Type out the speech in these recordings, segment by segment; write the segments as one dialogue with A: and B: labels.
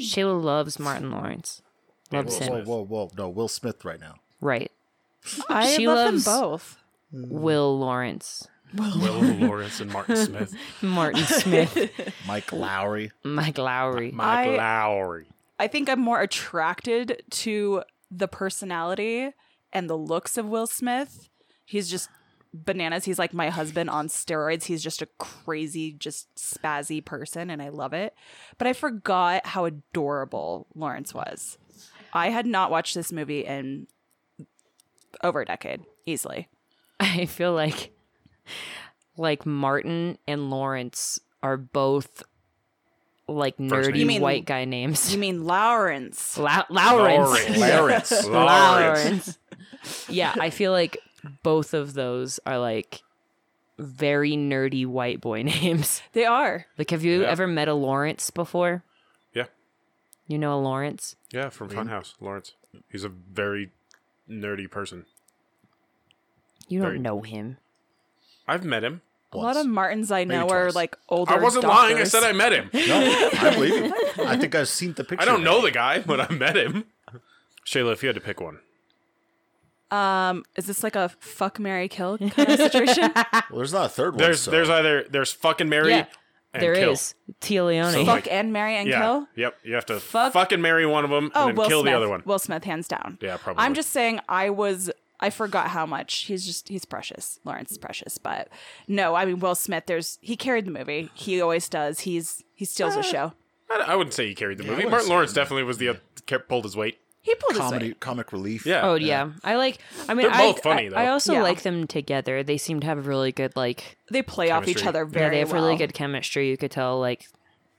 A: Sheila loves Martin Lawrence. Loves
B: Will
A: him.
B: Smith.
C: Whoa, whoa, whoa. No, Will Smith right now.
A: Right.
D: I
A: She
D: love
A: loves-
D: them both.
A: Will Lawrence.
B: Will Lawrence and Martin Smith.
A: Martin Smith.
C: Mike Lowry.
A: Mike Lowry.
B: Mike
D: I-
B: Lowry.
D: I think I'm more attracted to the personality and the looks of Will Smith. He's just bananas. He's like my husband on steroids. He's just a crazy, just spazzy person, and I love it. But I forgot how adorable Lawrence was. I had not watched this movie in over a decade, easily.
A: I feel like like Martin and Lawrence are both like nerdy
B: name. You
D: mean-
A: white guy names.
D: You mean Lawrence?
A: La- Lawrence.
B: Lawrence. Lawrence.
A: Lawrence. yeah, I feel like both of those are like very nerdy white boy names.
D: They are.
A: Like, have you
B: Yeah.
A: ever met a Lawrence before?
B: Yeah.
A: You know a Lawrence?
B: Yeah, from Funhouse. Lawrence. He's a very nerdy person.
A: You don't
B: Very-
A: know him.
B: I've met him.
D: A lot
C: Once.
D: of Martins I know are
C: twice.
D: like older.
B: I wasn't lying. I
D: doctors.
B: said I met him.
C: No, I believe you. I think I've seen the picture.
B: I don't know the guy, but I met him. Shayla, if you had to pick one,
D: Um, is this like a fuck Mary kill kind of situation?
C: Well, there's not a third one.
B: there's
C: so-
B: there's either there's fucking Mary.
A: Yeah,
B: and
A: There is
B: kill.
A: Tia Leone.
B: So,
D: fuck and marry and
B: yeah.
D: kill.
B: Yep. You have to
D: Fuck-
B: fucking marry one of them
D: Oh,
B: and then
D: Will
B: kill
D: Smith.
B: the other one.
D: Will Smith, hands down.
B: Yeah, probably.
D: I'm just saying, I was, I forgot how much he's just he's precious. Lawrence is precious, but no, I mean Will Smith. There's he carried the movie. He always does. He's he steals
A: Uh,
D: the show.
B: I, I wouldn't say he carried the
C: I
B: movie.
C: wouldn't
B: Martin
C: say
B: Lawrence
C: that.
B: definitely was the kept pulled his weight.
D: He pulled his
C: comedy,
D: weight.
C: comic relief.
B: Yeah.
A: Oh yeah. I like. I mean,
B: They're
A: I,
B: both funny,
A: I-
B: though.
A: I also
D: Yeah.
A: like them together. They seem to have a really good like.
D: They play off each
B: Chemistry.
D: other
A: Yeah,
D: very.
A: they have
D: well.
A: really good chemistry. You could tell like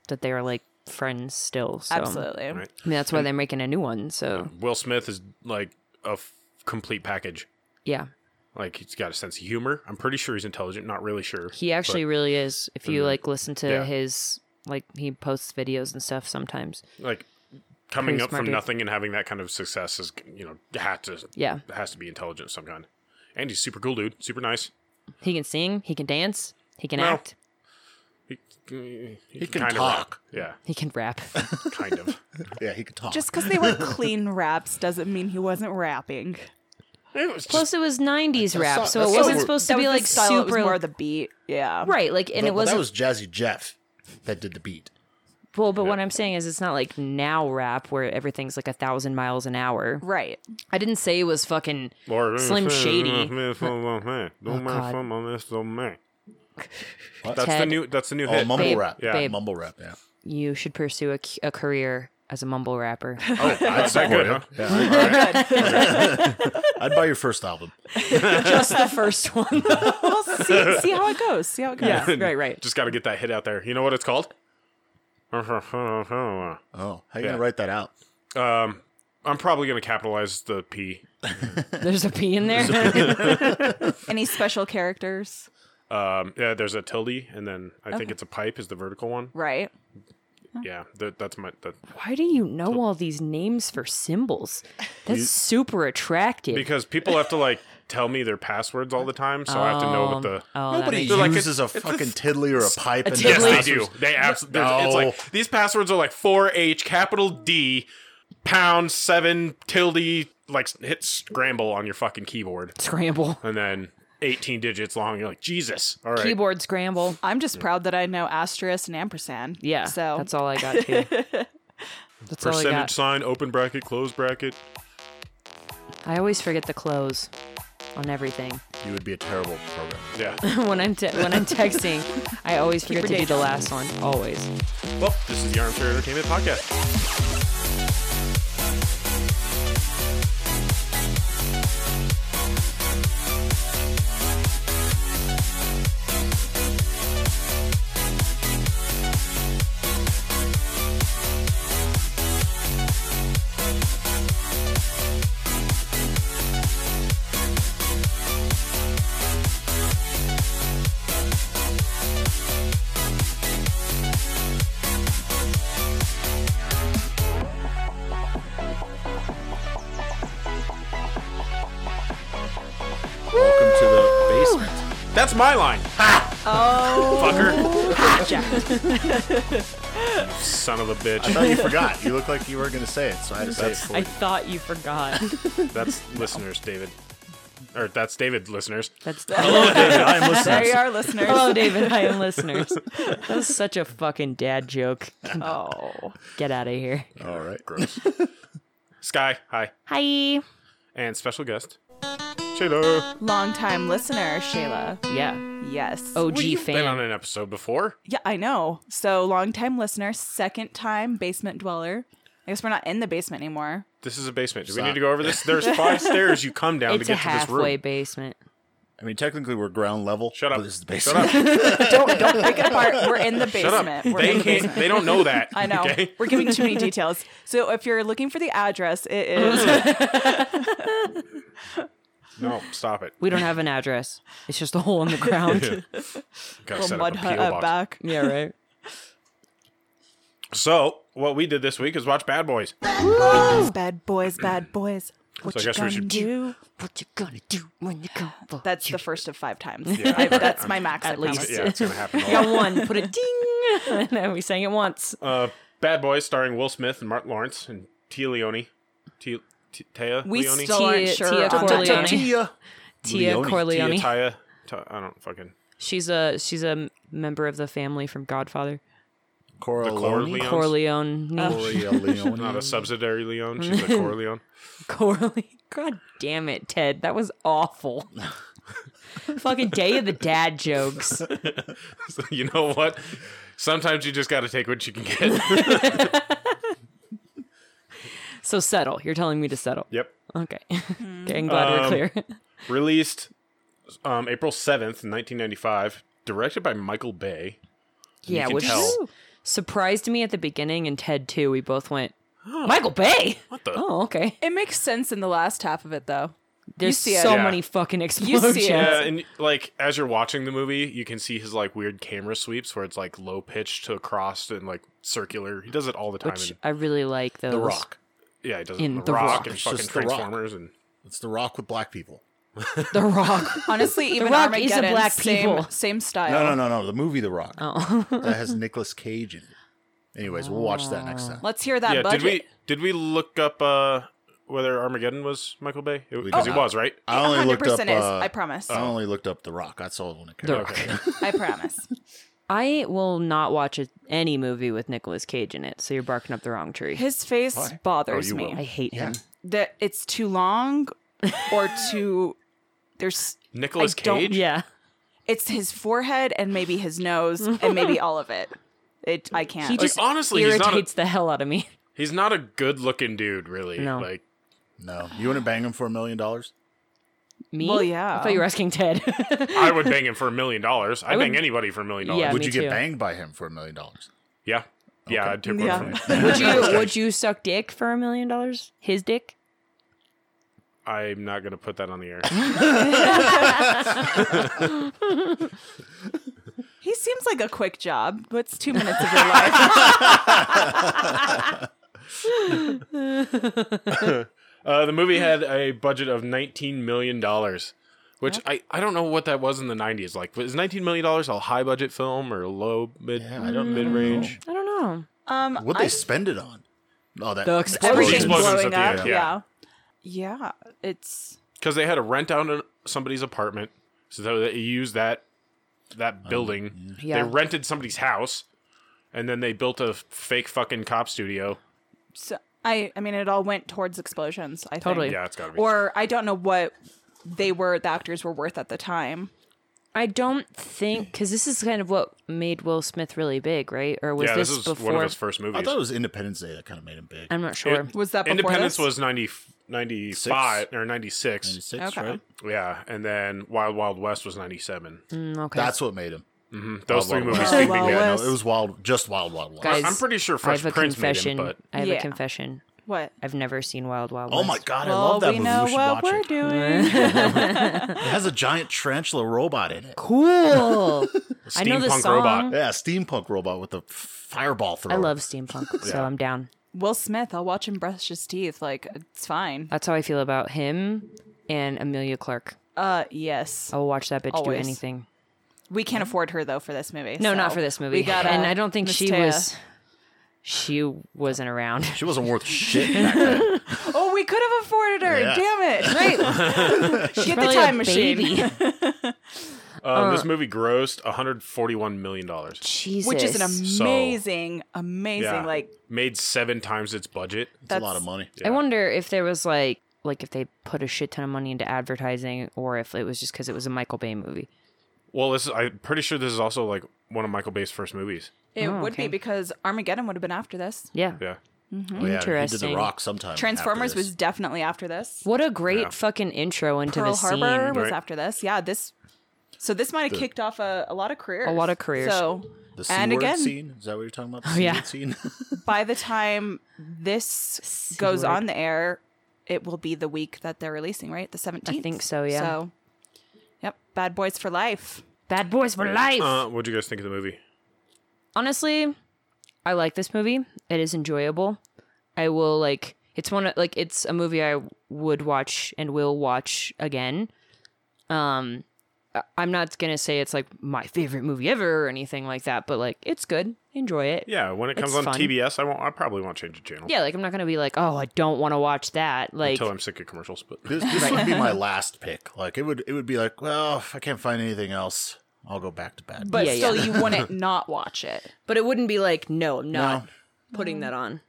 A: that they are like friends still. So.
D: Absolutely.
B: Right.
A: I mean, that's why they're making a new one. So
B: Will Smith is like a f- complete package.
A: yeah,
B: Like he's got a sense of humor. I'm pretty sure he's intelligent. Not really sure.
A: he actually really is. If you
B: Mhm.
A: like listen to
B: Yeah.
A: his like he posts videos and stuff sometimes.
B: like coming
A: Pretty
B: up
A: smart
B: from
A: dude.
B: nothing and having that kind of success is you know had to
A: Yeah,
B: has to be intelligent of some kind. And he's super cool, dude. Super nice.
A: he can sing. He can dance. He can
B: No.
A: act.
B: He, he,
C: can
B: kinda
C: talk.
B: rap. Yeah,
A: He can rap.
B: kind of.
C: Yeah, he could talk.
D: Just because they were clean raps doesn't mean he wasn't rapping.
B: it was just
A: Plus, it was '90s rap,
C: not-
A: so
C: that's
A: it
C: not
A: wasn't
C: what-
A: supposed
D: That
A: to
D: was
A: be
D: the
A: like
D: style, it was
A: super
D: more the beat. Yeah.
A: right. Like, and
C: But-
A: it
C: but
A: wasn't
C: that was Jazzy Jeff that did the beat.
A: Well, but what I'm saying is, it's not like now rap where everything's like a thousand miles an hour.
D: Right.
A: I didn't say it was fucking.
B: Or-
A: Slim Shady. Oh,
B: That's the
A: Ted.
B: new. That's the new
C: Oh,
B: hit.
C: mumble
A: Babe,
C: rap.
B: Yeah.
A: babe.
C: Mumble rap, yeah.
A: You should pursue a, c- a career as a mumble rapper.
C: Oh, I'd
B: that
C: support
B: good,
C: it.
B: huh?
A: Oh,
C: Yeah, I'd, I'd buy your first album.
A: Just the first one.
D: Well, see, see how it goes. See how it goes.
A: yeah, right, right.
B: Just got to get that hit out there. You know what it's called? Um,
C: Oh, how you
B: Yeah.
C: gonna write that out?
B: I'm probably gonna capitalize the P.
A: There's a P in there.
D: Any special characters?
B: Um, yeah, there's a tilde, and then I think it's a pipe is the vertical one.
D: Right.
B: Yeah, that, that's my that,
A: Why do you know all these names for symbols? That's super attractive.
B: because people have to like tell me their passwords all the time, so I have to know what the.
A: oh, that
C: Nobody
A: makes-
B: like, it's-
C: uses a fucking tiddly or a pipe. in their
B: Yes, they
C: house.
B: do. They absolutely. It's
C: No.
B: like these passwords are like four H capital D pound seven tilde like hit scramble on your fucking keyboard,
A: scramble.
B: and then eighteen digits long. You're like Jesus. All right.
A: Keyboard scramble.
D: I'm just proud that I know asterisk and ampersand.
A: Yeah,
D: So
A: that's all I got too. That's all I
B: Percentage
A: got.
B: sign, open bracket, close bracket.
A: I always forget the close on everything.
C: You would be a terrible program.
B: Yeah.
A: when I'm te- when I'm texting, I always forget to
D: your
A: do
D: day
A: the
D: job.
A: last one. Always.
B: well, this is the Armchair Entertainment Podcast.
C: Welcome to the basement.
B: That's my line. Ha! Oh. Fucker. Son of a
C: I
B: bitch.
C: thought you forgot. You look like you were going to say it, so I had to say it for
A: I
C: you.
A: thought you forgot.
B: That's listeners, David. Or that's David, listeners.
A: That's
C: I am
D: There you
C: listening.
D: are, listeners.
A: hello, David. I am listeners. That was such a fucking dad joke.
D: Oh.
A: Get out of here.
C: All right.
B: Gross. Sky, hi.
A: Hi.
B: And special guest, Shayla.
D: Longtime listener, Shayla.
A: Yeah.
D: Yes.
A: OG
B: Well, you've Been on
A: fan.
B: an episode before.
D: Yeah, I know. So longtime listener, second time basement dweller. I guess we're not in the basement anymore.
B: This is a basement. Do we
C: Stop.
B: need to go over this? There's five stairs you come down
A: It's
B: to
A: a
B: get to this
A: halfway
B: room.
A: basement.
C: I mean, technically, we're ground level.
B: Shut up.
C: But this is the
B: Shut
C: basement.
B: up. Shut
D: Don't don't pick it apart. We're in the basement.
B: up.
D: We're in
B: They
D: the
B: can't.
D: basement.
B: They don't know that.
D: I know.
B: Okay?
D: We're giving too many details. So if you're looking for the address, it is
B: No, stop it.
A: We don't have an address. It's just a hole in the ground.
B: Gotta
D: little
B: set
D: mud
B: up a
D: hut
B: PO
D: up
B: box.
D: back.
A: yeah, right.
B: So what we did this week is watch Bad Boys.
D: Bad boys, bad boys. What
B: So I
D: you
B: guess we
D: gonna
B: should-
D: do?
A: What you gonna do when you come for
D: That's
A: you?
D: the first of five times.
B: Yeah,
D: I,
B: right.
D: that's my max.
A: At
D: I promise.
A: least.
B: Yeah, it's gonna happen.
A: We
B: All
A: got one. Put a ding, and then we sang it once.
B: Uh, Bad Boys, starring Will Smith and Martin Lawrence and Tia Leone. Tia, T- Tia
D: We
B: Leone?
D: still aren't
A: Tia-
D: sure.
A: Tia
D: on that.
A: Corleone.
C: Tia.
A: Tia
C: Leone.
B: Tia
A: Corleone.
B: Tia. Ti- I don't fucking.
A: She's a she's a member of the family from Godfather.
B: Corleone. Oh.
C: Corleone.
A: Corleone.
C: Corleone.
B: Not a subsidiary Leone. She's a Corleone.
A: Corleone. God damn it, Ted. That was awful. Fucking day of the dad jokes.
B: So you know what? Sometimes you just got to take what you can get.
A: So settle. You're telling me to settle.
B: yep.
A: Okay.
D: Mm-hmm.
A: okay I'm glad
B: Um,
A: we're clear.
B: Released um, April 7th, 1995. Directed by Michael Bay.
A: yeah,
B: can
A: which
B: tell.
A: surprised me at the beginning and Ted too. We both went, Michael Bay.
B: What the?
A: Oh, okay.
D: It makes sense in the last half of it, though.
A: There's
D: see it.
A: so
B: Yeah.
A: many fucking
D: see it.
A: explosions.
B: Yeah, and like as you're watching the movie, you can see his like weird camera sweeps where it's like low pitched to across and like circular. He does it all the time.
A: Which
B: in-
A: I really like those.
C: The Rock.
B: yeah, he does it
A: in
B: in The,
A: The
B: Rock,
A: Rock.
B: and
C: It's
B: fucking
C: just The Rock.
B: Transformers and
C: It's the Rock with black people.
A: The Rock.
D: Honestly, even
A: Rock is a
D: Armageddon,
A: black
D: same,
A: people.
D: same style.
C: No, no, no, no. The movie The Rock.
A: Oh.
C: That has Nicolas Cage in it. Anyways, we'll watch that next time.
D: Let's hear that
B: yeah.
D: budget.
B: Did we did we look up uh whether Armageddon was Michael Bay?
C: We
B: Because
C: did
B: he
C: not.
B: was right.
C: I only looked up.
D: 100% is.
C: uh,
D: I promise.
C: I only looked up The Rock. That's all I want to
A: The
C: care.
A: Rock.
D: I promise.
A: I will not watch a, any movie with Nicolas Cage in it, so you're barking up the wrong tree.
D: His face
C: Why?
D: bothers
C: Oh, you
D: me.
A: I hate him.
D: That it's too long, or too. There's.
B: Nicholas
D: I don't-
B: Cage.
A: Yeah.
D: It's his forehead and maybe his nose and maybe all of it. It. I can't.
A: He
B: Like,
A: just
B: honestly, he's not a,
A: Irritates the hell out of me.
B: he's not a good looking dude. Really.
A: No.
B: Like
C: No, you want to bang him for a million dollars?
A: Me?
D: Well, yeah.
A: I thought you were asking Ted.
B: I would bang him for a million dollars. I'd
A: would-
B: bang anybody for a million
A: Yeah,
B: dollars.
C: Would
A: me
C: you
A: too.
C: get banged by him for a million dollars?
B: Yeah. Yeah. I'd take one
D: Yeah.
B: from
A: would you would you suck dick for a million dollars? His dick?
B: I'm not gonna put that on the air.
D: he seems like a quick job. What's two minutes of your life?
B: Uh, the movie had a budget of nineteen million dollars, which I, I don't know what that was in the nineties. Like, was nineteen million dollars a high budget film or a low mid
C: Yeah, I don't
B: mid range?
A: I don't know.
D: Um,
C: What they spend it on? Oh, that
A: The
D: everything's
A: Explosions.
B: Explosions at
D: blowing up.
B: the end, yeah.
D: yeah. Yeah. It's.
B: Because they had to rent out an, somebody's apartment, so they, they used that
C: Oh,
B: that building.
A: Yeah.
B: They rented somebody's house, and then they built a fake fucking cop studio.
D: So I I mean it all went towards explosions, I
A: Totally.
D: think.
B: Yeah, it's gotta be.
D: Or I don't know what they were the actors were worth at the time.
A: I don't think because this is kind of what made Will Smith really big, right? Or was
B: yeah,
A: this,
B: this is
A: before?
B: one of his first movies.
C: I thought it was Independence Day that kind of made him big.
A: I'm not sure.
D: Was that before
B: Independence
D: this?
B: was 90, 95 or ninety six.
C: 96,
D: Okay.
C: right?
B: Yeah, and then Wild Wild West was ninety seven.
A: Mm, okay.
C: That's what made him.
B: Those
C: Wild
B: three
C: Wild
B: movies
C: West.
B: speak together.
D: Wild Wild
C: Yeah,
D: West.
C: no, it was wild, just wild, wild, wild.
A: Guys,
B: I'm pretty sure
A: I
B: Fresh
A: have a
B: Prince made
A: confession.
B: him, but
A: I have a
D: Yeah.
A: confession.
D: what?
A: I've never seen Wild Wild
C: oh
A: West.
C: my god, I
D: well,
C: love that
D: we
C: movie.
D: know
C: we should
D: what
C: watch
D: we're
C: it.
D: doing.
C: It has a giant tarantula robot in it.
A: Cool. I know the
B: Steampunk
A: song.
B: robot.
C: Yeah, steampunk robot with a fireball thrower.
A: I love steampunk, so I'm down.
D: Will Smith, I'll watch him brush his teeth. Like it's fine.
A: That's how I feel about him and Amelia Clark.
D: Uh yes.
A: I will watch that bitch
D: Always.
A: do anything.
D: We can't afford her though for this movie.
A: No,
D: so
A: not for this movie.
D: We gotta
A: and I don't think
D: Miss
A: she
D: Taya.
A: was she wasn't around.
C: She wasn't worth shit. Back then.
D: Oh, we could have afforded her.
C: Yeah.
D: Damn it. Right. Get the
A: Probably a
D: time machine.
A: baby.
B: Um, this movie grossed 141 million dollars.
A: Jesus.
D: Which is an
B: So-
D: amazing, amazing, like,
B: made seven times its budget.
C: It's a
D: That's-
C: lot of money.
A: I wonder if there was like like if they put a shit ton of money into advertising or if it was just because it was a Michael Bay movie.
B: Well, this is, I'm pretty sure this is also like one of Michael Bay's first movies.
D: it
A: Oh,
D: would
A: okay.
D: be because Armageddon would have been after this.
A: Yeah.
B: Yeah.
C: Oh, yeah, He did
A: Interesting.
C: the Rock sometime.
D: Transformers
C: after this.
D: was definitely after this.
A: What a great
B: Yeah.
A: fucking intro into
D: Pearl
A: the
D: Harbor
A: scene.
D: was
B: Right.
D: after this. Yeah, this. So this might have kicked off a, a lot of careers.
A: lot of careers.
D: So
C: the
D: and
C: C-word
D: again-
C: scene. Is that what you're talking about? The
A: Oh, yeah.
C: C-word Scene?
D: by the time this goes
A: word.
D: on the air, it will be the week that they're releasing, right? The 17th.
A: I think so, yeah.
D: So, yep. Bad Boys for Life.
A: Bad boys for life.
B: Uh, what'd you guys think of the movie?
A: Honestly, I like this movie. It is enjoyable. I will like it's one of like it's a movie I would watch and will watch again. Um I- I'm not gonna say it's like my favorite movie ever or anything like that, but like it's good. Enjoy it.
B: Yeah, when it comes
A: It's fun.
B: on TBS, I won't. I probably won't change the channel
A: Yeah, like I'm not gonna be like, oh, I don't want to watch that. Like,
B: until I'm sick of commercials. But
C: This, this would be my last pick. Like it would it would be like, well, if I can't find anything else, I'll go back to bed.
D: But
A: Yeah,
D: still,
A: yeah.
D: you wouldn't not watch it.
A: but it wouldn't be like, no, I'm not putting that on.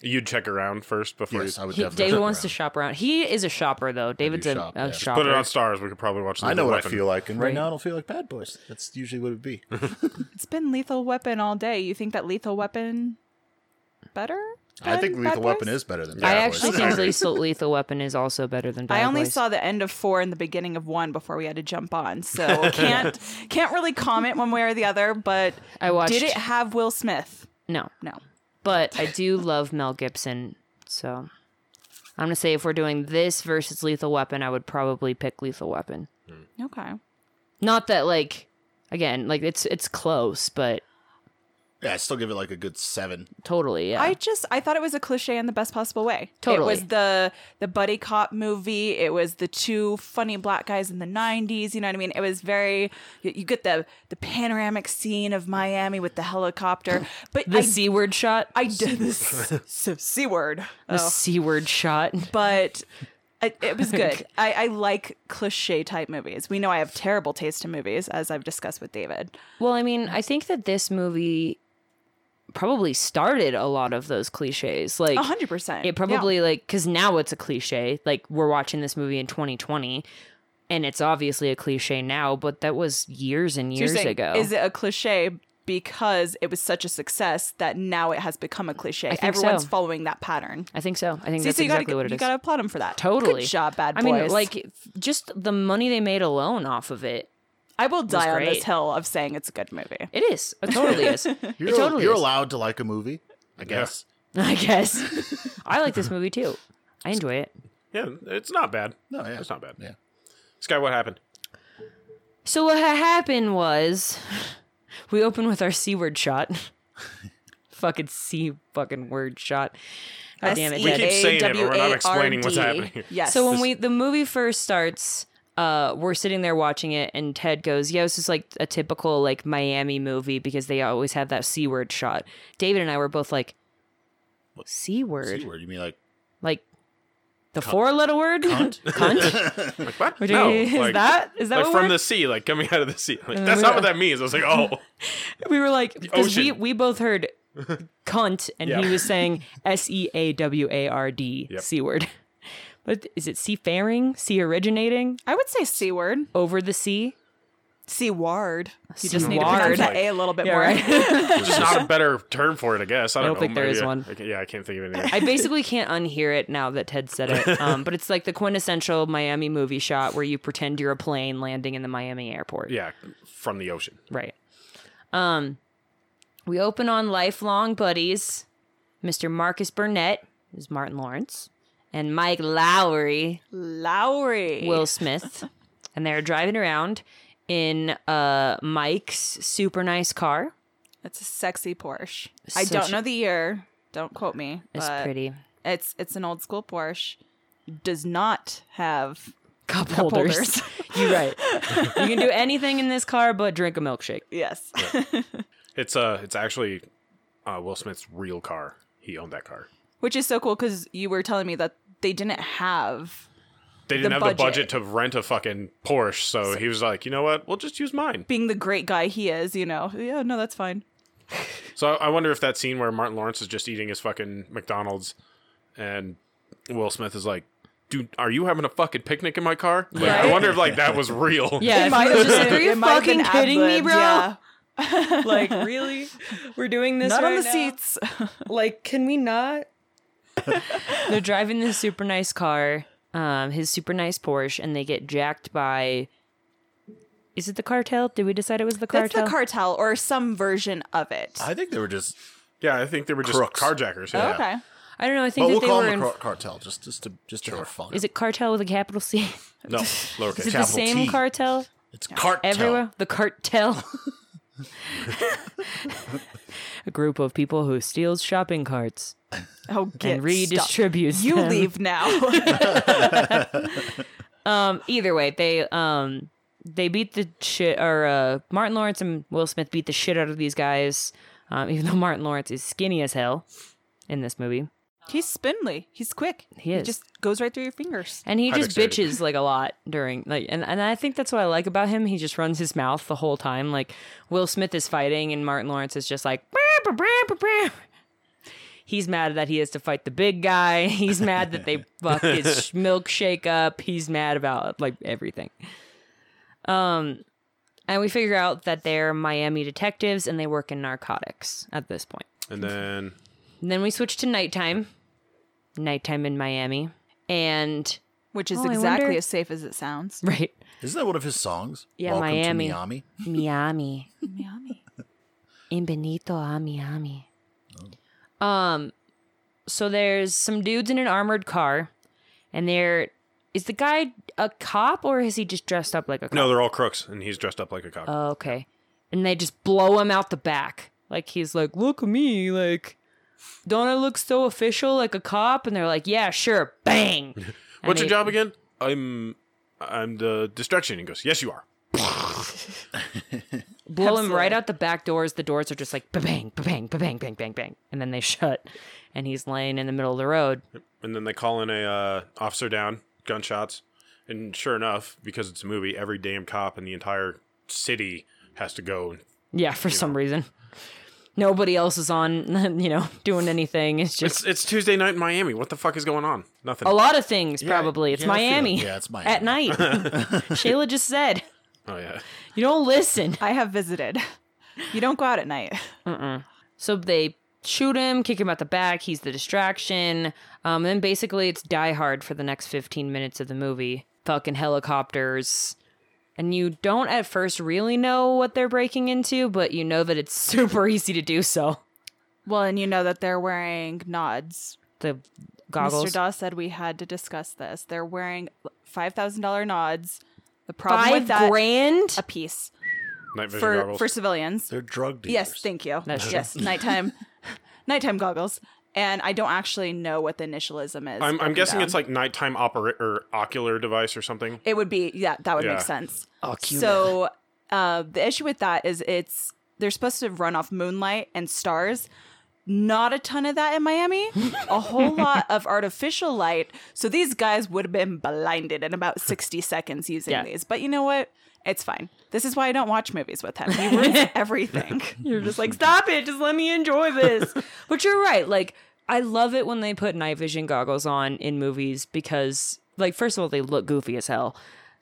B: you'd check around first before
C: yes, I
B: you
C: would
A: He,
C: definitely.
A: David
C: look
A: wants to
C: around.
A: shop around. He is a shopper though. David's a,
C: shop,
A: a
C: yeah. Just
A: shopper.
B: put it on stars. We could probably watch.
C: I know
B: Lethal
C: what
B: Weapon.
C: I feel like, and right,
A: Right.
C: now I don't feel like Bad Boys. That's usually what it would be.
D: It's been Lethal Weapon all day. You think that Lethal Weapon better?
C: I think
D: than
C: Lethal
D: Bad
C: Weapon
D: Boys?
C: is better than. Bad
A: I
C: Boys.
A: actually
B: I
A: think
B: agree.
A: Lethal, Lethal Weapon is also better than. Bad
D: I only
A: Boys.
D: saw the end of four and the beginning of one before we had to jump on, so can't can't really comment one way or the other. But
A: I watched.
D: did it have Will Smith?
A: No,
D: No.
A: but I do love Mel Gibson. So I'm gonna say if we're doing this versus Lethal Weapon, I would probably pick Lethal Weapon.
D: Okay.
A: Not that like, again, like it's it's close, but
C: yeah, I still give it like a good seven.
A: totally. Yeah.
D: I just I thought it was a cliche in the best possible way.
A: Totally.
D: It was the the buddy cop movie. It was the two funny black guys in the '90s. You know what I mean? It was very. You, you get the the panoramic scene of Miami with the helicopter, but
A: the
D: I,
A: c word shot.
D: I did this so c word. Oh.
A: the c word shot.
D: but it, it was good. I, I like cliche type movies. We know I have terrible taste in movies, as I've discussed with David.
A: Well, I mean, I think that this movie probably started a lot of those cliches. Like
D: A hundred percent.
A: it probably like cuz now it's a cliche. Like we're watching this movie in 2020 and it's obviously a cliche now, but that was years and years ago.
D: Is it a cliche because it was such a success that now it has become a cliche?
A: think
D: Everyone's
A: so.
D: following that pattern.
A: I think so. I think
D: See,
A: that's
D: so you
A: exactly
D: gotta
A: what it
D: you
A: is.
D: gotta applaud them for that.
A: totally.
D: Good job, bad
A: I
D: boys.
A: mean, like just the money they made alone off of it.
D: I will die on
A: great.
D: this hill of saying it's a good movie.
A: It is. It totally is.
C: You're,
A: it totally
C: you're
A: is.
C: allowed to like a movie, I guess.
A: I guess. I like this movie too. I enjoy it.
B: Yeah, it's not bad.
C: No, yeah,
B: It's not bad.
C: Yeah,
B: Sky, what happened?
A: So what ha- happened was we opened with our C word shot. fucking C fucking word shot. God damn
D: E
A: it.
B: We keep saying it, but we're not explaining what's
D: S-E-A-W-A-R-D.
B: happening.
D: Yes.
A: So when we the movie first starts, uh, we're sitting there watching it, and Ted goes, "Yeah, this is like a typical like Miami movie because they always have that c word shot." David and I were both like, "C
C: C
A: word,
C: word. You mean like
A: like the four letter word, cunt." cunt?
B: Like what?
A: Would you-
B: no,
A: is
B: like,
A: that is that
B: like
A: what
B: from
A: we're?
B: the sea, like coming out of the sea. Like
A: then
B: that's
A: we
B: not
A: were-
B: what that means. I was like, oh,
A: we were like, because we
B: ocean.
A: we both heard cunt, and
B: Yeah.
A: he was saying S E A W A R D
B: Yep.
A: c word. But is it seafaring, sea originating,
D: I would say C word.
A: over the sea?
D: C word. You just need to
A: C-word.
D: pronounce that A a little bit more.
B: there's just not a better term for it. I guess I don't,
A: don't
B: know.
A: think there
B: Maybe
A: is
B: I-
A: one.
B: I can- yeah, I can't think of anything.
A: I basically can't unhear it now that Ted said it. Um, but it's like the quintessential Miami movie shot where you pretend you're a plane landing in the Miami airport.
B: yeah, from the ocean.
A: Right. Um, we open on lifelong buddies, Mr. Marcus Burnett, who's Martin Lawrence, and Mike Lowry,
D: Lowry.
A: Will Smith. and they're driving around in uh, Mike's super nice car.
D: That's a sexy Porsche. I
A: Such
D: don't
A: a-
D: know the year. Don't quote me.
A: It's
D: but
A: pretty.
D: It's it's an old school Porsche. Does not have
A: Cup
D: holders.
A: holders. You're right. you can do anything in this car but drink a milkshake.
D: yes.
B: It's uh, it's actually uh, Will Smith's real car. He owned that car.
D: which is so cool because you were telling me that they didn't have
B: They didn't
D: The
B: have the budget
D: budget.
B: to rent a fucking Porsche, so he was like, you know what? We'll just use mine.
D: being the great guy he is. You know, yeah, no, that's fine.
B: So I I wonder if that scene where Martin Lawrence is just eating his fucking McDonald's, and Will Smith is like, "Dude, are you having a fucking picnic in my car?" Like, I
D: Right.
B: wonder if like that was real.
A: Yeah,
D: It might
A: if
D: have
A: he was just
D: been-
A: like, are you
D: it might have
A: fucking
D: been
A: kidding me,
D: ad-libbed,
A: bro?
D: yeah.
A: Like, really? We're doing this
D: Not on
A: right
D: the
A: now?
D: seats.
A: Like, can we not? They're driving this super nice car, um, his super nice Porsche, and they get jacked by. Is it the cartel? Did we decide it was the cartel?
D: That's the cartel or some version of it.
C: I think they were just.
B: Yeah, I think they were just
C: Crooks.
B: carjackers.
D: Oh,
B: Yeah.
D: Okay.
A: I don't know. I
C: But
A: think
C: we'll
A: that they
C: call
A: were
C: them
A: in.
C: a car- cartel just just to just to have fun.
A: is it cartel with a capital C?
B: No,
A: Is it
B: lowercase.
A: the
C: Capital
A: same
C: T.
A: cartel
C: It's cartel.
A: everywhere? The cartel. a group of people who steals shopping carts
D: Oh, get
A: and
D: stuck.
A: redistributes
D: You
A: them.
D: leave now.
A: Um, either way, they um they beat the shit or uh, Martin Lawrence and Will Smith beat the shit out of these guys. Um, even though Martin Lawrence is skinny as hell in this movie,
D: He's spindly. He's quick.
A: He is.
D: just goes right through your fingers.
A: and he
B: I'm
A: just
B: excited.
A: bitches like a lot during like, and and I think that's what I like about him. He just runs his mouth the whole time. Like Will Smith is fighting, and Martin Lawrence is just like. "Bah, bah, bah, bah, bah." He's mad that he has to fight the big guy. He's mad that they fucked his milkshake up. He's mad about like everything. Um, And we figure out that they're Miami detectives and they work in narcotics at this point.
B: And then
A: And then we switch to nighttime. Nighttime in Miami. And
D: Which is
A: Oh, I
D: exactly
A: wonder-
D: as safe as it sounds.
A: right.
C: Isn't that one of his songs?
A: Yeah,
C: Welcome
A: Miami.
C: To Miami.
A: Miami.
D: Miami.
A: Benito a Miami. Um so there's some dudes in an armored car and they're is the guy a cop or is he just dressed up like a cop?
B: no, they're all crooks, and he's dressed up like a cop.
A: Oh, okay. And they just blow him out the back. Like he's like, look at me, like don't I look so official like a cop? And they're like, yeah, sure, bang. And
B: What's your
A: they-
B: job again? I'm I'm the distraction. He goes, yes, you are.
A: Blow him right
D: Absolutely.
A: out the back doors. The doors are just like bang, bang, bang, bang, bang, bang, and then they shut. And he's laying in the middle of the road.
B: And then they call in a uh, officer down, gunshots, and sure enough, because it's a movie, every damn cop in the entire city has to go and
A: Yeah, for some reason, nobody else is on. You know, doing anything. It's just
B: It's it's Tuesday night in Miami. What the fuck is going on? Nothing.
A: a
D: Oh,
A: lot of things. Probably it's
C: yeah, I feel
A: Miami
C: like- yeah, it's Miami.
A: at night. Shayla just said,
B: Oh yeah.
A: "You don't listen."
D: I have visited. You don't go out at night.
A: So they shoot him, kick him out the back. He's the distraction. Um, then basically, it's Die Hard for the next 15 minutes of the movie. Fucking helicopters. And you don't at first really know what they're breaking into, but you know that it's super easy to do so.
D: Well, and you know that they're wearing nods.
A: The goggles.
D: Mr. Dawes said we had to discuss this. They're wearing five thousand dollar nods. The problem
A: Five
D: with that
A: grand?
D: a piece
B: Night vision
D: for
B: goggles.
D: for civilians.
C: They're drug dealers.
D: Yes, thank you.
A: That's true.
D: yes, nighttime, nighttime goggles. And I don't actually know what the initialism is.
B: I'm I'm
D: broken
B: guessing
D: down.
B: it's like nighttime opera or ocular device or something.
D: It would be yeah, that would
B: Yeah.
D: make sense.
A: Ocular.
D: So uh, the issue with that is it's they're supposed to run off moonlight and stars. Not a ton of that in Miami. A whole lot of artificial light. So these guys would have been blinded in about 60 seconds using
A: Yeah.
D: these. But you know what? It's fine. This is why I don't watch movies with him. He ruins everything.
A: You're just like, stop it, just let me enjoy this. but you're right. Like, I love it when they put night vision goggles on in movies because, like, first of all, they look goofy as hell.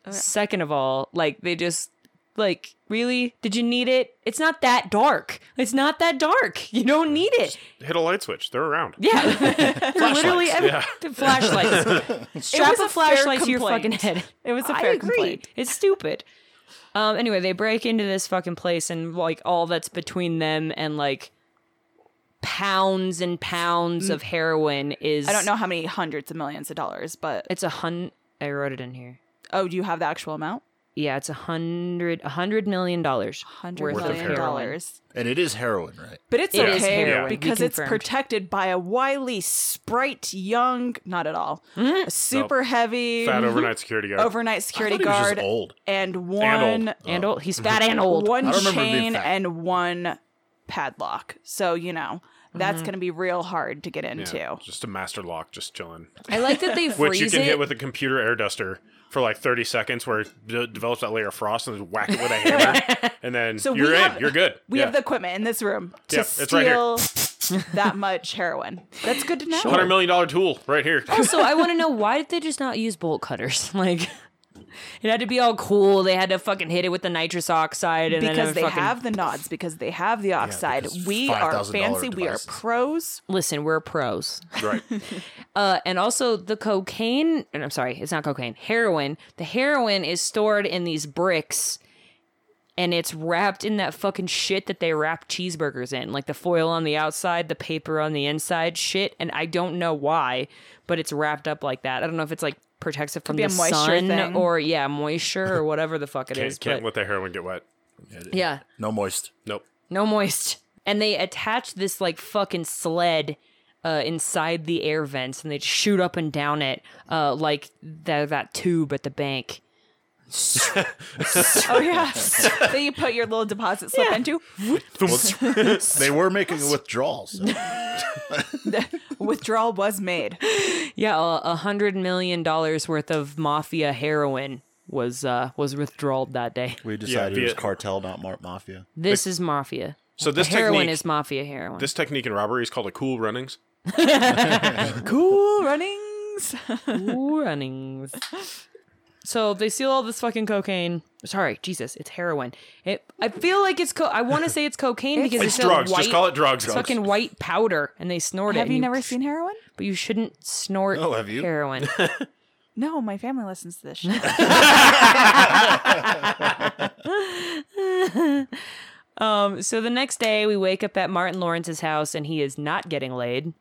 A: Second of all, like, they just, like, really? Did you need it? It's not that dark. It's not that dark. You don't need it.
B: Hit a light switch. They're around.
A: Yeah. They're literally every- the flashlights. Strap
D: was
A: a
D: a fair
A: flashlight to your
D: complaint.
A: fucking head.
D: It was a
A: I
D: fair
A: agree.
D: complaint.
A: It's stupid. Um, anyway, they break into this fucking place and like all that's between them and like pounds and pounds of heroin is
D: I don't know how many hundreds of millions of dollars, but
A: It's a hun I wrote it in here.
D: oh, do you have the actual amount?
A: Yeah, it's a hundred a hundred million dollars.
D: Hundred
A: Worth of
D: million
A: heroin.
D: dollars.
C: and it is heroin, right?
D: But it's
A: It
D: okay
A: is heroin. We
D: because it's
A: confirmed.
D: protected by a wily, sprite, young, not at all,
A: Mm-hmm.
D: a super heavy
B: Fat overnight security guard.
D: overnight security
C: I thought he was just
D: guard,
C: old.
D: and
B: old.
D: one
B: Oh.
A: And old he's fat and old.
D: one
C: I remember him being
D: chain
C: fat.
D: and one padlock. So, you know, that's
A: Mm-hmm.
D: going to be real hard to get into.
B: Just a master lock, just chilling.
A: I like that they freeze
B: Which you can
A: it.
B: hit with a computer air duster for like 30 seconds where it d- develops that layer of frost and then whack it with a hammer. and then
D: So we
B: you're in.
D: have-
B: you're good.
D: We
B: yeah.
D: have the equipment in this room to
B: Yeah, it's right
D: steal that much heroin. That's good to know.
B: $100 million dollar tool right here.
A: also, I want to know why did they just not use bolt cutters? Like, it had to be all cool. They had to fucking hit it with the nitrous oxide, and then
D: Because
A: a
D: they
A: fucking,
D: have the nods, because they have the oxide.
C: because
D: we are
C: $5,000
D: fancy. We are
C: devices.
D: pros.
A: Listen, we're pros.
B: right.
A: Uh, and also the cocaine. and I'm sorry, it's not cocaine. Heroin. The heroin is stored in these bricks, and it's wrapped in that fucking shit that they wrap cheeseburgers in, like the foil on the outside, the paper on the inside, shit. And I don't know why, but it's wrapped up like that. I don't know if it's like protects it from
D: be
A: the
D: a moisture
A: sun
D: thing.
A: or yeah, moisture or whatever the fuck it
B: Can't,
A: is,
B: can't
A: but,
B: let the heroin get wet.
A: yeah,
C: No moist.
B: Nope.
A: no moist. And they attach this like fucking sled uh, inside the air vents, and they just shoot up and down it uh, like that that tube at the bank.
D: Oh yeah, that you put your little deposit slip into
C: They were making withdrawals.
D: withdrawal was made.
A: Yeah, a a hundred million dollars worth of mafia heroin was uh, was withdrawled that day.
C: We decided it was
B: via-
C: cartel, not mar- mafia.
A: This is mafia.
B: So this
A: heroin
B: technique,
A: is mafia heroin.
B: this technique in robbery is called a cool runnings.
D: Cool runnings.
A: Ooh, runnings. So they steal all this fucking cocaine. Sorry, Jesus, it's heroin. It. I feel like it's. Co- I want to say it's cocaine because
B: It's
A: still
B: drugs.
A: White,
B: Just call it drugs.
A: It's fucking white powder, and they snort it.
D: Have
A: and
D: you never seen heroin?
A: But you shouldn't snort
C: Oh, have you?
A: heroin.
D: No, my family listens to this shit.
A: um, so the next day, we wake up at Martin Lawrence's house, and he is not getting laid.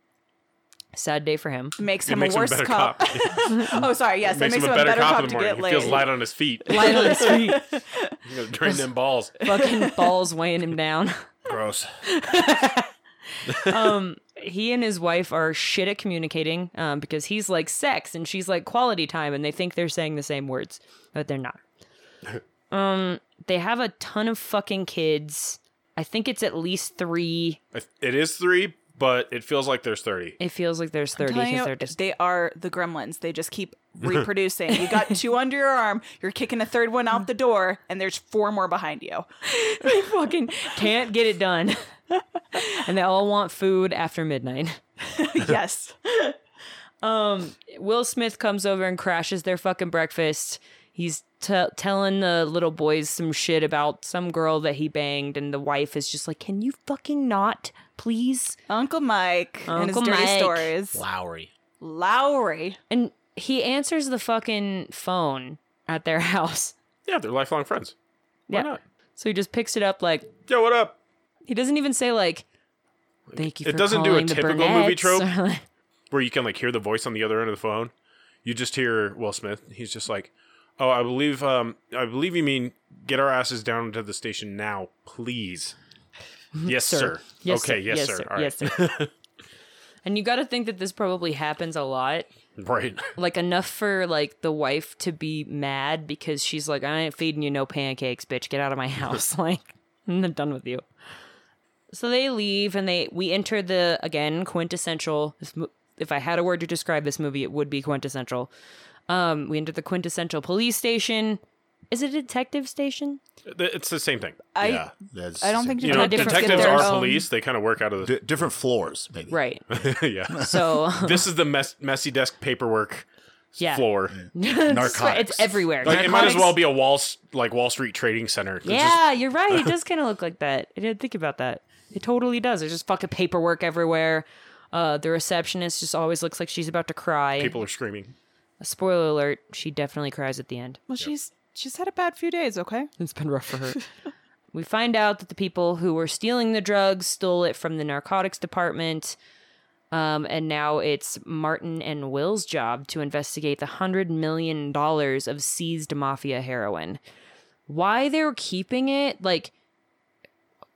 A: Sad day for him.
D: Makes
B: It
D: him
B: makes him
D: a
B: a
D: worse
B: better
D: cop.
B: cop. It
D: oh, sorry. Yes,
B: makes him a better cop in the morning. He feels light on his feet. He's
A: Light on his feet.
B: gonna drain them balls.
A: Fucking balls weighing him down.
C: Gross.
A: he and his wife are shit at communicating um, because he's like sex and she's like quality time and they think they're saying the same words but they're not um they have a ton of fucking kids i think it's at least three
B: It is three, but it feels like there's thirty.
A: it feels like there's 30
D: Telling
A: because
D: you,
A: they're just
D: They are the gremlins. They just keep reproducing. You got two under your arm. You're kicking a third one out the door, and there's four more behind you.
A: they fucking can't get it done and they all want food after midnight
D: yes.
A: Um, Will Smith comes over and crashes their fucking breakfast. He's t- telling the little boys some shit about some girl that he banged, and the wife is just like, "Can you fucking not, please?"
D: Uncle Mike and his
A: Uncle
D: dirty
A: Mike.
D: stories.
C: Lowry.
D: Lowry.
A: And he answers the fucking phone at their house,
B: Yeah, they're lifelong friends. Why
A: Yeah.
B: not?
A: so he just picks it up. Like
B: Yo, what up?
A: he doesn't even say like, "Thank you."
B: It
A: for
B: doesn't do a
A: calling the
B: typical movie
A: Burnett's,"
B: trope.
A: or, like-
B: Where you can like hear the voice on the other end of the phone. You just hear Will Smith. He's just like, "Oh, I believe, um, I believe you mean get our asses down to the station now, please." Yes, sir.
A: Yes,
B: okay,
A: sir.
B: yes, sir. All right.
A: Yes, sir. and you got to think that this probably happens a lot.
B: Right.
A: like enough for like the wife to be mad because she's like, I ain't feeding you no pancakes, bitch. Get out of my house. like, I'm done with you. So they leave and they we enter the again quintessential. this mo- If I had a word to describe this movie, it would be quintessential. Um, we enter the quintessential police station. Is it a detective station?
B: It's the same thing.
D: I
C: yeah. That's
D: I don't think
B: You
D: On
B: know,
D: a different-
B: detectives
D: get their
B: are
D: own-
B: police. They kind of work out of the.
C: D- different floors, maybe.
A: Right.
B: yeah.
A: So
B: this is the mess, messy desk paperwork
A: yeah,
B: floor.
C: Narcotics.
A: it's everywhere.
B: Like it might
A: Narcotics-
B: as well be a wall, s- like Wall Street Trading Center. It's just-
A: Yeah, you're right. It does kind of look like that. I didn't think about that. It totally does. There's just fucking paperwork everywhere. Uh, the receptionist just always looks like she's about to cry.
B: people are screaming.
A: Spoiler alert: she definitely cries at the end.
D: Well, she's she's had a bad few days. Okay.
A: It's been rough for her. we find out that the people who were stealing the drugs stole it from the narcotics department. Um, and now it's Martin and Will's job to investigate the $100 million of seized mafia heroin. Why they're keeping it? Like,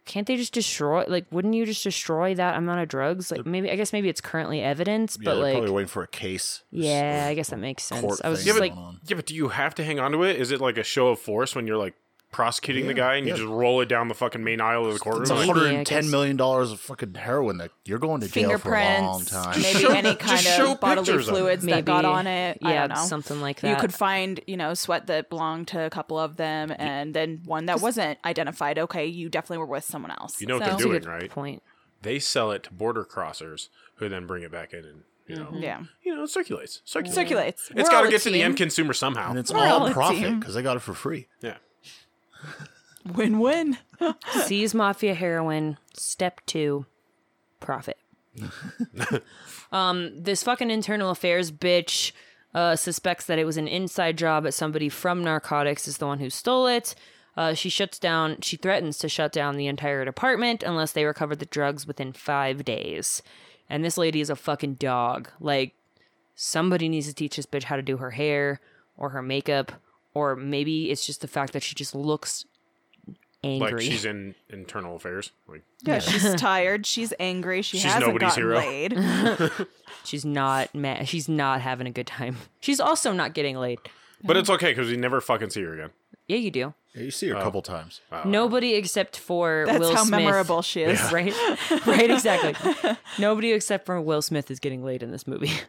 A: can't they just destroy? Like, wouldn't you just destroy that amount of drugs? Like, maybe, I guess maybe it's currently evidence,
C: Yeah,
A: but
C: they're probably
A: like,
C: waiting for a case.
A: yeah, I guess that makes sense.
C: Court
A: I was
C: thing
A: just
C: going
A: like,
C: on.
B: Yeah, but do you have to hang on to it? Is it like a show of force when you're like prosecuting the guy and you just roll it down the fucking main aisle of the
C: It's
A: Maybe, a-
B: courtroom.
C: hundred
A: I
C: and ten
A: guess.
C: million dollars of fucking heroin that you're going to jail for a long
D: fingerprints,
C: time.
D: maybe
B: show-
D: any
B: just
D: kind
B: show
D: of bodily
B: pictures of it.
D: fluids
A: maybe
D: that got on it.
A: Yeah,
D: I don't know.
A: something like that.
D: you could find, you know, sweat that belonged to a couple of them, and then one that wasn't identified. Okay, you definitely were with someone else.
B: You know
D: So-
B: what
A: That's
B: they're
A: a
B: doing,
A: good
B: right?
A: Point.
B: They sell it to border crossers who then bring it back in and you
A: Mm-hmm.
B: know
D: Yeah,
B: you know it circulates. Circulates.
D: circulates.
B: It's got to get to the end consumer somehow.
C: and it's
D: We're all
C: all
D: a
C: profit
D: team.
C: because they got it for free.
B: yeah.
D: Win-win.
A: Seize mafia heroin. Step two, profit. um, this fucking internal affairs bitch uh, suspects that it was an inside job at somebody from narcotics is the one who stole it. Uh, she shuts down. She threatens to shut down the entire department unless they recover the drugs within five days. And this lady is a fucking dog. Like somebody needs to teach this bitch how to do her hair or her makeup, or maybe it's just the fact that she just looks angry.
B: Like she's in internal affairs. Like
D: Yeah, she's tired. She's angry. She
B: She's
D: hasn't
B: nobody's
D: gotten
B: hero.
D: laid.
A: She's not mad. She's not having a good time. She's also not getting laid.
B: but it's okay cuz we never fucking see her again.
A: Yeah, you do.
C: Yeah, you see her a couple times.
A: Nobody except for
D: That's
A: Will
D: how
A: Smith.
D: memorable she is.
A: Right, right, exactly. Nobody except for Will Smith is getting laid in this movie.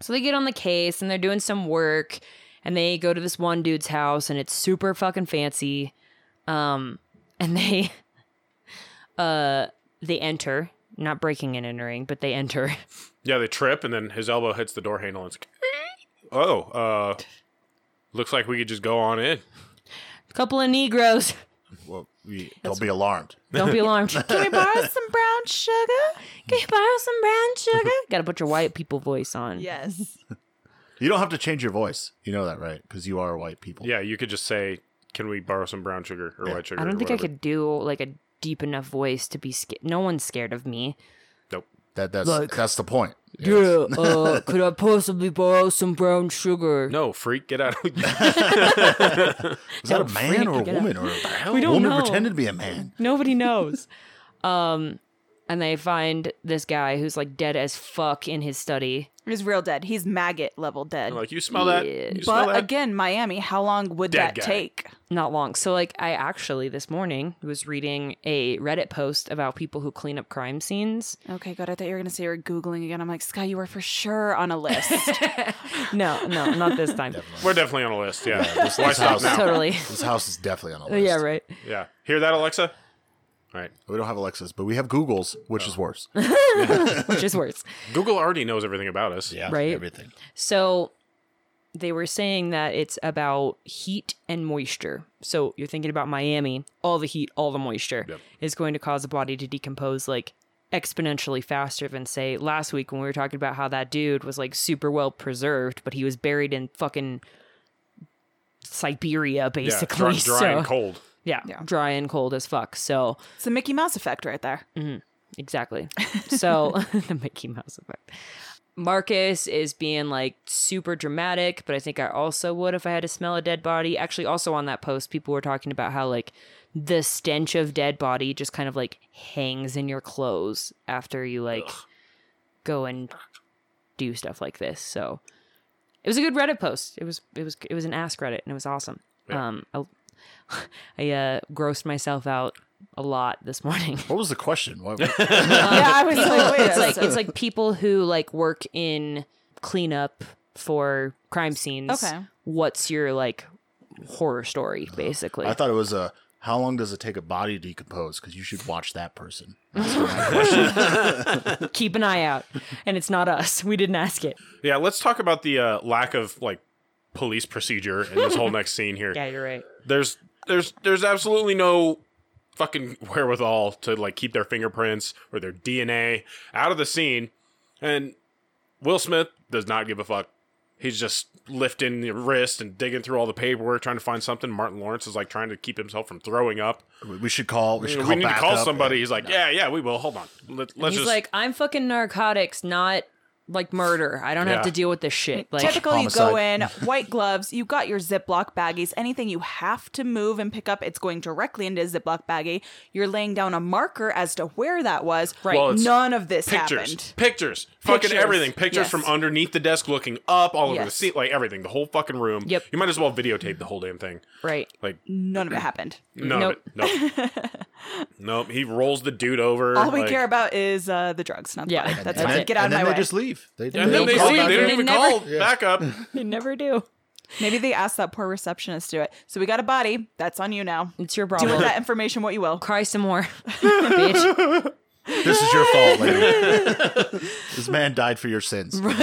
A: So they get on the case and they're doing some work, and they go to this one dude's house, and it's super fucking fancy. Um, and they, uh, they enter, not breaking and entering, but they enter.
B: Yeah, they trip and then his elbow hits the door handle and it's like, "Oh, uh looks like we could just go on in."
A: Couple of Negroes.
C: Well, we, don't be alarmed.
A: Don't be alarmed.
D: Can we borrow some brown sugar?
A: Can you borrow some brown sugar? Got to put your white people voice on.
D: Yes.
C: You don't have to change your voice. You know that, right? Because you are white people.
B: Yeah, you could just say, "Can we borrow some brown sugar or white sugar?"
A: I
B: or
A: don't think I
B: whatever.
A: could do like a deep enough voice to be scared. No one's scared of me.
B: Nope.
C: That that's
A: Look.
C: that's the point.
A: Yeah. Uh, could I possibly borrow some brown sugar?
B: No, freak, get out.
C: Is that a
A: Don't
C: man
A: freak,
C: or a
A: get out.
C: woman or a
A: We don't
C: woman
A: know.
C: pretended to be a man?
A: Nobody knows. um, and they find this guy who's like dead as fuck in his study.
D: He's real dead. He's maggot level dead.
B: like, you smell that?
A: Yeah.
B: You smell
D: but
B: that?
D: again, Miami, how long would
B: Dead
D: that
B: guy.
D: take?
A: Not long. So like I actually this morning was reading a Reddit post about people who clean up crime scenes.
D: Okay, good. I thought you were gonna say you were googling again. I'm like, Sky, you were for sure on a list.
A: No, no, not this time.
B: We're definitely on a list. Yeah.
C: This,
B: Why
C: this
B: stop
C: house,
B: now?
A: totally.
C: this house is definitely on a list.
A: yeah, right.
B: Yeah. Hear that, Alexa? All right.
C: We don't have Alexas, but we have Google's, which is worse.
A: Which is worse.
B: Google already knows everything about us.
C: Yeah,
A: Right.
C: Everything.
A: So they were saying that it's about heat and moisture. So you're thinking about Miami, all the heat, all the moisture
B: Yep.
A: is going to cause the body to decompose like exponentially faster than say last week when we were talking about how that dude was like super well preserved, but he was buried in fucking Siberia
B: Yeah.
A: basically.
B: Dry, dry
A: so,
B: and cold.
A: Yeah,
D: Yeah.
A: dry and cold as fuck. So
D: it's a Mickey Mouse effect right there.
A: Exactly. So the Mickey Mouse effect. Marcus is being like super dramatic, but I think I also would if I had to smell a dead body. Actually, also on that post, people were talking about how like the stench of dead body just kind of like hangs in your clothes after you like go and do stuff like this. So it was a good Reddit post. It was it was it was an Ask Reddit, and it was awesome.
B: Yeah.
A: Um, I, I uh, grossed myself out a lot this morning
C: What was the question? What,
D: yeah, I was like, wait,
A: it's like it's like people who like work in cleanup for crime scenes.
D: Okay.
A: What's your like horror story basically?
C: I thought it was a. How long does it take a body to decompose? Because you should watch that person. That's my question.
A: Keep an eye out. And it's not us. We didn't ask it.
B: Yeah. Let's talk about the uh, lack of like police procedure in this whole next scene here.
A: Yeah, you're right.
B: There's there's there's absolutely no fucking wherewithal to like keep their fingerprints or their DNA out of the scene. And Will Smith does not give a fuck. He's just lifting the wrist and digging through all the paperwork, trying to find something. Martin Lawrence is like trying to keep himself from throwing up.
C: We- we should call. We should call.
B: we need to call
C: backup.
B: somebody. He's like, yeah, yeah, we will. Hold on. Let,
A: And
B: let's
A: he's
B: just.
A: like, I'm fucking narcotics, not like murder. I don't
B: Yeah.
A: have to deal with this shit. Like
D: Typical, you go in,
C: homicide.
D: white gloves, you got your Ziploc baggies. Anything you have to move and pick up, it's going directly into a Ziploc baggie. You're laying down a marker as to where that was. Right.
B: Well, it's
D: None of this
B: Pictures,
D: happened.
B: pictures, fucking
D: Pictures,
B: everything. Pictures
D: yes.
B: from underneath the desk, looking up, all over the
D: Yes.
B: seat, like everything, the whole fucking room.
A: Yep.
B: You might as well videotape the whole damn thing.
A: right.
B: Like
D: None of it happened.
B: none
A: Nope.
B: of it. Nope. nope. He rolls the dude over.
D: All we
B: like-
D: care about is uh, the drugs, not the
A: Yeah.
D: body.
A: And-
D: That's
A: and
D: fine.
A: then-
D: Get out
C: and
D: of
C: then
D: my
C: they
D: way.
C: just leave. They,
B: And then they
A: call
B: leave.
A: back
B: They
A: in.
B: don't
A: They
B: even
A: never-
B: call back up.
A: They never do.
D: Maybe they asked that poor receptionist to do it. So we got a body. That's on you now.
A: It's your
D: Do
A: problem.
D: with that information what you will.
A: Cry some more, bitch.
C: This is your fault, lady. this man died for your sins.
A: We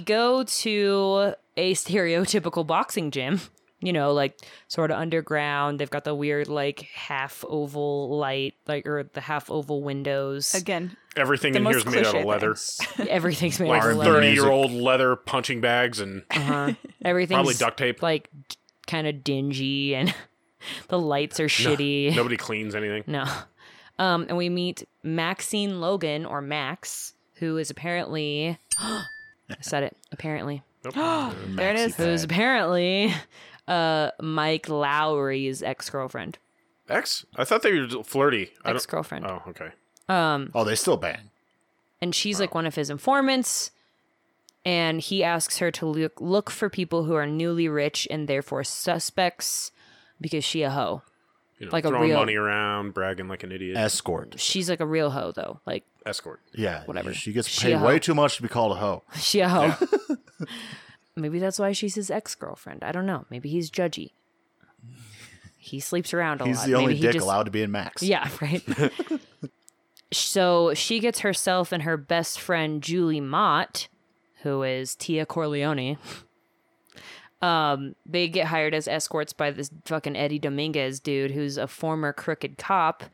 A: go to a stereotypical boxing gym. You know, like sort of underground. They've got the weird like half oval light, like or the half oval windows.
D: Again,
B: Everything
D: the
B: in here is
D: most
B: made out
D: cliche
B: of leather.
D: things.
A: Everything's made
B: Like
A: out of
C: R&B.
A: leather.
B: thirty year old leather punching bags and
A: Uh-huh. Everything's
B: probably duct tape.
A: like kind of dingy, and the lights are shitty.
B: Nobody cleans anything.
A: No. Um, and we meet Maxine Logan or Max, who is apparently I said it, apparently.
B: Nope.
D: There it is.
A: Who's apparently uh Mike Lowry's ex girlfriend.
B: Ex? I thought they were flirty. I
A: Ex
B: don't.
A: girlfriend.
B: Oh, okay.
A: Um
C: Oh, they still bang.
A: and she's like one of his informants. And he asks her to look look for people who are newly rich and therefore suspects because she a hoe.
B: You know,
A: Like a
B: throwing
A: real-
B: money around, bragging like an idiot.
C: Escort.
A: She's like a real hoe though. Like
B: Escort.
C: Yeah,
A: Whatever.
C: She gets
A: She
C: paid
A: a hoe.
C: way too much to be called a hoe.
A: She a hoe. Maybe that's why she's his ex girlfriend. I don't know. Maybe he's judgy. He sleeps around a
C: He's
A: lot.
C: the only
A: Maybe he
C: dick
A: just-
C: allowed to be in Max.
A: Yeah, right. so she gets herself and her best friend Julie Mott, who is Tia Corleone. Um, they get hired as escorts by this fucking Eddie Dominguez dude, who's a former crooked cop.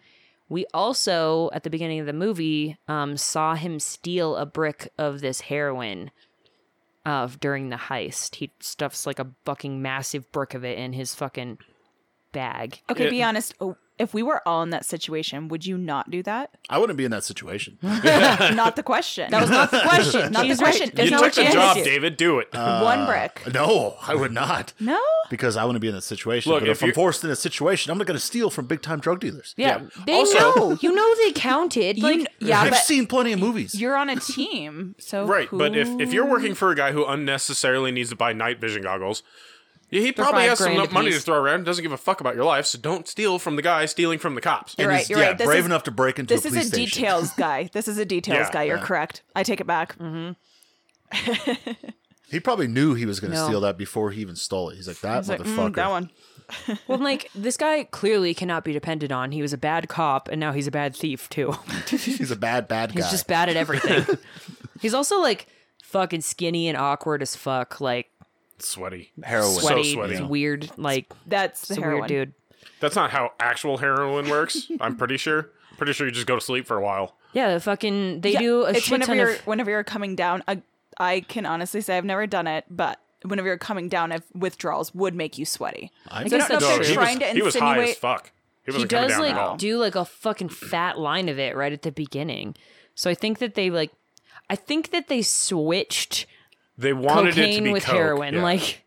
A: We also, at the beginning of the movie, um, saw him steal a brick of this heroin uh, during the heist. He stuffs like a fucking massive brick of it in his fucking bag.
D: Okay,
B: It-
D: be honest. Oh, If we were all in that situation, would you not do that?
C: I wouldn't be in that situation.
D: not the question. That was not the question. Not
A: She's
D: the question.
A: right.
D: There's
B: you
D: no
B: took the
D: chance.
B: job, Uh, David. Do it.
D: One brick.
C: no, I would not.
D: No.
C: Because I wouldn't be in that situation.
B: Look,
C: but
B: if
C: if, I'm
B: you're-
C: forced in a situation, I'm not going to steal from big time drug dealers.
A: Yeah,
B: Yeah.
A: they
B: Also-
A: know. You know they counted. Like,
D: kn- yeah,
C: I've
D: but
C: seen plenty of movies.
D: you're on a team, so
B: right, but if, if you're
D: who-
B: working for a guy who unnecessarily needs to buy night vision goggles, he probably
A: five
B: has some
A: grand
B: money to
A: apiece.
B: throw around. Doesn't give a fuck about your life, so don't steal from the guy stealing from the cops.
D: You're
C: And
D: right,
C: he's,
D: you're
C: yeah,
D: right. This
C: brave
D: is-
C: enough to break into
D: this
C: a
D: is
C: police
D: a
C: station.
D: details guy. This is a details
B: Yeah. Mm-hmm.
D: guy. You're correct. I take it back.
C: He probably knew he was going to
A: No.
C: steal that before he even stole it. He's like, that
D: It's like,
C: motherfucker.
D: mm, that one.
A: well, like this guy clearly cannot be depended on. He was a bad cop, and now he's a bad thief too.
C: He's a bad, bad guy.
A: He's just bad at everything. he's also like fucking skinny and awkward as fuck. Like
B: Sweaty.
C: Heroin.
B: So
A: sweaty,
B: sweaty.
A: and weird. Like
D: That's the
A: it's a
D: heroin.
A: weird dude.
B: That's not how actual heroin works. I'm pretty sure. Pretty sure you just go to sleep for a while.
A: Yeah, the fucking they
D: Yeah,
A: do a
D: it's
A: shit
D: whenever
A: ton
D: you're
A: of.
D: whenever you're coming down. I, I can honestly say I've never done it, but whenever you're coming down, if withdrawals would make you sweaty.
C: I
A: I
D: So
A: guess
D: I don't know if
A: that's
D: they're
B: he,
A: true.
D: trying
B: was,
D: to
B: he was high as
D: insinuate-
B: fuck. He
A: he
B: wasn't coming
A: does
B: down
A: like
B: at all.
A: do like a fucking fat line of it right at the beginning. So I think that they like, I think that they switched
B: They wanted it to
A: cocaine
B: be
A: with
B: coke.
A: heroin.
B: Yeah.
A: Like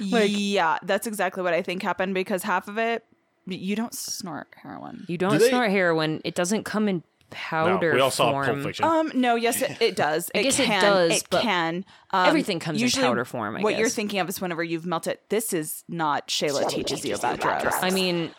D: Like, yeah, that's exactly what I think happened because half of it, you don't snort heroin.
A: You don't
C: they-
A: snort heroin. It doesn't come in
B: no,
A: powder
B: we all saw
A: form. Oh,
B: Pulp Fiction.
D: Um, no, yes, it, it does. It
A: guess it
D: can.
A: does, but
D: can. Um,
A: everything comes in
D: usually
A: powder form, I
D: what you're
A: guess.
D: thinking of is whenever you've melted. This is not Shayla teaches you about drugs.
A: I mean,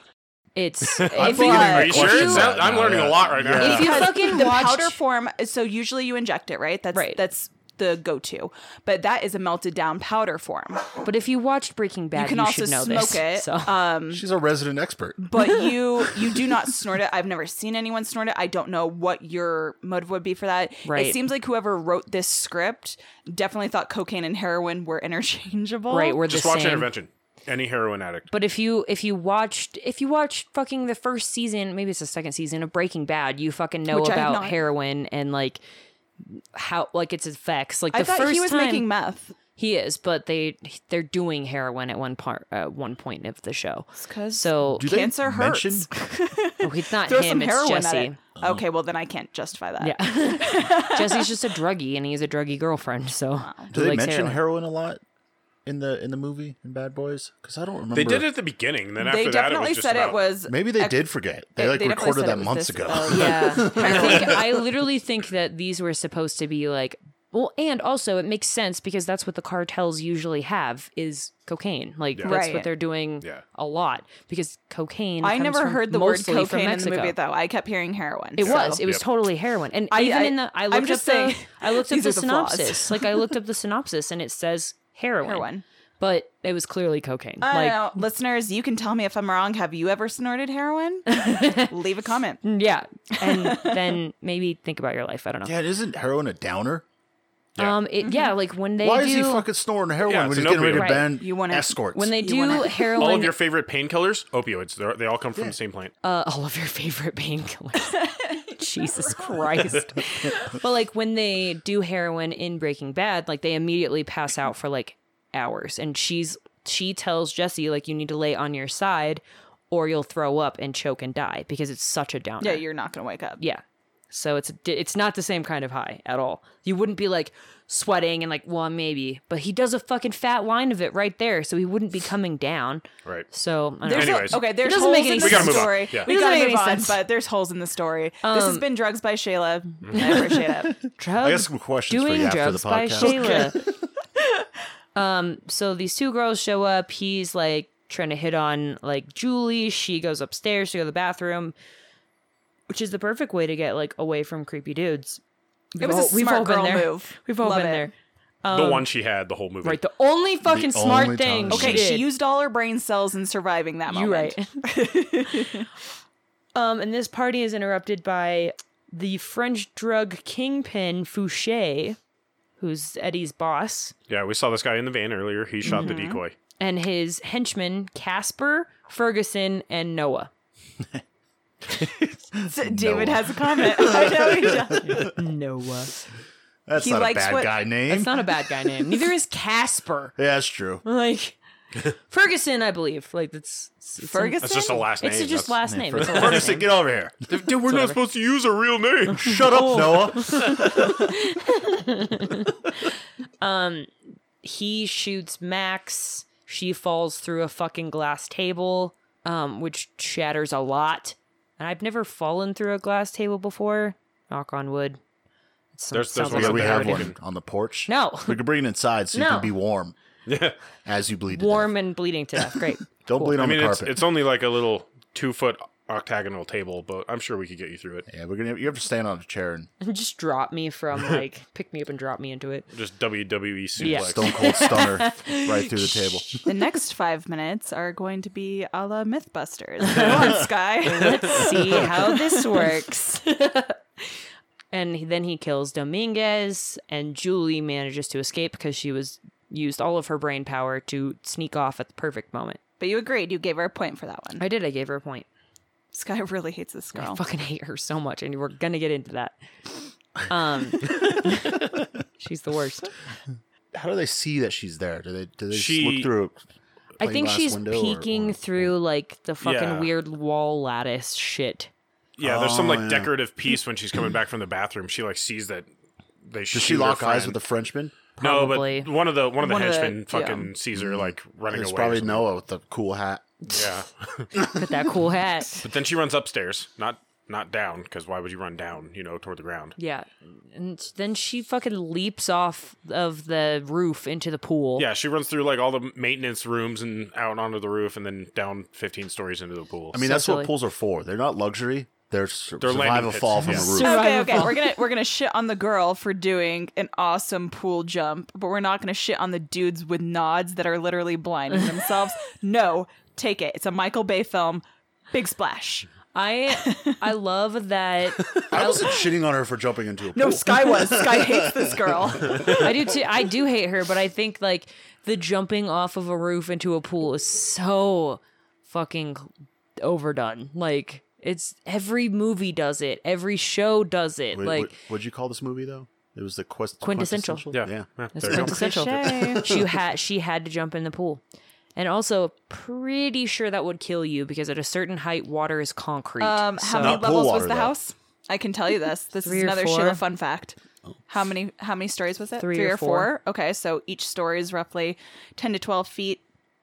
A: it's
C: I'm
A: if,
C: thinking,
A: you,
C: are you
A: if
C: sure?
B: Sure,
C: you-
B: it sound- I'm
C: Yeah.
B: learning a lot right now.
A: If you
D: Because
A: fucking
D: the
A: watched-
D: powder form. So usually you inject it, right? That's
A: Right.
D: That's the go-to, but that is a melted down powder form.
A: but if you watched Breaking Bad,
D: You
A: you,
D: can also
A: should know
D: smoke
A: this.
D: it.
A: So
D: Um,
C: She's a resident expert.
D: but you you do not snort it. I've never seen anyone snort it. I don't know what your motive would be for that. It
A: Right.
D: seems like whoever wrote this script definitely thought cocaine and heroin were interchangeable.
A: right, we're
B: just
A: the
B: watch
A: same.
B: Intervention. Any heroin addict.
A: But if you if you watched if you watched fucking the first season, maybe it's the second season of Breaking Bad, you fucking know
D: Which I have
A: about
D: not.
A: heroin and like how like its effects. Like
D: I
A: the
D: thought
A: first
D: he was
A: time
D: making meth.
A: he is, but they they're doing heroin at one part uh, one point of the show.
D: 'cause
A: So
C: Do they
D: Cancer hurts.
C: mention
A: oh, he's not
D: Throw
A: him.
D: some
A: it's
D: heroin at
A: Jesse.
D: it. Okay, well then I can't justify that.
A: Yeah. Jesse's just a druggie and he's a druggie girlfriend, so
C: Do
A: he
C: they
A: likes
C: mention
A: heroin.
C: heroin a lot in the in the movie in Bad Boys? Because I don't remember.
B: They did it at the beginning, then
D: they
B: after that, it
D: definitely
B: was just
D: said
B: about,
D: it was.
C: Maybe they did forget. They, like
D: definitely
C: recorded
D: said it
C: that
D: was
C: months
D: this,
C: ago.
D: uh,
A: Oh, Yeah. I think I literally think that these were supposed to be like well, and also it makes sense because that's what the cartels usually have is cocaine. Like that's
D: Right.
A: what they're doing
B: Yeah.
A: a lot because cocaine.
D: I
A: comes
D: never
A: from-
D: heard the word
A: mostly from
D: cocaine in the
A: Mexico.
D: movie though. I kept hearing heroin.
A: It
D: so-
A: was. It was
B: Yep.
A: totally heroin. And
D: I-
A: even
D: I-
A: in the, I
D: I'm
A: looked
D: just
A: up
D: saying,
A: the, I looked up
D: these
A: the
D: are the flaws.
A: synopsis. like I looked up the synopsis and it says heroin,
D: heroin.
A: but it was clearly cocaine.
D: I
A: like,
D: don't know. Listeners, you can tell me if I'm wrong. Have you ever snorted heroin? Leave a comment.
A: yeah. And then maybe think about your life. I don't know.
C: Yeah, isn't heroin a downer?
B: Yeah.
A: Um, it, yeah, like when they
C: Why
A: do
C: is he fucking snorting heroin
B: Yeah,
C: when
B: it's
C: he's
B: an
C: getting ready to
A: opioid.
C: ban
D: You wanna-
C: escorts?
A: when they
D: You
A: do
D: wanna-
A: heroin,
B: all of your favorite painkillers, opioids. They're, they all come from the same plant.
A: uh, all of your favorite painkillers. Jesus Christ. but like when they do heroin in Breaking Bad, like they immediately pass out for like hours. And she's she tells Jesse, like, you need to lay on your side or you'll throw up and choke and die because it's such a downer.
D: Yeah, you're not going to wake up.
A: Yeah. So it's it's not the same kind of high at all. You wouldn't be like sweating and like, well, maybe. But he does a fucking fat line of it right there, so he wouldn't be coming down.
B: Right.
A: So I don't know.
D: There's a-
B: Anyways.
D: okay, there's
A: doesn't
D: holes
A: make any
D: in
A: We
D: the
A: gotta
B: move on.
D: story.
B: Yeah.
D: We
A: It doesn't
D: gotta
A: make
D: move
A: any
D: on,
A: sense. Um,
D: but there's holes in the story. this has been drugs by Shayla. I appreciate it.
A: drugs.
C: I got some questions for
A: doing
C: you after the
A: drugs by
C: podcast.
A: Shayla. um, so these two girls show up. He's like trying to hit on like Julie. She goes upstairs to go to the bathroom, which is the perfect way to get like away from creepy dudes.
D: It was a
A: We've all been
D: smart girl
A: there.
D: move.
A: We've all
D: Love
A: been
D: it.
A: there.
D: um,
B: the one she had the whole movie.
A: Right. The only fucking smart
C: only
A: thing.
C: time
A: she
D: Okay, she,
A: did.
D: used all her brain cells in surviving that
A: You
D: moment.
A: right. um, and this party is interrupted by the French drug kingpin Fouché, who's Eddie's boss.
B: Yeah, we saw this guy in the van earlier. He shot the
D: Mm-hmm.
B: decoy.
A: and his henchmen Casper, Ferguson, and Noah.
D: So David has a comment. I know he does.
A: Noah.
C: That's
D: He
C: not a
D: likes
C: bad
D: what-
C: guy name.
A: That's not a bad guy name. Neither is Casper.
C: yeah, that's true.
A: Like Ferguson, I believe. Like that's it's- it's-
D: Ferguson.
B: That's just a last name.
A: It's just
B: That's-
A: last name. It's a last
C: Ferguson,
A: name.
C: get over here.
B: Dude, we're not supposed to use a real
D: Oh,
B: name.
C: Shut up, Noah.
A: He shoots Max. She falls through a fucking glass table, um, which shatters a lot. And I've never fallen through a glass table before. Knock on wood. It so-
B: There's- there's
A: sounds like
C: Yeah,
B: one up
C: we
B: there.
A: something
C: have
A: I would
C: one on the porch.
A: No.
C: We can bring it inside so you
A: No.
C: can be warm
B: yeah.
C: as you bleed.
A: do.
C: to
A: Warm and bleeding to death. Great.
C: death. Don't bleed
B: I
C: on
B: mean,
C: the
B: it's,
C: carpet.
B: it's only like a little two foot octagonal table, but I'm sure we could get you through it.
C: yeah, we're gonna. You have to stand on a chair and
A: Just drop me from like pick me up and drop me into it.
B: Just WWE suplex.
A: Yeah.
C: stone cold stunner right through the table.
D: The next five minutes are going to be a la Mythbusters. Go on, Sky.
A: see how this works. and then he kills Dominguez, and Julie manages to escape because she was used all of her brain power to sneak off at the perfect moment.
D: but you agreed. You gave her a point for that one.
A: I did. I gave her a point.
D: Sky really hates this
A: I
D: girl.
A: fucking hate her so much, and we're gonna get into that. Um, she's the worst.
C: How do they see that she's there? Do they? Do they just
B: She-
C: look through? a
A: I think
C: glass
A: she's
C: window or-
A: peeking
C: or-
A: through like the fucking
B: Yeah.
A: weird wall lattice shit.
B: Yeah, there's some
C: Oh,
B: like
C: yeah.
B: decorative piece when she's coming back from the bathroom. She like sees that they
C: Does she lock eyes with the Frenchman?
A: Probably.
B: No, but one of the one of the
D: One of the-
B: henchmen fucking
D: yeah.
B: sees her like running
C: It's
B: away.
C: probably
B: or something.
C: Noah with the cool hat.
B: Yeah,
A: With that cool hat.
B: but then she runs upstairs, not not down, because why would you run down? You know, toward the ground.
A: Yeah. And then she fucking leaps off of the roof into the pool.
B: Yeah, she runs through like all the maintenance rooms and out onto the roof, and then down 15 stories into the pool.
C: I mean,
A: So
C: that's
A: silly.
C: what pools are for. They're not luxury. They're, sur-
B: They're landing
C: survive a
B: pits,
C: fall from
B: yeah.
C: a roof.
A: Sur-
D: Okay,
A: Survival.
D: okay. We're gonna we're gonna shit on the girl for doing an awesome pool jump, but we're not gonna shit on the dudes with nods that are literally blinding themselves. no, take it. It's a Michael Bay film. Big splash.
A: I I love that
C: I wasn't shitting on her for jumping into a pool.
D: No, Sky was. Sky hates this girl.
A: I do too I do hate her, but I think like the jumping off of a roof into a pool is so fucking overdone. Like it's every movie does it. Every show does it.
C: Wait,
A: like
C: what, what'd you call this movie though? It was the quest
A: Quintessential.
B: yeah,
C: Yeah.
B: yeah,
A: It's
B: there you go.
A: quintessential. she had she had to jump in the pool. And also pretty sure that would kill you because at a certain height water is concrete.
D: Um,
A: so-
D: how many
C: Not pool
D: levels was
C: water,
D: the
C: though.
D: house? I can tell you this. This
A: Three
D: is
A: or
D: another
A: four?
D: Shira fun fact. How many how many stories was it?
A: Three or four.
D: Okay, so each story is roughly ten to twelve feet.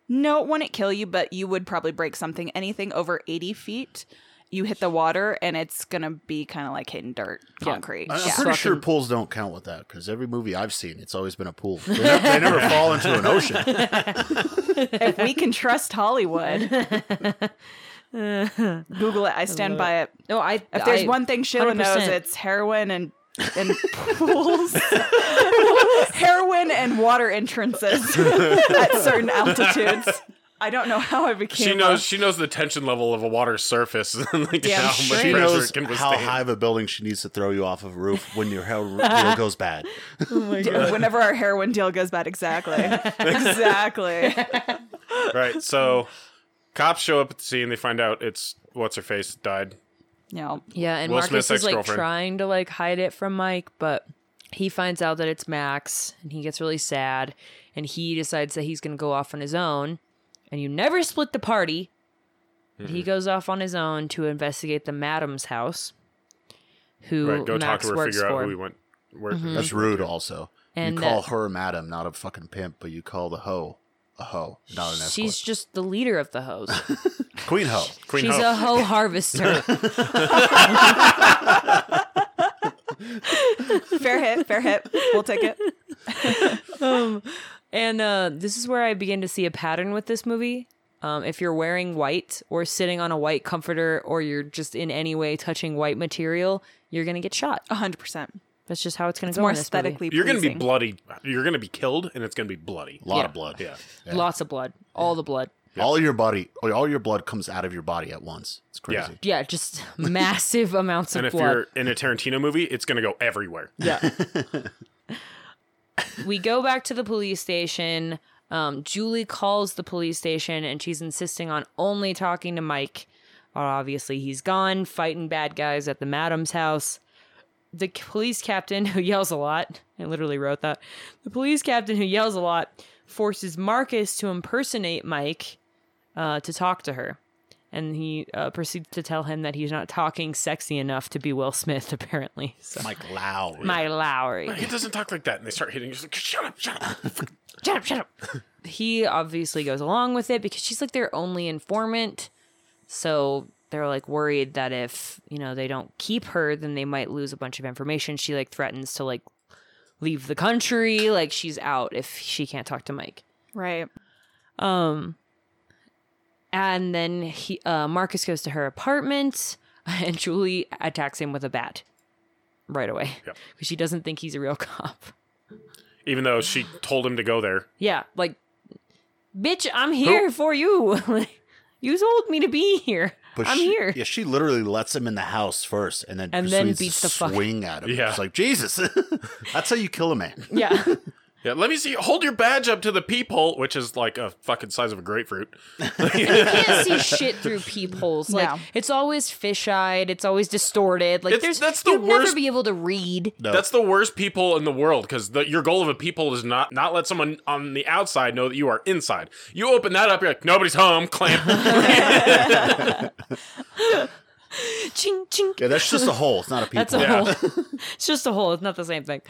D: No, it wouldn't kill you, but you would probably break something. Anything over eighty feet, you hit the water, and it's gonna be kind of like hitting dirt, concrete.
C: I- I'm
D: yeah.
C: pretty sure pools don't count with that because every movie I've seen, it's always been a pool. They, ne- they never fall into an ocean.
D: if we can trust Hollywood, Google it. I stand by it.
A: No, Oh, I.
D: If there's
A: I-
D: one thing Sheila knows,
A: 100%.
D: it's heroin and and pools, heroin and water entrances at certain altitudes. I don't know how I became.
B: She
D: a-
B: knows. She knows the tension level of a water surface and like
D: Yeah, I'm
B: how
D: sure.
B: much
C: She
B: pressure
C: knows
B: it can
C: how
B: withstand.
C: high of a building she needs to throw you off of a roof when your hair goes bad.
D: whenever our heroin deal goes bad, exactly, exactly.
B: Right. So, cops show up at the scene. They find out it's what's her face died.
D: No,
A: Yeah, and
B: Will
A: Marcus
B: Smith's
A: is like
B: ex-girlfriend.
A: trying to like hide it from Mike, but he finds out that it's Max, and he gets really sad, and he decides that he's gonna go off on his own. And you never split the party. And He goes off on his own to investigate the madam's house, who
B: Right. Go
A: Max
B: talk to her.
A: works
B: Figure out
A: for. Mm-hmm.
B: who we went. Where,
C: That's rude, also.
A: And
C: you
B: uh,
C: call
A: that-
C: her madam, not a fucking pimp, but you call the hoe a hoe, not an escort.
A: She's just the leader of the hoes.
C: Queen hoe.
B: Queen
A: She's
B: Ho.
A: a hoe harvester.
D: fair hit, fair hit. We'll take it.
A: And uh, this is where I begin to see a pattern with this movie. Um, if you're wearing white or sitting on a white comforter or you're just in any way touching white material, you're going to get shot.
D: hundred percent.
A: That's just how it's going to
D: It's
A: go.
D: more
A: in this movie.
D: aesthetically.
B: You're gonna be
D: pleasing.
B: bloody. You're gonna be killed, and it's gonna be bloody.
C: A lot
A: Yeah.
C: of blood.
B: Yeah.
C: Yeah.
A: Lots of blood. All the blood.
C: All your body, all your blood comes out of your body at once. It's
B: Yeah.
C: crazy.
A: Yeah, just massive amounts of
B: And if
A: blood.
B: you're in a Tarantino movie, it's gonna go everywhere.
A: we go back to the police station. Um, Julie calls the police station and she's insisting on only talking to Mike. Uh, Obviously, he's gone fighting bad guys at the madam's house. The c- police captain, who yells a lot, I literally wrote that. The police captain, who yells a lot, forces Marcus to impersonate Mike uh, to talk to her. And he uh, proceeds to tell him that he's not talking sexy enough to be Will Smith, apparently. So,
C: Mike Lau.
A: my Lowry.
B: He doesn't talk like that, and they start hitting. you. Just like, shut up, shut up.
A: shut up, shut up. he obviously goes along with it because she's like their only informant. So they're like worried that if, you know, they don't keep her, then they might lose a bunch of information. She like threatens to like leave the country. Like she's out if she can't talk to Mike.
D: right.
A: Um, and then he, uh, Marcus goes to her apartment, and Julie attacks him with a bat right away
B: Yep.
A: because she doesn't think he's a real cop.
B: Even though she told him to go there,
A: Yeah, like, bitch, I'm here for you. Like, you told me to be here.
C: But
A: I'm
C: she-
A: here.
C: Yeah, she literally lets him in the house first, and then
A: And then
C: proceeds to
A: beats the fuck-
C: swing at him.
B: Yeah.
C: It's like Jesus. That's how you kill a man.
A: Yeah.
B: Yeah, let me see. Hold your badge up to the peephole, which is like a fucking size of a grapefruit.
A: you can't see shit through peepholes. Like,
D: No.
A: it's always fish-eyed. It's always distorted. Like,
B: It's-
A: there's
B: that's the
A: you'd never
B: worst-
A: be able to read.
C: No.
B: That's the worst people in the world because your goal of a people is not not let someone on the outside know that you are inside. You open that up, you're like nobody's home. Clamp.
A: Ching, ching.
C: yeah, that's just a hole. It's not a people.
A: That's a hole. it's just a hole. It's not the same thing.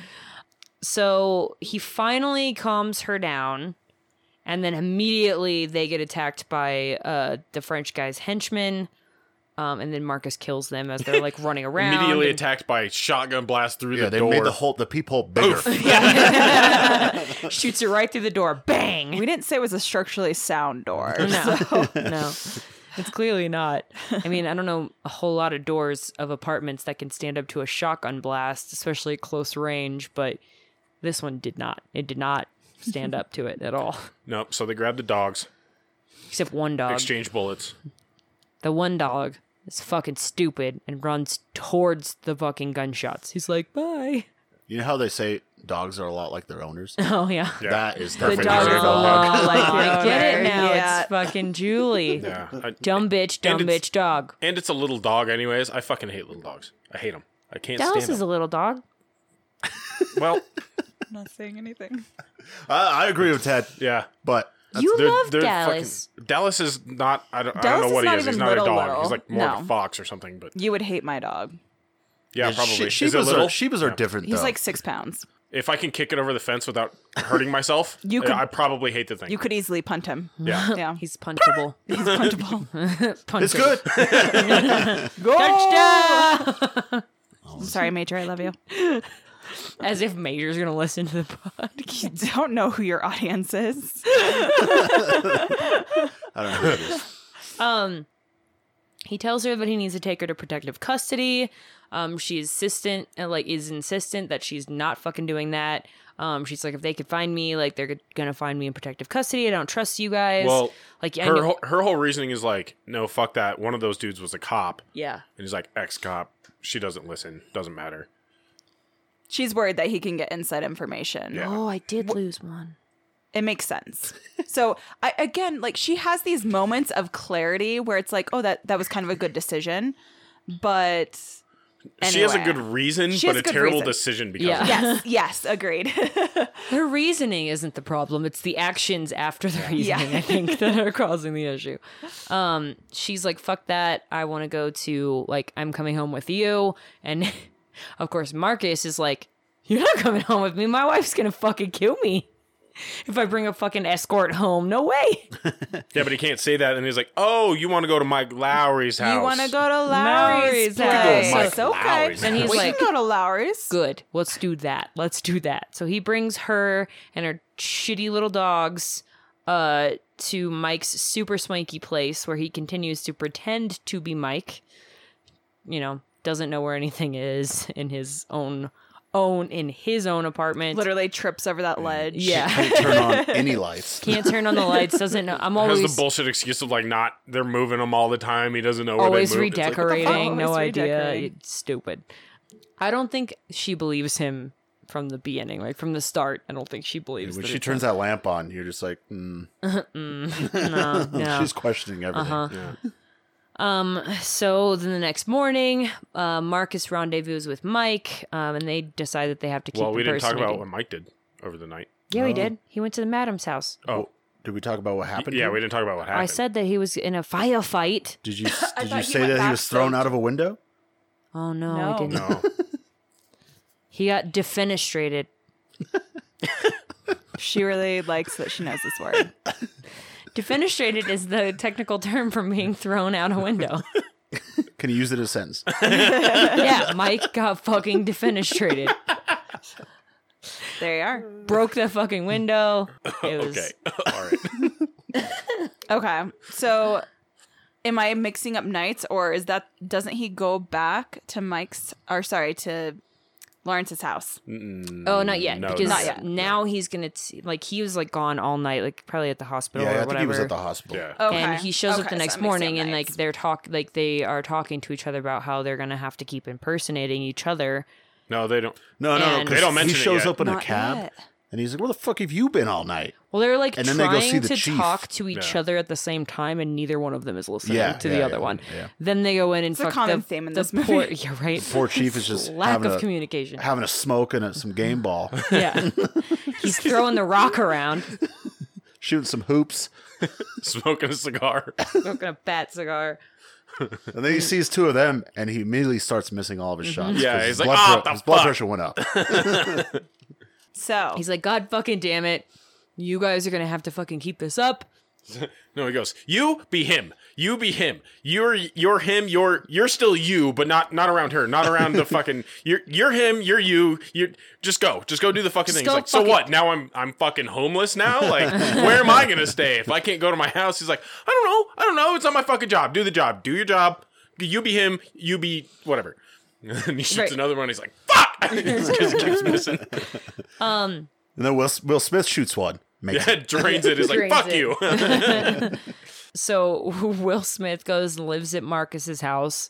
A: So he finally calms her down, and then immediately they get attacked by uh, the French guy's henchmen. Um, and then Marcus kills them as they're like running around.
B: Immediately
A: and-
B: attacked by shotgun blast through
C: yeah,
B: the
C: they
B: door.
C: made the hole, the peephole bigger.
A: shoots it right through the door. Bang!
D: We didn't say it was a structurally sound door.
A: No, no, it's clearly not. I mean, I don't know a whole lot of doors of apartments that can stand up to a shotgun blast, especially at close range, but this one did not. It did not stand up to it at all,
B: no, so they grabbed the dogs,
A: except one
C: Um,
A: dog.
B: exchange bullets.
A: The one dog is fucking stupid and runs towards the fucking gunshots. He's like, bye.
C: You know how they say dogs are a lot like their owners.
A: Oh yeah.
B: Yeah.
C: That is
B: The
C: perfect.
B: dog
C: for a
B: is a
C: dog.
D: like
A: Oh, I
D: your
A: get
D: owner.
A: it now.
D: Yeah.
A: It's fucking Julie.
B: Yeah, I-
A: Dumb bitch, dumb
B: it's-
A: bitch dog.
B: and it's a little dog, anyways. I fucking hate little dogs. I hate them. I can't
A: Dallas
B: stand
A: is a
B: them.
A: little dog.
B: well,
D: not saying anything.
C: I, I agree with Ted,
B: yeah.
C: but
A: you
B: They're-
A: love
B: they're
A: Dallas.
B: fucking- Dallas is not. I don't, I
D: Dallas
B: don't
D: is
B: know what he
D: not
B: is. He's not
D: even
B: a
D: little,
B: dog.
D: little.
B: He's like more of
D: No.
B: a fox or something. But
D: You would hate my dog.
B: Yeah, probably.
C: She, she
B: Is it
C: was
B: little?
C: our, she was our different.
D: He's
C: though.
D: like six pounds.
B: if I can kick it over the fence without hurting myself,
D: You
B: you
D: could-
B: I probably hate the thing.
D: You could easily punt him.
B: yeah.
D: Yeah.
A: He's puntable.
D: He's puntable.
A: puntable.
C: it's good.
A: Touchdown!
D: I'm sorry, Major. I love you.
A: As if Major's gonna listen to the podcast.
D: You don't know who your audience is.
C: I don't know. Who it is.
A: Um, he tells her that he needs to take her to protective custody. Um, she is insistent, uh, like is insistent that she's not fucking doing that. Um, she's like, if they could find me, like they're gonna find me in protective custody. I don't trust you guys.
B: Well,
A: like I
B: Her
A: know-
B: whole, her whole reasoning is like, no, fuck that. One of those dudes was a cop,
A: yeah,
B: and he's like ex cop. She doesn't listen. Doesn't matter.
D: She's worried that he can get inside information.
B: Yeah.
A: Oh, I did lose one.
D: It makes sense. So I again, like she has these moments of clarity where it's like, oh, that that was kind of a good decision, but
B: She has a
D: Anyway.
B: good reason,
D: She
B: but
D: has
B: a
D: a good
B: terrible
D: reason.
B: decision because
A: Yeah.
B: of it.
D: yes, yes, agreed.
A: Her reasoning isn't the problem; it's the actions after the reasoning.
D: Yeah.
A: I think that are causing the issue. Um, she's like, "Fuck that! I want to go to like I'm coming home with you." And of course, Marcus is like, "You're not coming home with me. My wife's gonna fucking kill me if I bring a fucking escort home. No way."
B: yeah, but he can't say that. And he's like, oh, you want to go to Mike Lowry's house?
D: you want to go to
A: Lowry's,
D: Lowry's
A: we could go to
D: place?
A: Mike
D: It's okay.
B: Lowry's.
A: And he's
D: we
A: like,
D: can go to Lowry's.
A: good. Let's do that. Let's do that. So he brings her and her shitty little dogs uh to Mike's super swanky place where he continues to pretend to be Mike. You know, doesn't know where anything is in his own own in his own apartment.
D: Literally trips over
A: Mm.
D: that ledge.
A: Yeah.
C: Can't turn on any lights.
A: Can't turn on the lights, doesn't know I'm
B: Has
A: always
B: the bullshit excuse of like not they're moving him all the time. He doesn't know where
A: always
B: they moved. It's like,
A: redecorating,
D: Always
A: no idea.
D: redecorating.
A: It's stupid. I don't think she believes him from the beginning, like from the start. I don't think she believes
C: When
A: that
C: she
A: it's
C: turns that lamp on, you're just like, mm.
A: no, no.
C: she's questioning everything.
A: Uh-huh. Um, so then the next morning, uh, Marcus rendezvous with Mike, um, and they decide that they have to keep.
B: well, we didn't talk about
A: impersonating-
B: what Mike did over the night.
A: Yeah, we did. He went to the madam's house.
B: Oh,
C: Did we talk about what happened?
B: yeah,
C: here?
B: we didn't talk about what happened.
A: I said that he was in a firefight.
C: Did you did
D: thought
C: you
D: you
C: say
D: went
C: that he
D: back
C: was thrown
D: to-
C: out of a window?
A: Oh no, I
D: No.
A: didn't.
B: no.
A: He got defenestrated.
D: She really likes that she knows this word.
A: defenestrated is the technical term for being thrown out a window.
C: Can you use it as a sentence?
A: yeah, Mike got fucking defenestrated.
D: There you are.
A: Broke the fucking window. It was
B: okay. all right.
D: Okay. So am I mixing up nights or is that doesn't he go back to Mike's or sorry to Lawrence's house?
A: Oh, not yet.
B: no,
A: because
B: not
D: yet.
A: now he's gonna t- like he was like gone all night, like probably at the hospital
C: yeah,
A: or
C: I think
A: whatever.
C: he was at the hospital.
B: Yeah.
D: Okay.
A: and he shows
D: Okay,
A: up the
D: so
A: next
D: I'm mixing up
A: morning and like
D: nights.
A: they're talk like they are talking to each other about how they're gonna have to keep impersonating each other
B: No, they don't.
C: No, no, no.
A: And-
C: 'cause
A: They
B: don't mention
C: He
B: it
C: shows
B: yet.
C: up in a
D: Not
C: cab,
D: yet.
C: and he's like, "Where the fuck have you been all night?"
A: well they're like
C: And then they go see
A: trying
C: the
A: to
C: chief.
A: talk to each
B: Yeah.
A: other at the same time and neither one of them is listening
C: Yeah,
A: to
C: yeah,
A: the other
C: yeah,
A: one
C: yeah.
A: then they go in and
D: a
A: fuck
D: common
A: the,
D: theme in
A: the
D: this movie.
A: poor yeah right
C: Poor chief is just
A: lack
C: having
A: of
C: a,
A: communication
C: having a smoke and a, some game ball,
A: yeah he's throwing the rock around
C: shooting some hoops,
B: Smoking a cigar.
A: smoking a fat cigar
C: and then he sees two of them, and he immediately starts missing all of his
D: Mm-hmm.
C: shots.
B: Yeah,
C: 'cause
B: he's
C: his
B: like,
C: blood,
B: "Ah,
C: pre-
B: the
C: his blood
B: fuck."
C: pressure went up.
D: So
A: he's like god fucking damn it you guys are gonna have to fucking keep this up
B: No, he goes, "You be him. You be him. You're you're him. You're you're still you, but not not around her. Not around the fucking. You're you're him. You're you. You just go. Just go do the fucking thing." He's
A: go
B: like, "So
A: fucking-
B: what? Now I'm I'm fucking homeless now. Like, where am I gonna stay if I can't go to my house?" He's like, "I don't know. I don't know. It's not my fucking job. Do the job. Do your job. You be him. You be whatever." And he shoots
A: Right.
B: another one. He's like, "Fuck!" Just keeps missing.
C: And then Will, Will Smith shoots one. Makes it.
B: Yeah, drains it. He's like,
A: Drains
B: "Fuck
A: it.
B: you."
A: so Will Smith goes and lives at Marcus's house,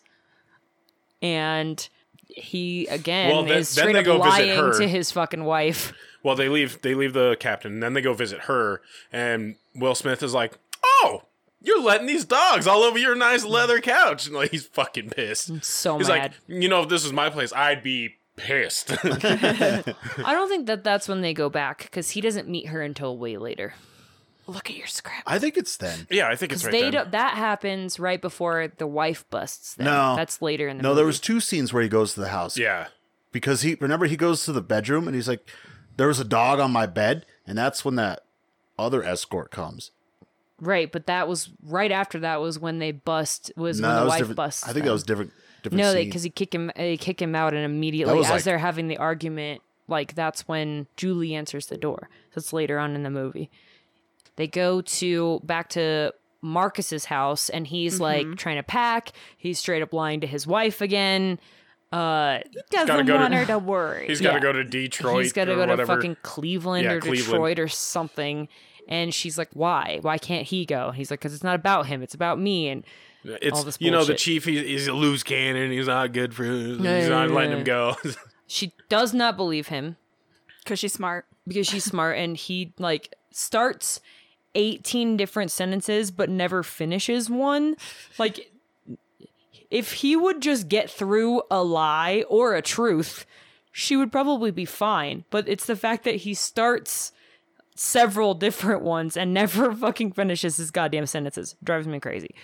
A: and he again
B: Well, then-
A: is
B: then
A: straight
B: they
A: up
B: go visit
A: lying
B: her.
A: to his fucking wife.
B: Well, they leave. They leave the captain, and then they go visit her. And Will Smith is like, "Oh, you're letting these dogs all over your nice leather couch," and like he's fucking pissed.
A: So
B: he's
A: mad.
B: like, "You know, if this was my place, I'd be pissed."
A: I don't think that that's when they go back because he doesn't meet her until way later.
D: Look at your script.
C: I think it's then.
B: Yeah, I think it's
A: Because
B: right
A: they
B: then.
A: don't, that happens right before the wife busts them.
C: No.
A: that's later in the
C: No, there
A: movie.
C: was two scenes where he goes to the house.
B: Yeah.
C: because he remember he goes to the bedroom and he's like, "There was a dog on my bed," and that's when that other escort comes.
A: right, but that was right after that was when they bust was
C: No,
A: when
C: that
A: the
C: was
A: wife
C: different-
A: busts.
C: I think
A: them.
C: that was different. different
A: no,
C: scene.
A: because he kick him they kick him out and immediately
C: was
A: as
C: like-
A: they're having the argument, like that's when Julie answers the door. That's later on in the movie. They go to back to Marcus's house and
B: Mm-hmm.
A: he's like trying to pack. He's straight up lying to his wife again. Uh,
D: Doesn't
B: go to-
D: want her to worry.
B: He's got to
A: Yeah.
B: go to Detroit.
A: he's got to
B: or
A: go to
B: whatever.
A: fucking Cleveland
B: Yeah,
A: or
B: Cleveland.
A: Detroit or something. And she's like, "Why? Why can't he go?" And he's like, "Cause it's not about him. It's about me." And
B: It's
A: all this
B: you know the
A: bullshit.
B: chief. He's, he's a loose cannon. He's not good for. He's
A: yeah,
B: not
A: yeah,
B: letting
A: yeah.
B: him go.
A: she does not believe him.
D: because she's smart.
A: because she's smart and he like starts 18 different sentences but never finishes one like if he would just get through a lie or a truth she would probably be fine but it's the fact that he starts several different ones and never fucking finishes his goddamn sentences drives me crazy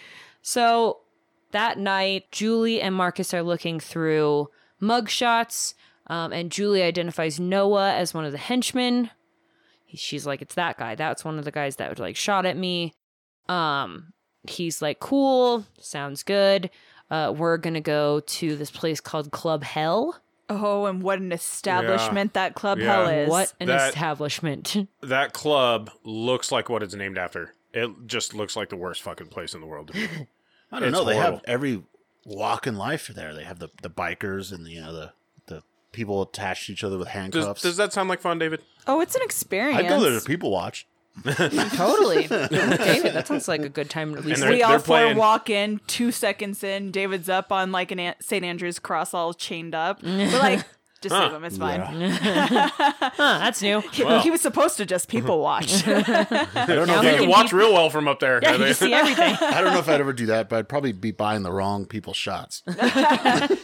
A: so that night, Julie and Marcus are looking through mugshots, um, and Julie identifies Noah as one of the henchmen. He- She's like, "It's that guy. That's one of the guys that like shot at me." Um, he's like, "Cool, sounds good. Uh, we're gonna go to this place called Club Hell.
D: Oh, and what an establishment that club
B: Yeah.
D: hell is.
A: What an
B: That-
A: establishment!
B: that club looks like what it's named after. It just looks like the worst fucking place in the world to be.
C: I don't
B: It's
C: know. They have
B: horrible.
C: every walk in life there. They have the, the bikers and the, you know the the people attached to each other with handcuffs.
B: does, does that sound like fun, David?
D: Oh, it's an experience.
C: I go there to people watch.
A: totally, David. That sounds like a good time to
B: And
A: release.
B: they're-
D: we all four
B: playing-
D: walk in, two seconds in, David's up on like an An- St. Andrew's cross, all chained up. We're like, just leave him, it's fine.
A: Huh, that's new.
D: He, he was supposed to just people watch.
C: I don't know.
A: Now
C: If
B: You
A: they
C: I'd-
B: can watch real well from up there.
A: Yeah, you see everything.
C: I don't know if I'd ever do that, but I'd probably be buying the wrong people shots.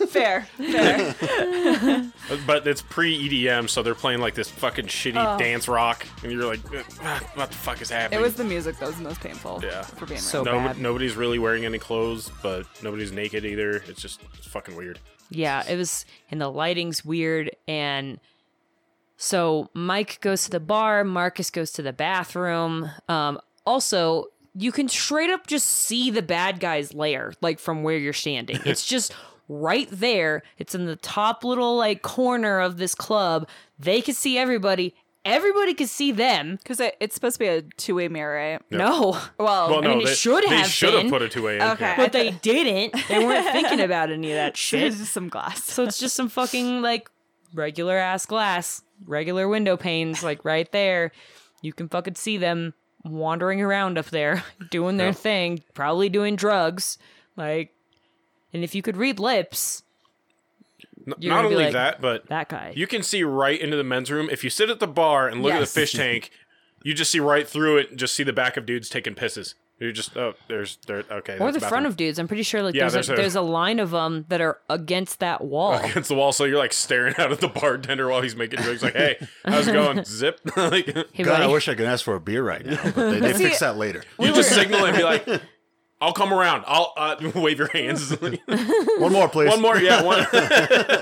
D: fair, fair.
B: But it's pre EDM, so they're playing like this fucking shitty
A: Oh.
B: dance rock, and you're like, "Ah, what the fuck is
D: It
B: happening?
D: was the music that was most painful.
B: Yeah.
D: For being
A: So
D: so,
B: No-
A: bad.
B: nobody's really wearing any clothes, but nobody's naked either. It's just it's fucking weird.
A: Yeah, it was, and the lighting's weird. And so Mike goes to the bar, Marcus goes to the bathroom. Um, also, you can straight up just see the bad guy's lair, like from where you're standing. It's just right there. It's in the top little like corner of this club. They can see everybody. Everybody can see them.
D: Because it, it's supposed to be a two way mirror, right?
A: No,
D: Well,
B: Well,
A: Oh, I
B: no,
A: mean, it
B: they
A: should
B: they
A: have
B: should have
A: been.
B: put a two A in.
D: Okay.
B: Yeah.
A: but they didn't. They weren't thinking about any of that shit.
D: there's just some glass.
A: So it's just some fucking like regular ass glass, regular window panes, like right there. You can fucking see them wandering around up there, doing their
B: Yeah.
A: thing, probably doing drugs. Like, and if you could read lips,
B: N-
A: you're
B: Not
A: gonna be
B: only
A: like,
B: that, but
A: that guy.
B: You can see right into the men's room. If you sit at the bar and look at the
A: Yes.
B: fish tank, you just see right through it and just see the back of dudes taking pisses. You're just, oh, there's, there, okay.
A: or
B: that's
A: the
B: bathroom.
A: front of dudes. I'm pretty sure like
B: Yeah,
A: there's,
B: there's
A: a,
B: a-
A: there's a line of them that are against that wall.
B: Against the wall, so you're like staring out at the bartender while he's making drinks. Like, hey, how's it going? Zip. like,
A: Hey,
C: God, I
A: buddy.
C: wish I could ask for a beer right now, but they, they
D: see,
C: fix that later.
B: you just signal and be like, "I'll come around. I'll uh, wave your hands." one
C: One more, please.
B: more, yeah, one.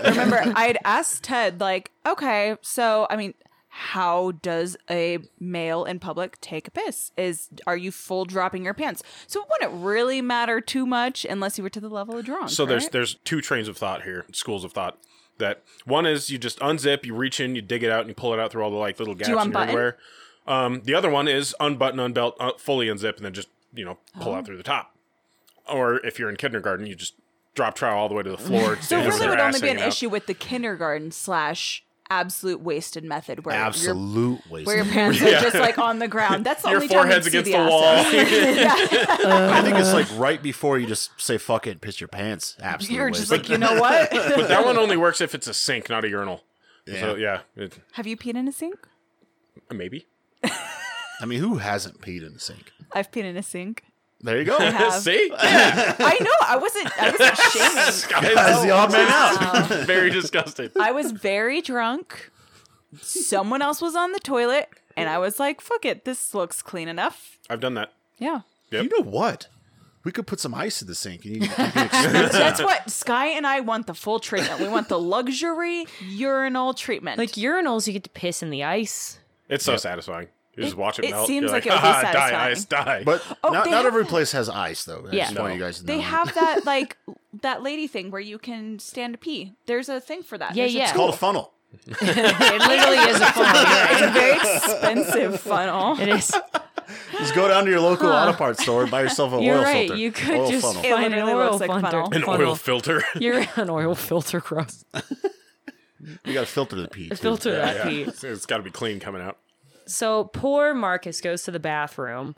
D: Remember, I had asked Ted, like, okay, so, I mean, how does a male in public take a piss? Is are you full dropping your pants? So it wouldn't really matter too much unless you were to the level of drunk.
B: So there's
D: right?
B: there's two trains of thought here, schools of thought. That one is you just unzip, you reach in, you dig it out, and you pull it out through all the like little gaps
D: you
B: in your
D: unbutton?
B: underwear. Um, the other one is unbutton, unbelt, uh, fully unzip, and then just you know pull
D: Oh.
B: out through the top. Or if you're in kindergarten, you just drop trowel all the way to the floor.
D: So it really would only be an issue with the kindergarten slash absolute wasted method where your
C: Absolute waste.
D: where your pants are just like on the ground. That's the
B: Your
D: only time
B: forehead's
D: you'd see
B: against
D: the
B: the
D: ass.
B: wall.
C: I think it's like right before you just say fuck it and piss your pants. Absolutely.
D: You're just like, you know what?
B: but that one only works if it's a sink, not a urinal. So yeah, it,
D: Have you peed in a sink?
B: maybe.
C: I mean, who hasn't peed in the sink?
D: I've peed in a sink.
C: There you go.
D: Have.
B: See, yeah,
D: I know. I wasn't. I wasn't shaming.
C: As the odd man out.
B: very disgusted.
D: I was very drunk. Someone else was on the toilet. And I was like, fuck it, this looks clean enough.
B: I've done that.
D: Yeah.
B: Yep.
C: You know what? We could put some ice in the sink and you, you can experience
D: So that's what Sky and I want the full treatment. We want the luxury urinal treatment.
A: Like urinals, you get to piss in the ice.
B: It's so satisfying. You just watch it,
D: it
B: melt.
D: seems
B: You're
D: like it would be
B: "Haha, Die,
D: satisfying."
B: ice, die.
C: But
D: Oh,
C: not,
D: they
C: not
D: have
C: every
D: that.
C: place has ice, though. I
A: Yeah.
C: just want
B: No.
C: you guys to know.
D: they have that like that lady thing where you can stand to pee. There's a thing for that.
A: Yeah,
D: There's a
A: yeah.
C: It's called a funnel.
A: It literally is a funnel.
D: It's a very expensive funnel.
A: It is.
C: Just go down to your local auto parts store and buy yourself an
A: You're
C: oil
A: right.
C: filter.
A: You could
C: oil
A: just
C: funnel.
D: It
A: find an
D: literally
A: oil
D: looks like
A: filter.
D: funnel.
B: An oil filter.
A: You're an oil filter, gross.
C: you got to filter the pee. too.
A: Filter that
B: Yeah,
A: pee.
B: it's- it's got to be clean coming out.
A: So poor Marcus goes to the bathroom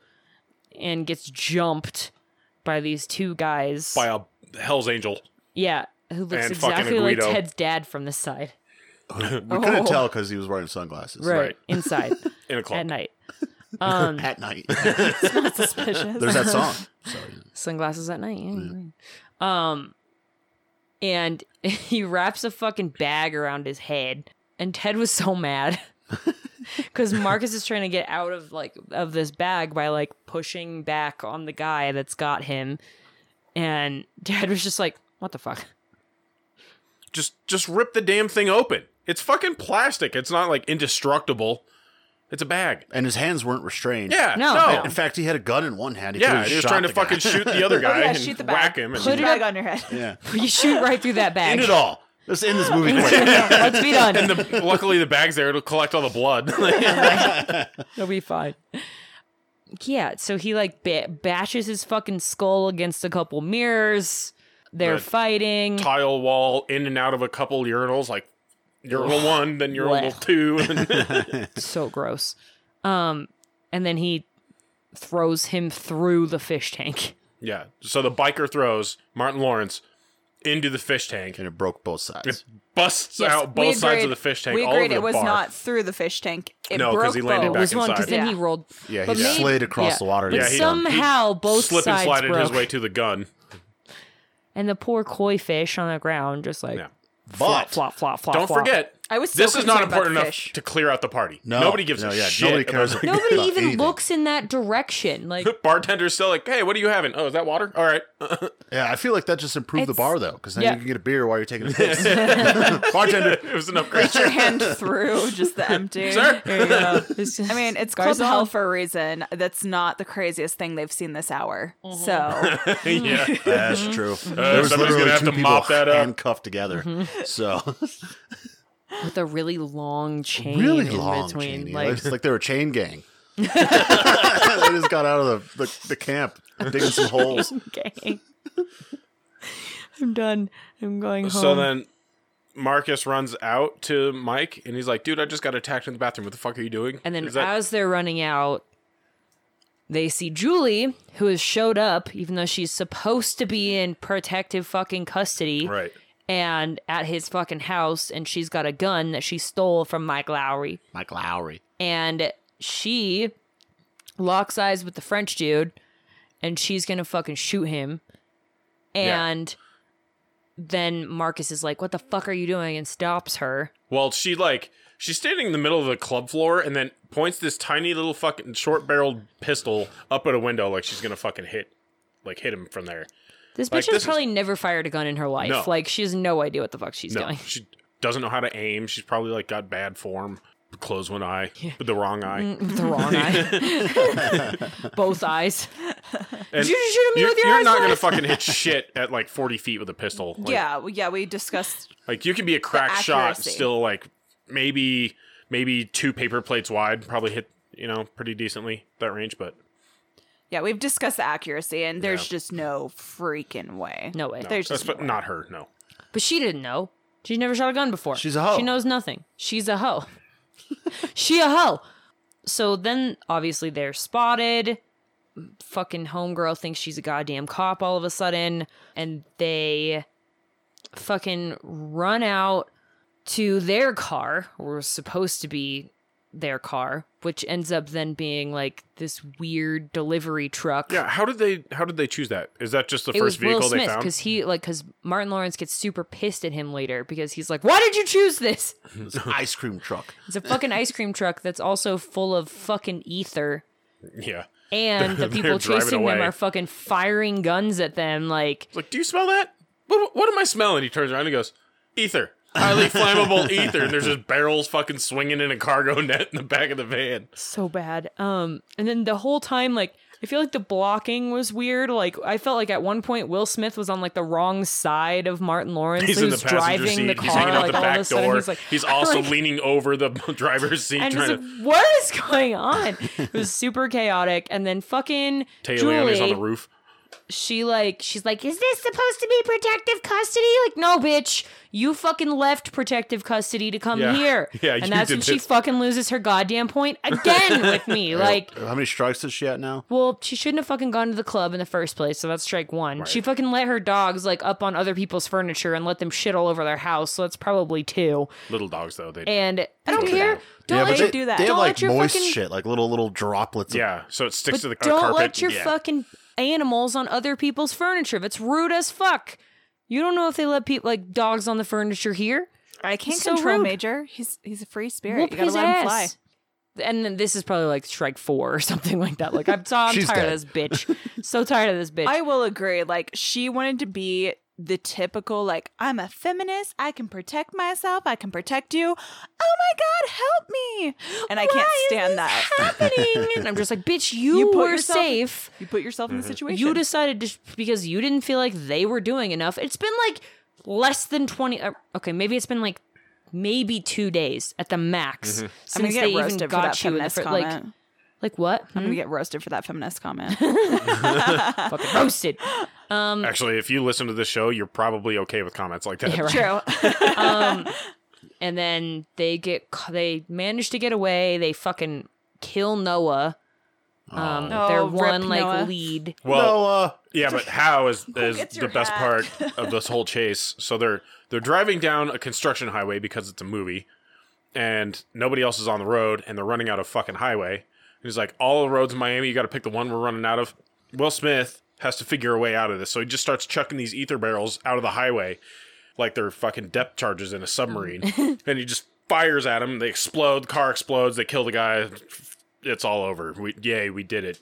A: and gets jumped by these two guys.
B: By a Hell's Angel.
A: yeah, who looks
B: And fucking
A: exactly like
B: Guido.
A: Ted's dad from the side.
C: We couldn't
A: Oh.
C: tell because he was wearing sunglasses.
B: Right.
A: Inside
B: In a club.
A: at night. Um
C: At night.
D: Suspicious.
C: There's that song. So,
A: sunglasses at night. yeah, yeah. Um and he wraps a fucking bag around his head. And Ted was so mad. Cause Marcus is trying to get out of like of this bag by like pushing back on the guy that's got him. And Ted was just like, what the fuck?
B: Just just rip the damn thing open. It's fucking plastic. It's not like indestructible. It's a bag.
C: and his hands weren't restrained.
B: Yeah.
A: No,
B: No.
C: In fact, he had a gun in one hand. He
B: Yeah,
C: could've
B: he was
C: shot
B: trying to
C: the guy.
B: fucking shoot the other guy
D: Oh, yeah,
B: and
D: shoot the bag.
B: whack him. And
A: Put
D: Put
A: it
D: it
A: up-
D: bag on your head.
C: Yeah.
A: You shoot right through that bag.
C: End it all. Let's end this movie quick.
A: Let's be done.
B: and the, luckily, the bag's there. It'll collect all the blood.
A: It'll be fine. Yeah, so he like ba- bashes his fucking skull against a couple mirrors. They're
B: Right.
A: fighting.
B: Tile wall in and out of a couple urinals, like urinal one, then urinal
A: Blech.
B: two. and-
A: so gross. Um, and then he throws him through the fish tank.
B: yeah. So the biker throws Martin Lawrence into the fish tank
C: and it broke both sides.
B: busts
D: Yes,
B: out
D: we
B: both sides of
D: agreed-
B: the fish tank.
D: We
B: all
D: agreed
B: over the
D: it was
B: bar.
D: not through the fish tank. It
B: No, 'cause
D: broke
B: he landed
A: it
B: back
A: was one because
B: inside.
A: then
D: Yeah.
A: he rolled.
C: Yeah, he
A: but
C: just
A: maybe-
C: slid across the water
A: But
C: and
B: Yeah, he-
A: somehow both
B: slip and
A: sides
B: slided
A: broke,
B: his way to the gun.
A: and the poor koi fish on the ground just like
B: Yeah.
A: flop,
C: But-
A: flop, flop, flop.
B: Don't
A: flop.
B: forget,
D: I was so
B: this is not
D: concerned about
B: important
D: the
B: enough
D: fish.
B: to clear out the party.
C: No.
B: nobody gives
C: No,
B: a
C: yeah,
B: shit.
C: nobody
B: about
C: cares
B: that.
C: about-
A: Nobody
C: About
A: even
C: anything.
A: looks in that direction. Like
B: Bartender's still like, "Hey, what are you having? Oh, is that water? All right."
C: Yeah, I feel like that just improved the
A: It's-
C: bar though, because then
A: yeah.
C: you can get a beer while you're taking a piss. Bartender,
B: it was an upgrade.
D: Your hand through just the empty.
B: Sir?
A: I
D: I mean, it's called hell for a reason. That's not the craziest thing they've seen this hour.
A: Mm-hmm.
D: So
B: yeah.
C: that's true.
B: Uh, somebody's gonna have to mop that up.
C: handcuffed together.
A: Mm-hmm.
C: So
A: with a really long chain
C: really
A: in
C: long,
A: between.
C: chain.
A: Like,
C: It's like they were a chain gang. they just got out of the, the, the camp, digging some holes.
A: okay. I'm done. I'm going home.
B: So then Marcus runs out to Mike and he's like, "Dude, I just got attacked in the bathroom. What the fuck are you doing?"
A: and then
B: Is that-
A: as they're running out, they see Julie, who has showed up, even though she's supposed to be in protective fucking custody,
B: right.
A: and at his fucking house, and she's got a gun that she stole from Mike Lowry.
C: Mike Lowry.
A: and she locks eyes with the French dude, and she's gonna fucking shoot him.
B: Yeah.
A: And then Marcus is like, "What the fuck are you doing?" and stops her.
B: Well, she like she's standing in the middle of the club floor and then points this tiny little fucking short-barreled pistol up at a window like she's gonna fucking hit, like hit him from there.
A: This bitch
B: Like,
A: has
B: this is-
A: probably never fired a gun in her life.
B: No.
A: Like she has no idea what the fuck she's doing.
B: She doesn't know how to aim. She's probably like got bad form. Close one eye, but the wrong eye.
A: With the wrong eye, both eyes.
B: And
A: Did you shoot at me
B: you're,
A: with your
B: you're
A: eyes
B: not
A: wide?
B: gonna fucking hit shit at like 40 feet with a pistol. Like,
D: yeah, we- yeah, we discussed.
B: like you can be a crack shot,
D: accuracy.
B: still like maybe maybe two paper plates wide, probably hit you know pretty decently that range. But
D: Yeah, we've discussed the accuracy, and there's
B: Yeah.
D: just no freaking way.
A: No way.
B: no,
D: There's
B: that's
D: just
B: but not her. No,
A: But she didn't know. She's never shot a gun before.
C: She's a hoe.
A: She knows nothing. She's a hoe. she a hoe. So then obviously they're spotted. Fucking homegirl thinks she's a goddamn cop all of a sudden. And they fucking run out to their car. We're supposed to be their car, which ends up then being like this weird delivery truck.
B: Yeah, how did they how did they choose that? Is that just the
A: It
B: first
A: was
B: vehicle
A: Will
B: they
A: Smith
B: found?
A: because he like because Martin Lawrence gets super pissed at him later because he's like, "Why did you choose this?
C: This ice cream truck.
A: It's a fucking ice cream truck that's also full of fucking ether,
B: Yeah.
A: and the
B: They're
A: people
B: driving
A: chasing them
B: away.
A: are fucking firing guns at them. Like,
B: It's like, do you smell that? What, what am I smelling? He turns around and goes, ether. Highly flammable ether. And there's just barrels fucking swinging in a cargo net in the back of the van.
A: so bad. Um, and then the whole time, like, I feel like the blocking was weird. Like, I felt like at one point Will Smith was on like the wrong side of Martin Lawrence.
B: He's
A: so
B: in the
A: he's
B: passenger
A: driving
B: seat.
A: the car.
B: he's hanging out
A: like,
B: the
A: all
B: back
A: of a sudden,
B: door.
A: he's like,
B: he's also
A: like-
B: leaning over the driver's seat
A: and
B: trying
A: just
B: to.
A: like, what is going on? it was super chaotic. And then fucking
B: Taylor
A: Julie,
B: is on the roof.
A: she like, she's like, is this supposed to be protective custody? Like, no, bitch, you fucking left protective custody to come
B: Yeah.
A: here.
B: Yeah, you
A: and that's
B: did
A: when she
B: this.
A: fucking loses her goddamn point again with me. Like,
C: How many strikes is she at now?
A: well, she shouldn't have fucking gone to the club in the first place, so that's strike one. She fucking let her dogs like up on other people's furniture and let them shit all over their house, so that's probably two.
B: Little dogs, though. They,
A: And I don't
B: Yeah.
A: care. Don't
D: but
A: let
D: they-
A: your,
D: do that.
C: They have
A: Don't
C: like
A: let your
C: moist
A: fucking-
C: shit, like little little droplets. of-
B: yeah, so it sticks
A: but
B: to the
A: don't
B: carpet.
A: let your
B: yeah.
A: fucking animals on other people's furniture. If it's rude as fuck, you don't know if they let people like dogs on the furniture here.
D: I can't
A: He's so
D: control
A: rude.
D: Major. He's he's a free spirit.
A: Whoop
D: you gotta
A: his
D: let him fly.
A: ass. And then this is probably like strike four or something like that. Like I'm, so, I'm
C: She's
A: tired
C: dead.
A: of this bitch. so tired of this bitch.
D: I will agree. Like she wanted to be the typical like I'm a feminist. I can protect myself. I can protect you. Oh my god, help me! And I can't stand that.
A: happening. and I'm just like, bitch, you,
D: You put
A: were
D: yourself-
A: safe.
D: You put yourself
A: Mm-hmm.
D: in the situation.
A: You decided to, because you didn't feel like they were doing enough. It's been like less than 20. Uh, okay, maybe it's been like maybe two days at the max
D: Mm-hmm. I'm gonna
A: since
D: get
A: they even
D: roasted for that
A: got you in the
D: feminist
A: fir-
D: comment.
A: like hmm? like what?
D: I'm gonna get roasted for that feminist comment.
A: fucking roasted.
B: Actually, if you listen to this show, you're probably okay with comments like that.
A: Yeah, right. Um,
D: True.
A: And then they get ca- they manage to get away. They fucking kill Noah. Um,
D: Oh.
A: their
D: Oh, rip
A: one like
D: Noah.
A: lead.
B: Well,
C: no, uh,
B: Yeah, but how is is
D: gets
B: the
D: your
B: best
D: hat?
B: part of this whole chase? So they're they're driving down a construction highway because it's a movie, and nobody else is on the road, and they're running out of fucking highway. And he's like, "All the roads in Miami, you got to pick the one we're running out of." Will Smith has to figure a way out of this, so he just starts chucking these ether barrels out of the highway, like they're fucking depth charges in a submarine, and he just fires at them. They explode. The car explodes. They kill the guy. It's all over. We, yay, we did it.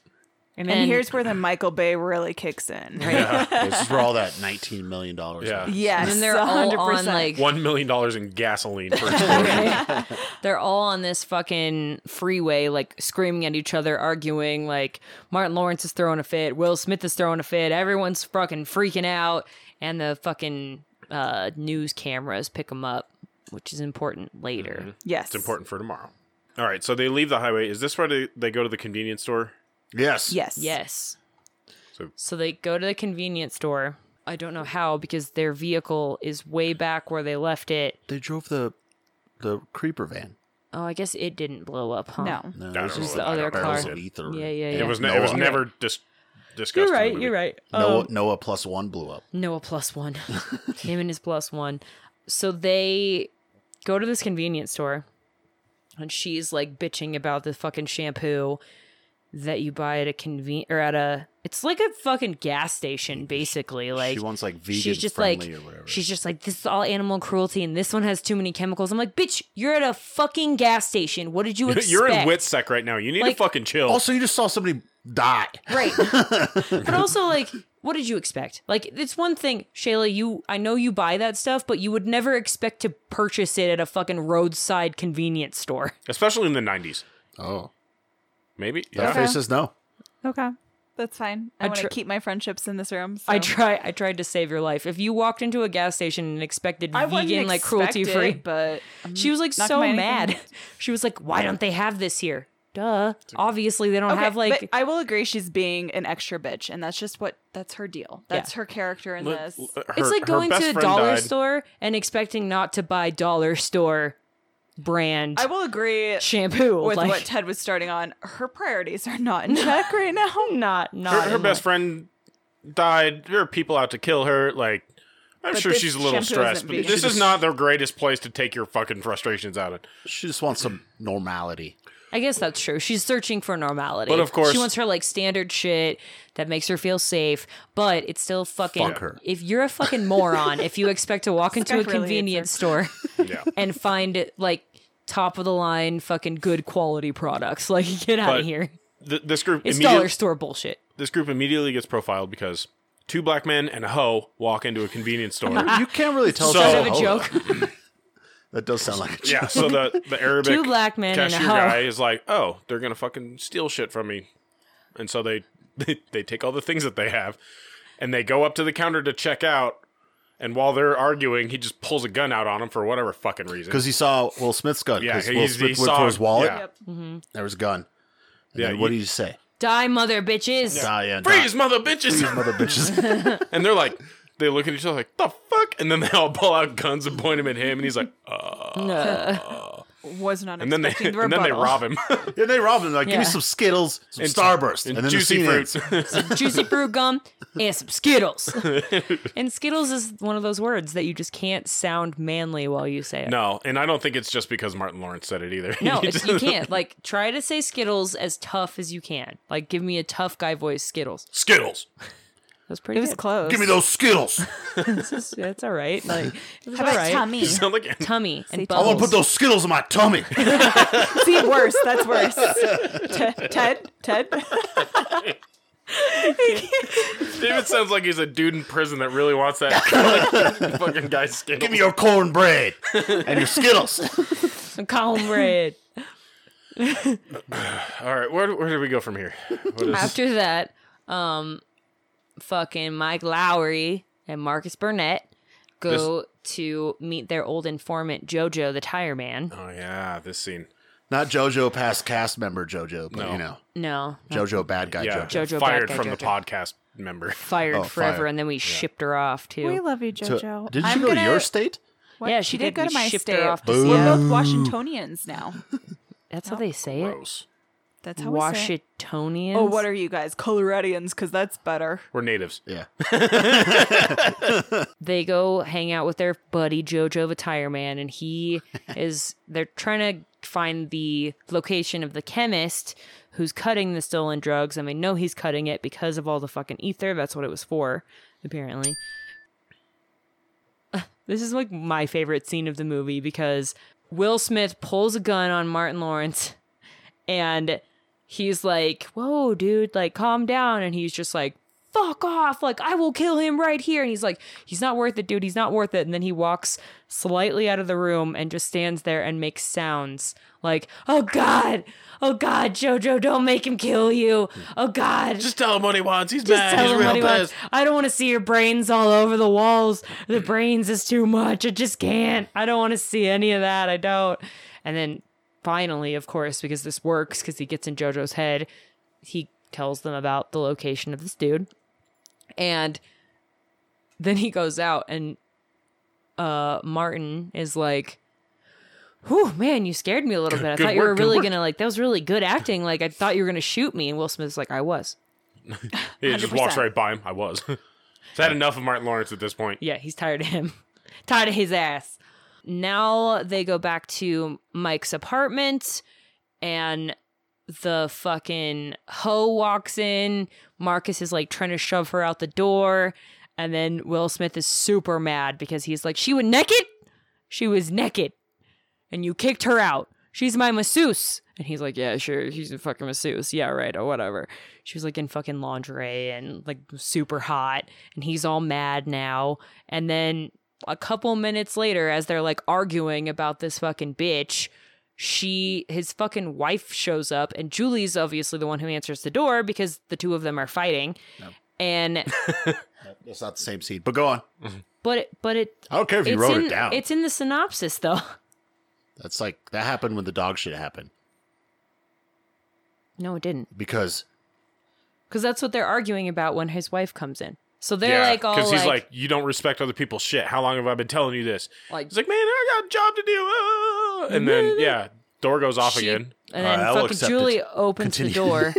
D: and
A: then-
D: here's where the Michael Bay really kicks in.
C: this is where all that nineteen million dollars.
B: Yeah.
D: Yes,
A: And then they're all
D: 100%.
A: on like
B: One million dollars in gasoline for explosion.
A: They're all on this fucking freeway, like screaming at each other, arguing. Like Martin Lawrence is throwing a fit, Will Smith is throwing a fit, everyone's fucking freaking out, and the fucking uh, news cameras pick them up, which is important later.
B: Mm-hmm.
D: yes,
B: It's important for tomorrow. All right, so they leave the highway. Is this where they, they go to the convenience store?
C: Yes.
D: Yes,
A: Yes.
B: So-
A: so they go to the convenience store. I don't know how because their vehicle is way back where they left it.
C: They drove the the creeper van.
A: Oh, I guess it didn't blow up, huh?
D: No.
C: No,
B: don't
C: this
B: know
C: is
B: what
A: the
B: that
A: other
B: barrels
A: car.
B: is.
C: ether.
A: Yeah, yeah, yeah. Um,
B: It was it was
C: Noah.
B: never dis- discussed.
A: You're
B: in the
A: right.
B: movie.
A: You're right.
C: Noah, Noah plus one blew up.
A: Noah plus one. Him and his plus one. So they go to this convenience store and she's like bitching about the fucking shampoo that you buy at a conven or at a it's like a fucking gas station basically like
C: she wants like vegan
A: she's just like
C: friendly or whatever.
A: she's just like this is all animal cruelty and this one has too many chemicals i'm like bitch you're at a fucking gas station what did you expect
B: You're in Witsec right now. You need
A: Like-
B: to fucking chill.
C: also, you just saw somebody die.
A: Right. but also, like, what did you expect? Like, it's one thing, Shayla, you, I know you buy that stuff, but you would never expect to purchase it at a fucking roadside convenience store.
B: Especially in the 90s.
C: Oh,
B: Maybe.
C: that
B: Yeah.
C: face says no.
D: Okay, that's fine. I,
A: I
D: want to
A: tr-
D: keep my friendships in this room. So.
A: I try, I tried to save your life. If you walked into a gas station and expected
D: I wouldn't
A: vegan, like,
D: expect
A: cruelty free,
D: it, but
A: she was like
D: not
A: so
D: gonna buy anything
A: mad.
D: else.
A: She was like, "Why don't they have this here? Duh. Obviously, they don't
D: Okay,
A: have like."
D: but I will agree she's being an extra bitch, and that's just what that's her deal. That's her character in
B: Look,
D: this.
B: l- her-
A: it's like
B: her
A: going
B: best
A: to a
B: friend
A: dollar
B: died.
A: store and expecting not to buy dollar store brand
D: I will agree
A: shampoo.
D: with
A: like,
D: what Ted was starting on. Her priorities are not in check right now.
A: not not
B: Her, her
A: in
B: best friend died. There are people out to kill her. Like, I'm
D: But
B: sure
D: this
B: she's a little
D: shampoo
B: stressed,
D: isn't
B: but
D: vegan.
B: this
D: She
B: is not the greatest place to take your fucking frustrations out of.
C: She just wants some normality.
A: I guess that's true. She's searching for normality.
B: But of course-
A: she wants her like standard shit that makes her feel safe. But it's still fucking.
C: Fuck her.
A: If you're a fucking moron, if you expect to walk into
D: guy
A: a
D: really hates
A: convenience store
B: Yeah.
A: and find like top of the line fucking good quality products, like get out
B: But
A: of here.
B: Th- this group
A: It's
B: immediate-
A: dollar store bullshit.
B: this group immediately gets profiled because two black men and a hoe walk into a convenience store.
C: you can't really tell.
B: So-
C: it's
A: Kind
B: Oh,
A: of a
C: hoe,
A: joke.
C: though. That does sound like a joke.
B: yeah, so the the Arabic
A: Two black men and a
B: cashier
A: hoe.
B: guy is like, "Oh, they're gonna fucking steal shit from me," and so they, they they take all the things that they have, and they go up to the counter to check out. And while they're arguing, he just pulls a gun out on them for whatever fucking reason.
C: Because he saw Will Smith's gun.
B: Yeah,
C: 'cause
B: he-
C: Will
B: he
C: Smith went
B: saw-
C: for his wallet.
B: yeah.
D: Yep.
C: There was a gun. And
B: Yeah,
C: then what
B: you-
C: did you say?
A: Die, mother bitches.
C: Ah, yeah,
B: Freeze,
C: die,
B: mother bitches!
C: mother bitches.
B: and they're like, they look at each other like, the fuck? And then they all pull out guns and point them at him, and he's like, uh.
A: Uh,
D: Was not
B: And then they
D: expecting the
B: and then they
D: rebuttal.
B: rob him.
C: and they robbed him. Like, give me
A: Yeah.
C: some Skittles, some
B: And-
C: Starburst,
B: and,
C: and, then the
B: juicy
C: scene
B: fruits.
C: ends.
A: juicy fruit gum and some Skittles. and Skittles is one of those words that you just can't sound manly while you say it.
B: no, and I don't think it's just because Martin Lawrence said it either.
A: No,
B: He
A: it's,
B: just-
A: you can't. Like, try to say Skittles as tough as you can. Like, give me a tough guy voice, Skittles.
B: Skittles.
A: That's pretty
D: It was
A: good.
D: close.
C: Give me those Skittles.
A: This is- That's all right. Like, it's
D: How
A: all
D: about
A: right.
D: tummy?
B: You sound like
A: Tummy and
C: I
A: bubbles.
C: want to put those Skittles in my tummy.
D: See, worse. That's worse. Ted, Ted, Ted.
B: David sounds like he's a dude in prison that really wants that fucking guy's Skittles.
C: give me your cornbread and your Skittles.
A: some cornbread.
B: All right, where, where do we go from here? What is-
A: After that, um, fucking Mike Lowry and Marcus Burnett go to meet their old informant JoJo the Tire Man.
B: oh yeah, this scene.
C: Not JoJo, past cast member JoJo, but
B: No.
C: you know
A: No,
C: JoJo, bad guy
B: Yeah,
C: JoJo.
A: JoJo
B: fired
A: Black guy
B: from the
A: JoJo.
B: podcast member.
A: fired
C: Oh,
A: forever,
C: fired.
A: and then we shipped her off too.
D: We love you,
C: So,
D: JoJo.
C: did she
D: I'm
C: go to
D: gonna-
C: your state?
D: What?
A: Yeah, she did.
D: go
A: We
D: to my
A: shipped her
D: state.
A: off to
D: We're
A: Seattle.
D: both Washingtonians now.
A: That's how they say it.
B: Gross.
D: That's how we say it.
A: Washingtonians.
D: Oh, what are you guys? Coloradians, because that's better.
B: We're natives.
C: Yeah.
A: they go hang out with their buddy Jojo the Tire Man, and he is they're trying to find the location of the chemist who's cutting the stolen drugs, and they know he's cutting it because of all the fucking ether. That's what it was for, apparently. This is like my favorite scene of the movie because Will Smith pulls a gun on Martin Lawrence and he's like, Whoa, dude, like calm down. And he's just like, Fuck off. Like, I will kill him right here. And he's like, He's not worth it, dude. He's not worth it. And then he walks slightly out of the room and just stands there and makes sounds like, Oh God. Oh God, JoJo, don't make him kill you. Oh God.
B: Just tell him what he wants. He's
A: Just
B: mad.
A: tell
B: He's
A: him
B: real
A: what he wants.
B: pissed.
A: I don't want to see your brains all over the walls. The brains is too much. I just can't. I don't want to see any of that. I don't. And then finally, of course, because this works, because he gets in JoJo's head, he tells them about the location of this dude. And then he goes out, and uh, Martin is like, Whew, man, you scared me a little bit. I
B: good
A: thought you
B: work,
A: were
B: good
A: really
B: work."
A: going to, like, that was really good acting. Like, I thought you were going to shoot me. And Will Smith's like, I was.
B: He just walks
D: 100%.
B: right by him. I was. So I had enough of Martin Lawrence at this point.
A: Yeah, he's tired of him. tired of his ass. Now they go back to Mike's apartment and the fucking hoe walks in. Marcus is like trying to shove her out the door. And then Will Smith is super mad because he's like, She was naked? She was naked. And you kicked her out. She's my masseuse. And he's like, Yeah, sure. She's a fucking masseuse. Yeah, right. Or whatever. She was like in fucking lingerie and like super hot. And he's all mad now. And then a couple minutes later, as they're like arguing about this fucking bitch, she his fucking wife shows up and Julie's obviously the one who answers the door because the two of them are fighting. And
C: That's not the same scene, but go on.
A: but it, but it
C: I don't care if you
A: it's
C: wrote
A: in,
C: it down.
A: it's in the synopsis though.
C: That's like that happened when the dog shit happened
A: No, it didn't.
C: because
A: Cuz that's what they're arguing about when his wife comes in. So they're
B: yeah,
A: like all
B: because
A: like,
B: he's like, you don't respect other people's shit. How long have I been telling you this?
A: Like-
B: he's like, man, I got a job to do. ah." And then yeah, door goes off
A: Mm-hmm. she-
B: again.
A: And
C: All
A: then
C: right, Uh, I'll
A: fucking
C: accept
A: Julie
C: it.
A: opens the
C: Continue.
A: door.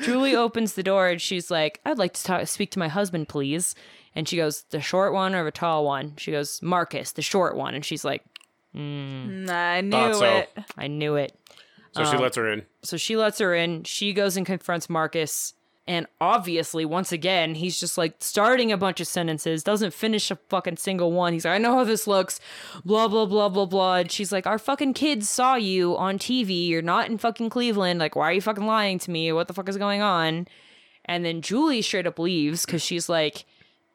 A: Julie opens the door and she's like, "I'd like to talk, speak to my husband, please." And she goes, the short one or the tall one? She goes, Marcus, the short one. And she's like,
D: Mm, I knew
B: Thought so.
D: it.
A: I knew it.
B: So
A: uh,
B: she lets her in.
A: So she lets her in. She goes and confronts Marcus. And obviously, once again, he's just like starting a bunch of sentences, doesn't finish a fucking single one. He's like, I know how this looks, blah, blah, blah, blah, blah. And she's like, Our fucking kids saw you on TV. You're not in fucking Cleveland. Like, why are you fucking lying to me? What the fuck is going on? And then Julie straight up leaves because she's like,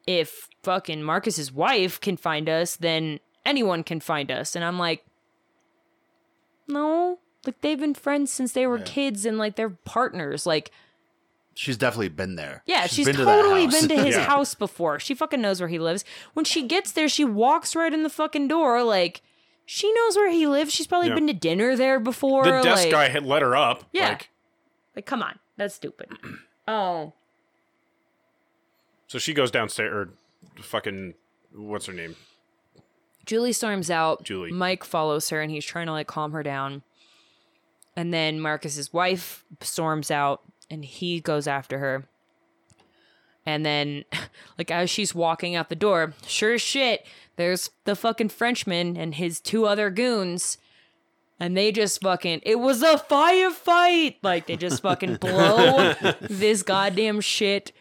A: If fucking Marcus's wife can find us, then anyone can find us. And I'm like, no. Like they've been friends since they were kids and like they're partners. Like,
C: She's definitely been there.
A: yeah, she's,
C: been to that
A: totally
C: house.
A: been to his
B: Yeah.
A: house before. She fucking knows where he lives. When she gets there, she walks right in the fucking door. Like, she knows where he lives. She's probably
B: Yeah.
A: been to dinner there before.
B: The desk
A: like,
B: guy had let her up.
A: Yeah.
B: Like,
A: Like, come on. That's stupid. oh.
B: so she goes downstairs or fucking what's her name?
A: Julie storms out.
B: Julie.
A: Mike follows her and he's trying to like calm her down. And then Marcus's wife storms out and he goes after her. And then like as she's walking out the door, sure as shit, there's the fucking Frenchman and his two other goons. And they just fucking it was a firefight. Like they just fucking blow this goddamn shit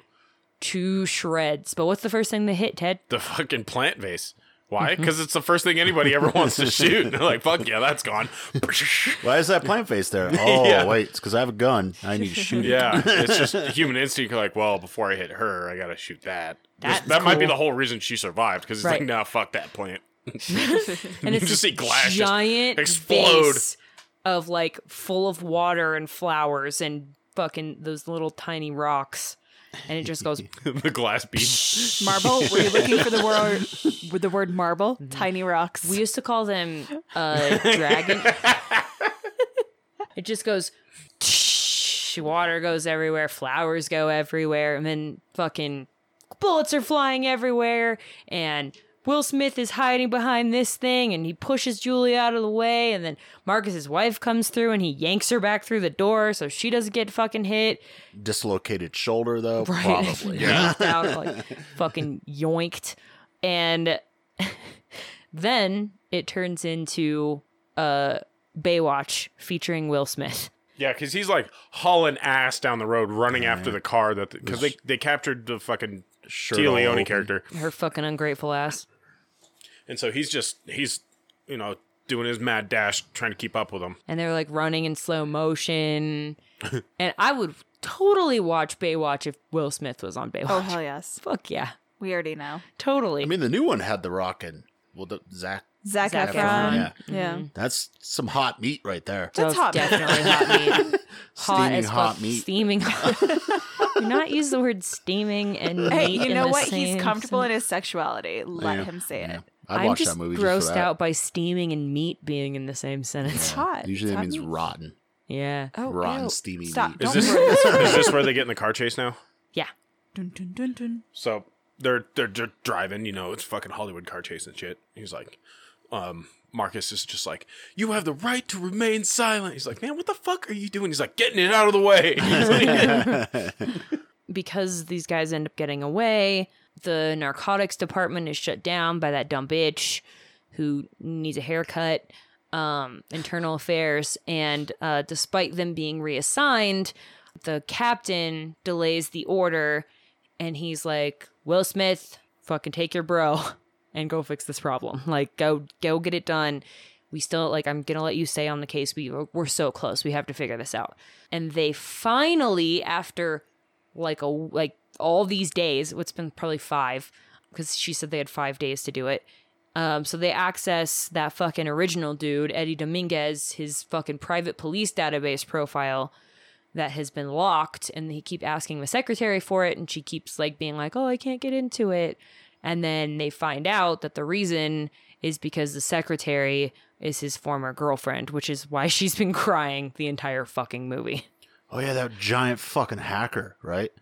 A: to shreds. But what's the first thing they hit, Ted?
B: The fucking plant vase. Why?
A: Mm-hmm.
B: Because it's the first thing anybody ever wants to shoot. They're like, fuck yeah, that's gone.
C: Why is that plant face there? Oh,
B: Yeah.
C: wait, it's because I have a gun. I need to shoot it.
B: yeah, it's just human instinct. Like, well, before I hit her, I gotta shoot that. This-
A: That's
B: that might be
A: cool.
B: the whole reason she survived. Because it's
A: Right.
B: like, nah, fuck that plant.
A: and it's
B: just
A: just
B: see glass just
A: giant
B: explode.
A: vase of like full of water and flowers and fucking those little tiny rocks, and it just goes.
B: the glass bead.
D: Marble? Were you looking for the word? with the word marble? Tiny rocks.
A: we used to call them uh, dragon. it just goes. Water goes everywhere, flowers go everywhere, and then fucking bullets are flying everywhere. And Will Smith is hiding behind this thing, and he pushes Julie out of the way. And then Marcus's wife comes through, and he yanks her back through the door, so she doesn't get fucking hit.
C: Dislocated shoulder, though.
A: Right.
C: Probably.
A: Knocked out, like fucking yoinked. And then it turns into uh Baywatch featuring Will Smith.
B: Yeah, because he's like hauling ass down the road, running after the car that because they they captured the fucking
C: Shirt
B: Tia
C: all
B: Leone
C: open.
B: character,
A: Her fucking ungrateful ass.
B: and so he's just he's you know doing his mad dash trying to keep up with them.
A: And they're like running in slow motion. and I would totally watch Baywatch if Will Smith was on Baywatch.
D: oh hell yes,
A: Fuck yeah.
D: we already know.
A: Totally.
C: I mean, the new one had the rock in. Well, the Zach.
D: Zac,
A: Zac
D: Efron. Mm-hmm.
A: Efron.
C: Yeah.
D: Yeah.
C: That's some hot meat right there.
A: So
D: That's
A: it's
D: hot meat.
A: definitely hot meat. Hot
C: Steaming
A: as
C: hot
A: fuck.
C: meat.
A: Steaming hot. Do not use the word steaming and
D: Hey,
A: meat
D: you
A: in
D: know
A: the
D: what?
A: same
D: He's comfortable
A: sentence.
D: in his sexuality. Let
C: Yeah.
D: him say
C: Yeah.
D: it.
C: I'd
A: am
C: watch
A: just
C: that movie
A: grossed
C: just for that.
A: out by steaming and meat being in the same sentence.
D: It's hot.
C: Usually
D: It's
C: that
D: hot
C: means
D: meat.
C: rotten.
A: Yeah.
D: Oh,
C: rotten,
D: ew.
C: steamy
D: Stop.
C: meat.
B: Is
D: Don't
B: this
D: ruin this.
B: is this where they get in the car chase now?
A: Yeah.
D: Dun, dun, dun, dun.
B: So they're they're just driving, you know, it's fucking Hollywood car chase and shit. He's like, um, Marcus is just like, you have the right to remain silent. He's like, man, what the fuck are you doing? He's like, getting it out of the way. He's like-
A: Because these guys end up getting away, the narcotics department is shut down by that dumb bitch who needs a haircut, um, internal affairs, and uh, despite them being reassigned, the captain delays the order and he's like, Will Smith, fucking take your bro and go fix this problem. Like, go, go get it done. We still, like, I'm gonna let you stay on the case. We, we're so close. We have to figure this out. And they finally, after like a, like all these days, it's been probably five, because she said they had five days to do it. Um, so they access that fucking original dude, Eddie Dominguez, his fucking private police database profile, that has been locked and he keep asking the secretary for it and she keeps like being like oh i can't get into it and then they find out that the reason is because the secretary is his former girlfriend which is why she's been crying the entire fucking movie
C: Oh yeah, that giant fucking hacker, right?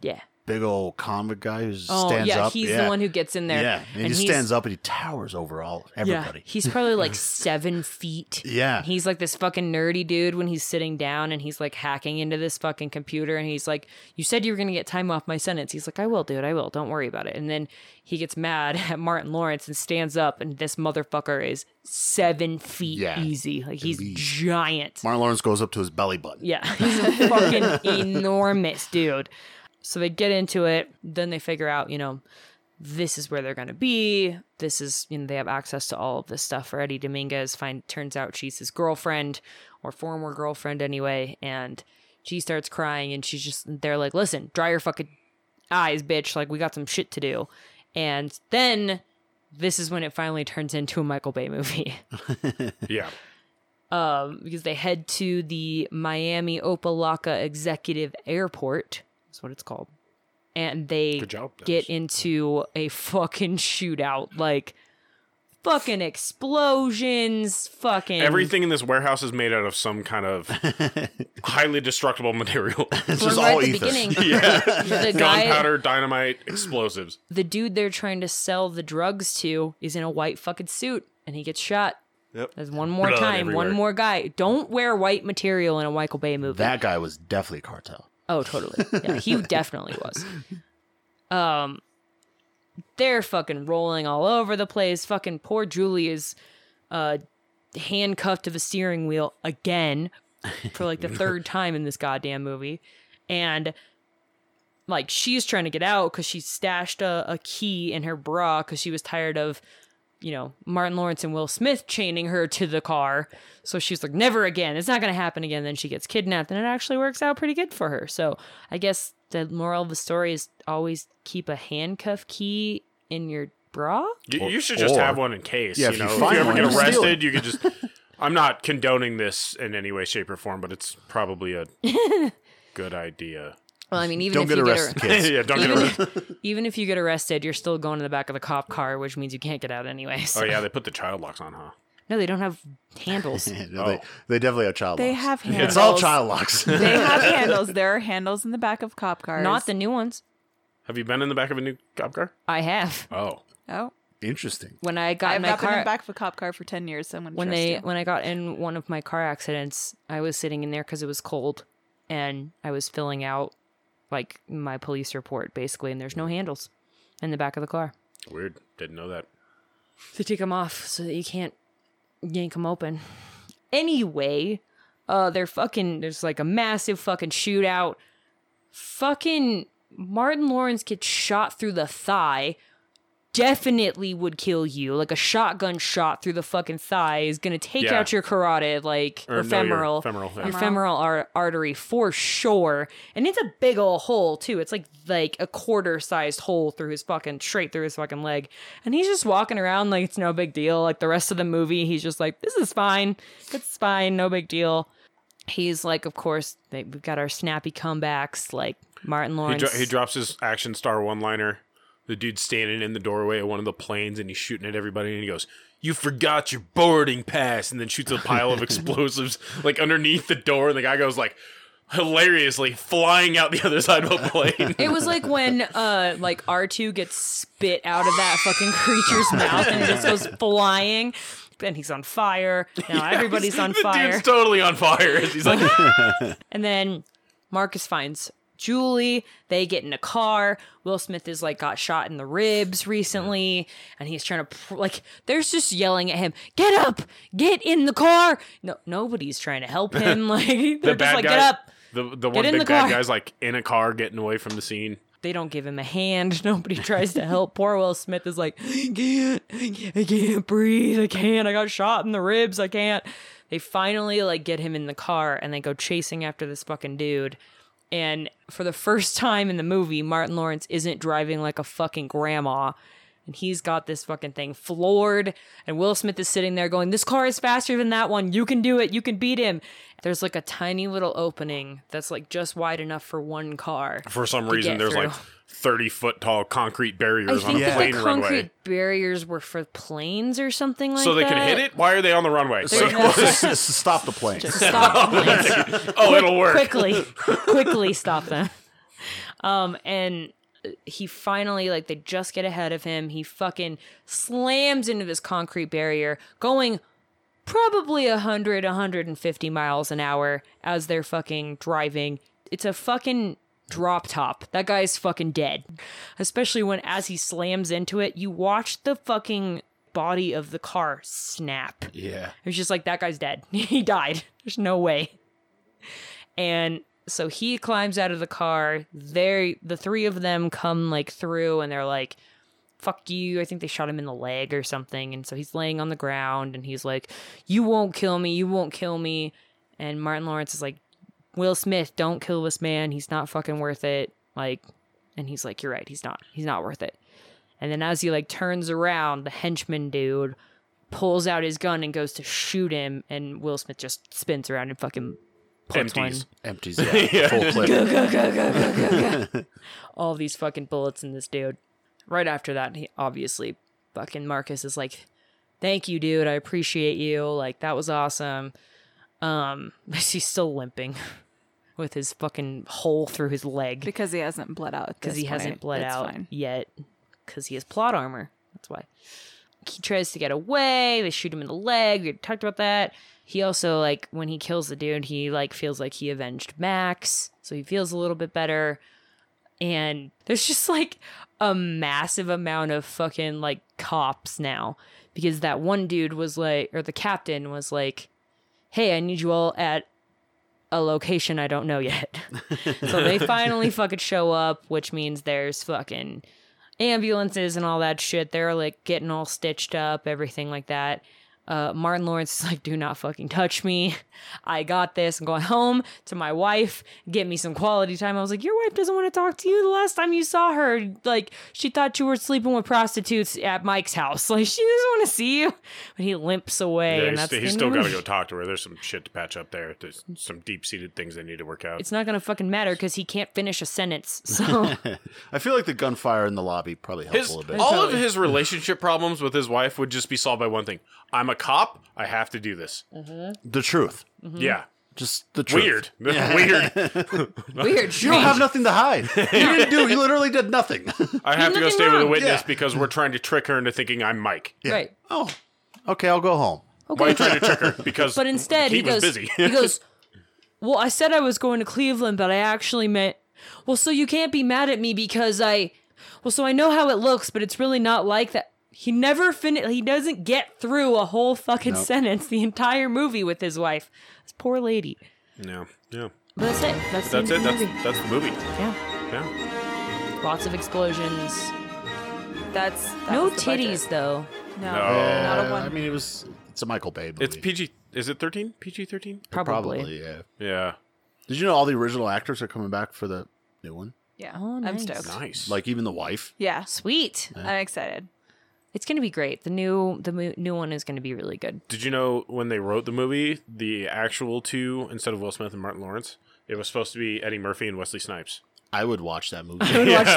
A: yeah
C: big old comic guy who
A: Oh
C: stands
A: yeah,
C: up.
A: he's
C: Yeah.
A: the one who gets in there.
C: Yeah, and he just
A: he's-
C: stands up and he towers over all everybody.
A: Yeah, he's probably like seven feet.
C: Yeah.
A: And he's like this fucking nerdy dude when he's sitting down and he's like hacking into this fucking computer and he's like, You said you were gonna get time off my sentence. He's like, I will, dude, I will, don't worry about it. And then he gets mad at Martin Lawrence and stands up and this motherfucker is seven feet
C: Yeah.
A: easy. Like he's
C: least.
A: giant.
C: Martin Lawrence goes up to his belly button.
A: Yeah, he's a fucking enormous dude. So they get into it, then they figure out, you know, this is where they're going to be. This is, you know, they have access to all of this stuff already. Dominguez find turns out she's his girlfriend or former girlfriend anyway, and she starts crying and she's just they're like, "Listen, dry your fucking eyes, bitch. Like we got some shit to do." And then this is when it finally turns into a Michael Bay movie
B: Yeah.
A: um, because they head to the Miami Opalaka Executive Airport. That's what it's called. And they
B: Good job.
A: get into a fucking shootout. Like, fucking explosions, fucking.
B: Everything in this warehouse is made out of some kind of highly destructible material.
C: It's
A: Remember
C: just
A: at
C: all
A: the
C: ether.
A: beginning,
B: yeah.
A: the guy,
B: Gunpowder, dynamite, explosives.
A: the dude they're trying to sell the drugs to, is in a white fucking suit, and he gets shot.
B: Yep.
A: There's one more
B: Blood
A: time,
B: everywhere.
A: one more guy. Don't wear white material in a Michael Bay movie.
C: That guy was definitely cartel.
A: Oh, totally. Yeah, he definitely was. Um, they're fucking rolling all over the place. Fucking poor Julie is uh, handcuffed to the steering wheel again for like the third time in this goddamn movie, and like she's trying to get out because she stashed a, a key in her bra because she was tired of you know martin lawrence and will smith chaining her to the car so she's like never again it's not going to happen again then she gets kidnapped and it actually works out pretty good for her so i guess the moral of the story is always keep a handcuff key in your bra
B: You,
C: Or-
B: you should just
C: or-
B: have one in case.
C: Yeah,
B: you
C: if you
B: know, if you,
C: find
B: ever
C: one,
B: get
C: just steal
B: arrested, you could just. I'm not condoning this in any way, shape, or form, but it's probably a good idea.
A: well i mean even
C: Don't
A: if
C: get
A: you
C: arrested,
A: get
C: kids.
B: yeah, don't get arrested.
A: ar- even if you get arrested you're still going to the back of the cop car which means you can't get out anyway so.
B: Oh yeah, they put the child locks on, huh?
A: no they don't have handles
C: Yeah,
B: Oh.
C: they, they definitely have child
D: They
C: locks.
D: have handles.
C: It's all child locks.
D: They have handles. There are handles in the back of cop cars.
A: not the new ones
B: Have you been in the back of a new cop car?
A: i have
B: Oh,
D: Oh,
C: Interesting.
A: when i got in
D: I've
A: my
D: not been in
A: car
D: the back of a cop car for ten years. So I'm gonna
A: when
D: trust
A: they
D: you.
A: when I got in one of my car accidents, I was sitting in there because it was cold, and I was filling out like my police report basically, and there's no handles in the back of the car.
B: weird. Didn't know that.
A: They take them off so that you can't yank them open. Anyway, uh, they're fucking. There's like a massive fucking shootout. Fucking Martin Lawrence gets shot through the thigh. Definitely would kill you. Like a shotgun shot through the fucking thigh is gonna take
B: Yeah.
A: out your carotid, like or,
B: Or no, your
A: femoral,
B: femoral, yeah.
A: your femoral ar- artery for sure. And it's a big ol' hole too. It's like like a quarter sized hole through his fucking straight through his fucking leg. And he's just walking around like it's no big deal. Like the rest of the movie, he's just like, this is fine. It's fine. No big deal. He's like, of course, they, we've got our snappy comebacks like Martin
B: He,
A: Lawrence.
B: dro- he drops his action star one liner. The dude's standing in the doorway of one of the planes and he's shooting at everybody and he goes, You forgot your boarding pass and then shoots a pile of explosives like underneath the door and the guy goes like hilariously flying out the other side of a plane.
A: It was like when uh like R2 gets spit out of that fucking creature's mouth and it just goes flying. And he's on fire. Now everybody's on
B: the
A: fire.
B: dude's totally on fire. He's like
A: And then Marcus finds Julie. They get in a car. Will Smith is like got shot in the ribs recently, and he's trying to pr- like. There's just yelling at him. Get up! Get in the car! No, nobody's trying to help him. Like they're
B: the
A: just
B: bad
A: like,
B: guy
A: get up.
B: the the one
A: in
B: big
A: the
B: bad
A: car.
B: guy's like in a car getting away from the scene.
A: They don't give him a hand. Nobody tries to help. Poor Will Smith is like, I can't, I can't, I can't breathe. I can't. I got shot in the ribs. I can't. They finally like get him in the car and they go chasing after this fucking dude. And for the first time in the movie, Martin Lawrence isn't driving like a fucking grandma. And he's got this fucking thing floored. And Will Smith is sitting there going, This car is faster than that one. You can do it. You can beat him. There's like a tiny little opening that's like just wide enough for one car.
B: For some
A: To
B: reason
A: get
B: there's like
A: through.
B: thirty foot tall concrete
A: I
B: barriers on
A: think
B: a
A: that
B: plane
A: the concrete
B: runway.
A: barriers were for planes or something like that.
B: So they can hit it? Why are they on the runway?
C: So,
B: Like,
C: stop the plane.
A: Stop planes
B: oh, it'll work.
A: quickly, quickly stop them. Um, and he finally like they just get ahead of him. He fucking slams into this concrete barrier, going probably 100 150 miles an hour as they're fucking driving. It's a fucking drop top. That guy's fucking dead. Especially when as he slams into it, you watch the fucking body of the car snap.
C: Yeah.
A: It was just like that guy's dead. he died. There's no way. And so he climbs out of the car. They the three of them come like through and they're like fuck you. I think they shot him in the leg or something. And so he's laying on the ground and he's like you won't kill me. You won't kill me. And Martin Lawrence is like Will Smith, don't kill this man. He's not fucking worth it. Like and he's like you're right. He's not. He's not worth it. And then as he like turns around, the henchman dude pulls out his gun and goes to shoot him, and Will Smith just spins around and fucking puts one.
B: Empties.
C: Empties. Yeah. Full clip.
A: all these fucking bullets in this dude. Right after that, he obviously fucking Marcus is like, "Thank you, dude. I appreciate you. Like that was awesome." Um, he's still limping with his fucking hole through his leg.
D: because he hasn't bled out.
A: because he hasn't bled out yet because he has plot armor. That's why. He tries to get away. They shoot him in the leg. We talked about that. He also like when he kills the dude, he like feels like he avenged Max, so he feels a little bit better. And there's just like a massive amount of fucking like cops now because that one dude was like, or the captain was like, "Hey, I need you all at a location I don't know yet." So they finally fucking show up, which means there's fucking ambulances and all that shit. They're like getting all stitched up, everything like that. Uh, Martin Lawrence is like, do not fucking touch me. I got this. I'm going home to my wife. Get me some quality time. I was like, your wife doesn't want to talk to you. The last time you saw her, like, she thought you were sleeping with prostitutes at Mike's house. Like, she doesn't want to see you. But he limps away.
B: Yeah,
A: and
B: he's,
A: that's
B: st-
A: the
B: he's
A: end
B: still
A: of the
B: got to
A: movie.
B: go talk to her. There's some shit to patch up there. There's some deep seated things they need to work out.
A: It's not going to fucking matter because he can't finish a sentence. So,
C: I feel like the gunfire in the lobby probably helps
B: His,
C: a little bit.
B: all of his relationship problems with his wife would just be solved by one thing: I'm a cop. I have to do this.
C: the truth.
A: Mm-hmm.
B: Yeah,
C: Just the truth.
B: weird, weird.
A: weird.
C: You don't have nothing to hide. You didn't do. You literally did nothing.
B: I have to go
A: nothing
B: stay with a
A: wrong.
B: witness
C: Yeah.
B: because we're trying to trick her into thinking I'm Mike.
A: Right.
C: oh, okay. I'll go home.
B: Why are you trying to trick her? Because
A: But instead,
B: he,
A: he,
B: was
A: goes.
B: busy.
A: he goes. Well, I said I was going to Cleveland, but I actually meant. Well, so you can't be mad at me because I. Well, so I know how it looks, but it's really not like that. He never fin. He doesn't get through a whole fucking
C: Nope.
A: sentence the entire movie with his wife. This poor lady.
B: no, yeah,
A: But that's it. That's,
B: that's
A: the
B: it.
A: end of
B: That's
A: the movie.
B: that's the movie.
A: Yeah.
B: Yeah,
A: Lots of explosions.
D: That's that
A: No
D: was the budget.
A: titties though.
D: No,
B: No.
D: not a
C: Uh,
D: one.
C: I mean, it was. It's a Michael Bay movie.
B: it's PG. Is it 13? PG 13?
A: Probably.
C: Yeah.
B: Yeah,
C: Did you know all the original actors are coming back for the new one?
D: yeah,
A: Oh,
D: I'm
A: nice.
D: stoked.
B: nice.
C: Like even the wife.
D: Yeah,
A: Sweet.
D: I'm excited.
A: It's gonna be great. The new the mo- new one is gonna be really good.
B: Did you know when they wrote the movie, the actual two instead of Will Smith and Martin Lawrence, it was supposed to be Eddie Murphy and Wesley Snipes.
C: I would watch that
A: I
C: movie.
A: would watch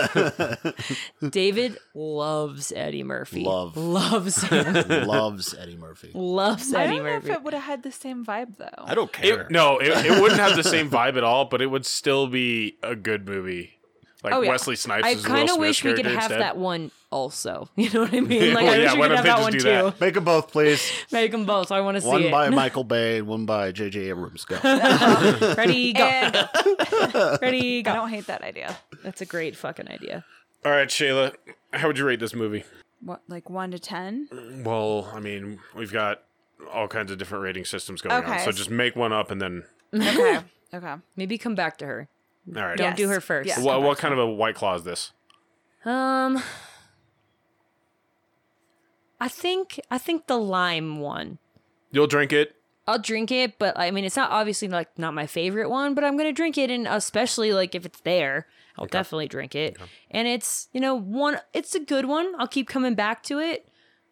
A: that. David loves Eddie Murphy.
C: Love.
A: Loves him.
C: Loves Eddie Murphy.
A: loves
D: I
A: Eddie
D: don't know
A: Murphy.
D: if it would have had the same vibe though.
C: I don't
B: It-
C: care.
B: no, it, it wouldn't have the same vibe at all, but it would still be a good movie. Like
A: Oh, yeah.
B: Wesley Snipes.
A: I
B: is Will
A: kind of
B: Smith's
A: wish we could
B: character
A: have
B: instead.
A: that one also. You know what I mean? Like
B: Well,
A: I
B: yeah,
A: wish we
B: why
A: could have
B: don't they
A: that
B: just
A: one
B: do
A: too.
B: that?
C: Make them both, please.
A: Make them both. I want to see
C: One
A: it.
C: by Michael Bay and one by J.J. Abrams. Go.
A: Ready go.
D: And I
A: Ready go.
D: don't hate that idea.
A: That's a great fucking idea.
B: All right, Shayla, how would you rate this movie?
D: What, like one to ten?
B: Well, I mean, we've got all kinds of different rating systems going on,
D: Okay.
B: so just make one up and then.
D: Okay, okay.
A: Maybe come back to her.
B: All right.
A: Don't do
D: Yes.
A: her first.
D: Yes.
B: What, what kind of a white claw is this?
A: Um, I think I think the lime one.
B: You'll drink it.
A: I'll drink it, but I mean, it's not obviously like not my favorite one, but I'm gonna drink it, and especially like if it's there, I'll definitely drink it. And it's you know one, it's a good one. I'll keep coming back to it,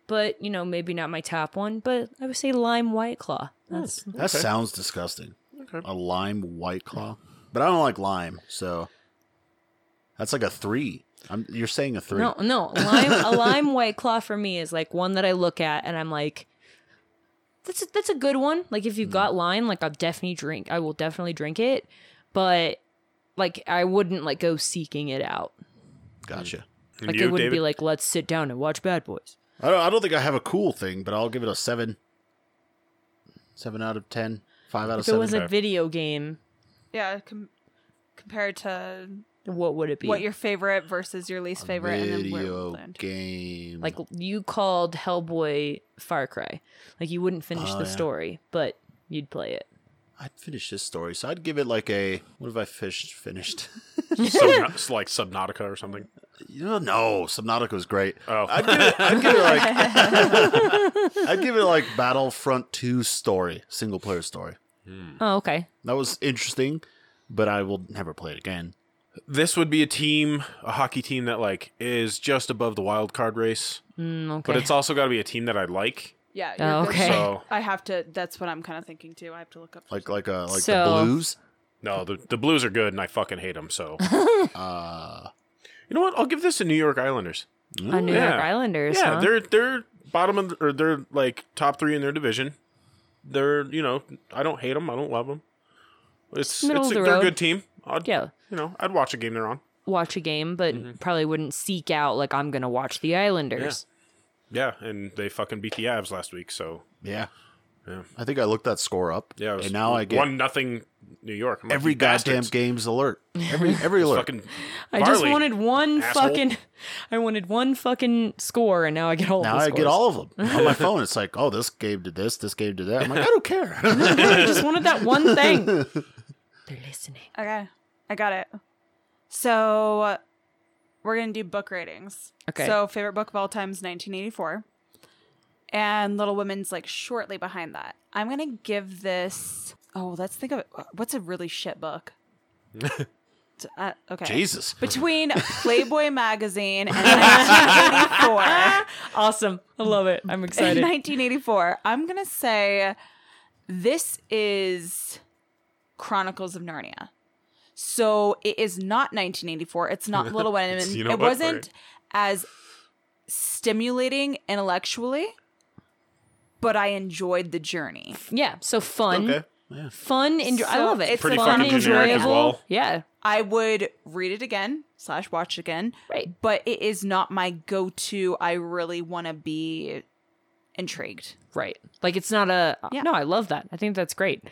A: but you know maybe not my top one, but I would say lime white claw. That's
C: That sounds disgusting. A lime white claw, but I don't like lime, so that's like a three. I'm, you're saying a three.
A: no, no lime. a lime white claw for me is like one that I look at and I'm like. That's a, that's a good one. Like if you've got lime, like I'll definitely drink. I will definitely drink it, but like I wouldn't like go seeking it out.
C: Gotcha.
B: And
A: Like
B: you,
A: it wouldn't
B: David?
A: be like let's sit down and watch Bad Boys.
C: I don't, I don't think I have a cool thing, but I'll give it a seven. Seven out of ten. Five out of
A: If it
C: seven.
A: was a
B: Okay.
A: video game,
D: Yeah, com- compared to
A: what would it be?
D: what your favorite versus your least favorite, and then where we
C: video
D: land.
C: game.
A: like you called Hellboy Far Cry. Like you wouldn't finish
C: Oh,
A: the
C: yeah.
A: story, but you'd play it.
C: I'd finish this story, so I'd give it like a. What have I fish finished?
B: Subna- like Subnautica or something.
C: you know, no, Subnautica was great.
B: Oh.
C: I'd give it, I'd give it like. I'd give it like Battlefront Two story, single player story.
A: Oh, okay.
C: That was interesting, but I will never play it again.
B: This would be a team, a hockey team that like is just above the wild card race,
A: Mm, okay.
B: but it's also got to be a team that I like.
D: Yeah.
A: Oh,
D: you're good.
A: okay.
B: So
D: I have to. That's what I'm kind of thinking too. I have to look up.
C: Like like a like the
A: So-
C: blues.
B: no, the the Blues are good, and I fucking hate them. So
C: Uh,
B: you know what? I'll give this to New York Islanders.
A: on New York
B: yeah.
A: Islanders.
B: yeah,
A: huh?
B: they're they're bottom of the, or they're like top three in their division. They're you know I don't hate them. I don't love them. It's,
A: Middle
B: it's
A: of the
B: they're a
A: road.
B: good team. I'd,
A: yeah.
B: you know I'd watch a game they're on.
A: Watch a game, but
B: Mm-hmm.
A: probably wouldn't seek out like I'm gonna watch the Islanders.
B: Yeah, and they fucking beat the Avs last week. So
C: yeah.
B: Yeah.
C: I think I looked that score up.
B: yeah, it was
C: and now I get
B: one nothing New York. I'm like,
C: every
B: "You
C: goddamn
B: bastards."
C: game's alert. Every every alert.
B: Fucking
A: I just
B: Varley.
A: wanted one
B: asshole.
A: fucking. I wanted one fucking score, and now I get all.
C: now
A: the
C: I
A: scores.
C: get all of them on my phone. It's like, oh, this game did this, this game did that. I'm like, I don't care.
A: I just wanted that one thing. They're listening.
D: Okay, I got it. So we're gonna do book ratings.
A: Okay.
D: So favorite book of all time is 1984, and Little Women's like shortly behind that. I'm gonna give this. Oh, let's think of it. What's a really shit book? T- uh, okay.
C: oh, Jesus.
D: Between Playboy magazine and 1984.
A: Awesome. I love it. I'm
D: In
A: excited.
D: 1984. I'm going to say this is Chronicles of Narnia. So it is not 1984. It's not Little Women.
B: You know
D: it
B: what?
D: wasn't as stimulating intellectually, but I enjoyed the journey.
A: yeah. So fun.
C: Okay. Yeah.
A: Fun. Enjo- I
D: So
A: love it.
D: it's
B: Pretty
A: fun,
B: fucking generic as
A: enjoyable.
B: well.
A: Yeah.
D: I would read it again slash watch it again,
A: Right.
D: but it is not my go-to. I really want to be intrigued.
A: Right. Like it's not a
D: Yeah.
A: no, I love that. I think that's great.